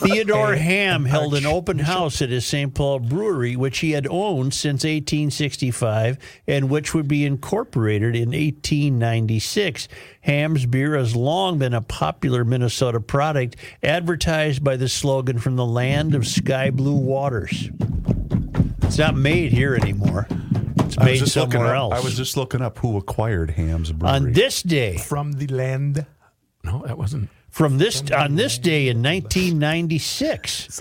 Speaker 1: Theodore
Speaker 10: Okay,
Speaker 1: Ham
Speaker 10: an
Speaker 1: held an
Speaker 10: arch-
Speaker 1: open house at his St. Paul brewery, which he had owned since 1865 and which would be incorporated in 1896. Ham's beer has long been a popular Minnesota product, advertised by the slogan from the land of sky blue waters. It's not made here anymore. It's
Speaker 3: I was
Speaker 1: made
Speaker 3: just looking
Speaker 1: somewhere
Speaker 3: up-
Speaker 1: else.
Speaker 3: I was just looking up who acquired Ham's Brewery.
Speaker 1: On this day,
Speaker 10: From the land. No, that wasn't.
Speaker 1: from this on this day in 1996,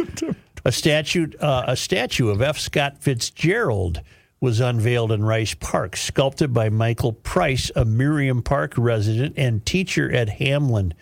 Speaker 1: a statue uh, a statue of F. Scott Fitzgerald was unveiled in Rice Park, sculpted by Michael Price, a Miriam Park resident and teacher at Hamlin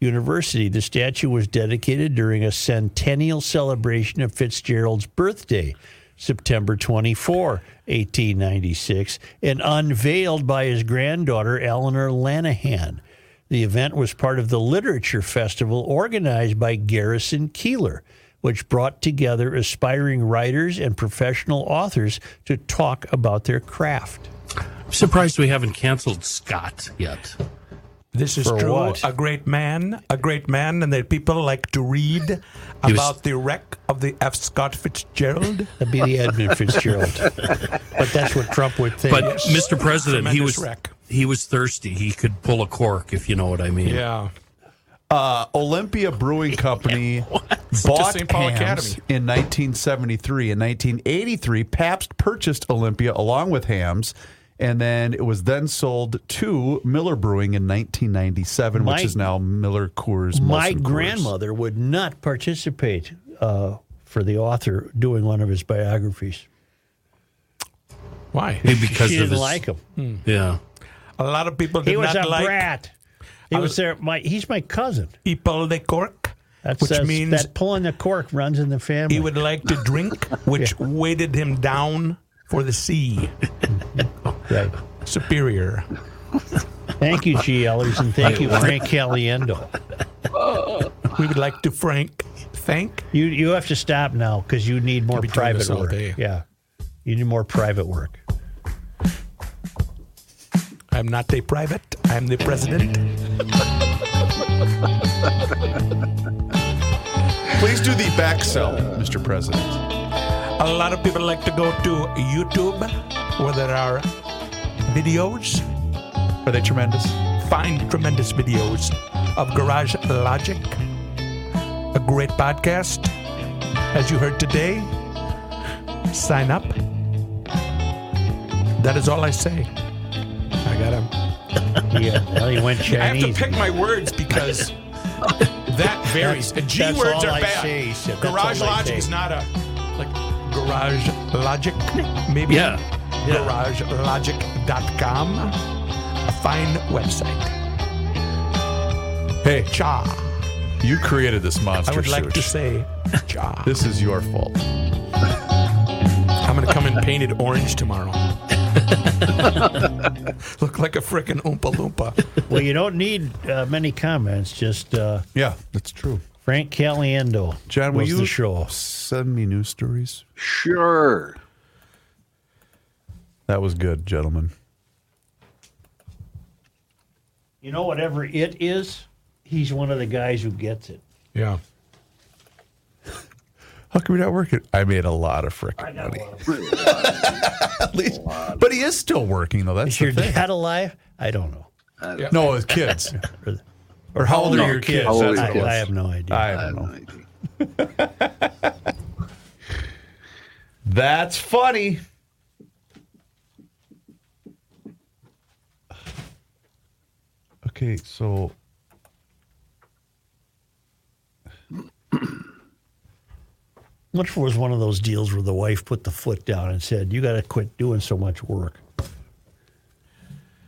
Speaker 1: University. The statue was dedicated during a centennial celebration of Fitzgerald's birthday. September 24, 1896, and unveiled by his granddaughter, Eleanor Lanahan. The event was part of the literature festival organized by Garrison Keeler, which brought together aspiring writers and professional authors to talk about their craft.
Speaker 4: I'm surprised we haven't canceled Scott yet.
Speaker 10: This is
Speaker 1: For
Speaker 10: true.
Speaker 1: what?
Speaker 10: A great man, a great man, and that people like to read
Speaker 4: He was-
Speaker 10: about the wreck of the F. Scott Fitzgerald.
Speaker 1: That'd be the
Speaker 10: (laughs)
Speaker 1: Edmund Fitzgerald. but that's what Trump would think.
Speaker 4: But Mr. President, he
Speaker 10: Tremendous
Speaker 4: was
Speaker 10: wreck.
Speaker 4: he was thirsty. He could pull a cork, if you know what I mean.
Speaker 7: Yeah.
Speaker 3: Uh, Olympia Brewing
Speaker 1: (laughs)
Speaker 3: Company
Speaker 7: To
Speaker 3: bought
Speaker 7: St. Paul Academy.
Speaker 3: Hams in 1973. In 1983, Pabst purchased Olympia along with Hams, and then it was then sold to Miller Brewing in 1997,
Speaker 1: My-
Speaker 3: which is now Miller Coors.
Speaker 1: My
Speaker 3: Molson Coors.
Speaker 1: grandmother would not participate uh, for the author doing one of his biographies.
Speaker 10: Why?
Speaker 4: Maybe because
Speaker 1: she
Speaker 4: of
Speaker 1: didn't
Speaker 4: his,
Speaker 1: like him.
Speaker 4: Yeah.
Speaker 10: A lot of people did
Speaker 1: He was
Speaker 10: not
Speaker 1: a
Speaker 10: like Uh,
Speaker 1: brat. He was there. My he's my cousin.
Speaker 10: he pulled the cork,
Speaker 1: That
Speaker 10: which
Speaker 1: says
Speaker 10: means
Speaker 1: that pulling the cork runs in the family.
Speaker 10: he would like to drink, which weighted him down for the sea.
Speaker 1: Right.
Speaker 10: Superior.
Speaker 1: Thank you, G. Ellers, and thank you, Frank Caliendo.
Speaker 10: We would like to Frank thank
Speaker 1: You you have to stop now because you need more
Speaker 10: Could be doing
Speaker 1: private
Speaker 10: this all
Speaker 1: work.
Speaker 10: day.
Speaker 1: Yeah, you need more private work.
Speaker 10: I'm not a private. I'm the president.
Speaker 3: Please do the back sell, Mr. President.
Speaker 10: A lot of people like to go to YouTube where there are videos.
Speaker 3: Are they tremendous?
Speaker 10: Find tremendous videos of Garage Logic, a great podcast. As you heard today, sign up. That is all I say. I got him.
Speaker 1: Yeah, well, he went
Speaker 5: I have to
Speaker 1: Chinese.
Speaker 5: pick my words
Speaker 1: (laughs)
Speaker 5: because that varies.
Speaker 1: That's-
Speaker 5: G
Speaker 1: that's
Speaker 5: words
Speaker 1: all
Speaker 5: are
Speaker 1: I
Speaker 5: bad.
Speaker 1: say, he said. That's
Speaker 5: Garage
Speaker 1: all I
Speaker 5: logic is
Speaker 1: say.
Speaker 5: not a like.
Speaker 10: Garage Logic, maybe.
Speaker 4: Yeah. Yeah.
Speaker 10: GarageLogic.com. A fine website.
Speaker 3: Hey,
Speaker 10: Cha.
Speaker 3: you created this monster.
Speaker 10: I would like to
Speaker 1: (laughs)
Speaker 3: suit.
Speaker 10: say, Cha.
Speaker 3: this is your fault.
Speaker 10: I'm gonna come in painted orange
Speaker 5: (laughs)
Speaker 10: tomorrow. Look like a frickin' Oompa
Speaker 1: (laughs)
Speaker 10: Loompa.
Speaker 1: Well, you don't need uh, many comments. Just uh,
Speaker 3: Yeah, that's true.
Speaker 1: Frank Caliendo.
Speaker 3: John, will
Speaker 1: was
Speaker 3: you
Speaker 1: the show?
Speaker 3: send me news stories?
Speaker 6: Sure.
Speaker 3: That was good, gentlemen.
Speaker 1: You know, whatever it is, he's one of the guys who gets it.
Speaker 5: Yeah.
Speaker 3: How come you're not working? I made a lot of frickin' money. (laughs) At least, but he is still working though. That's
Speaker 1: Is
Speaker 3: the
Speaker 1: your
Speaker 3: thing.
Speaker 1: dad alive? I don't know.
Speaker 3: No, his kids. or how old are
Speaker 6: No,
Speaker 3: your kids?
Speaker 6: how old
Speaker 1: I,
Speaker 6: is
Speaker 3: That's what it was.
Speaker 1: I have no idea.
Speaker 3: I don't know. That's funny. Okay, so
Speaker 1: Which was one of those deals where the wife put the foot down and said, "You got to quit doing so much work."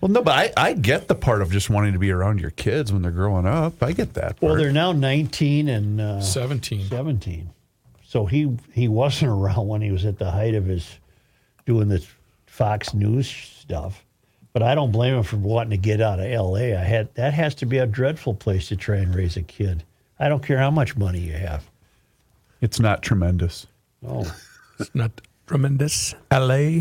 Speaker 3: well, no, but I, I get the part of just wanting to be around your kids when they're growing up. I get that.
Speaker 1: Well,
Speaker 3: part.
Speaker 1: they're now 19 and uh,
Speaker 5: 17.
Speaker 1: 17. So he he wasn't (laughs) around when he was at the height of his doing this Fox News stuff. But I don't blame him for wanting to get out of L.A. I had that has to be a dreadful place to try and raise a kid. I don't care how much money you have.
Speaker 3: it's not tremendous.
Speaker 1: No,
Speaker 10: It's not tremendous. LA.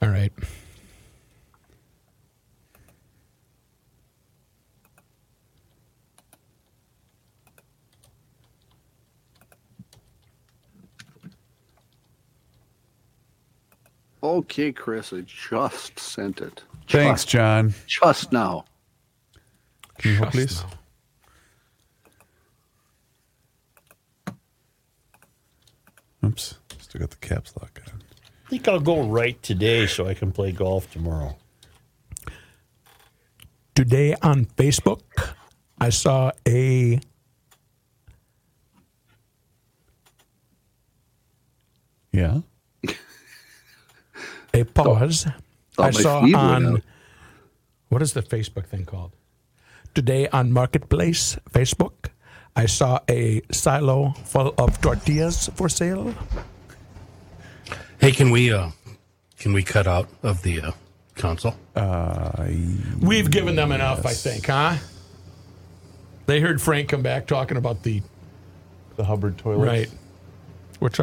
Speaker 5: All right.
Speaker 6: Okay, Chris, I just sent it.
Speaker 3: Thanks, John.
Speaker 6: Just now.
Speaker 3: Can you hold, please? Oops, still got the caps lock on.
Speaker 1: I think I'll go right today so I can play golf tomorrow.
Speaker 10: Today on Facebook, I saw a
Speaker 3: Yeah.
Speaker 7: A pause.
Speaker 3: Oh. Thought
Speaker 7: I
Speaker 3: my
Speaker 7: saw
Speaker 3: feed went
Speaker 7: on
Speaker 3: out.
Speaker 7: what is the Facebook thing called? Today on Marketplace Facebook, I saw a silo full of tortillas for sale.
Speaker 4: Hey, can we uh, can we cut out of the uh, console? Uh,
Speaker 9: We've given them enough, I think, huh? They heard Frank come back talking about the
Speaker 3: the Hubbard toilet.
Speaker 9: Right.
Speaker 7: We're trying.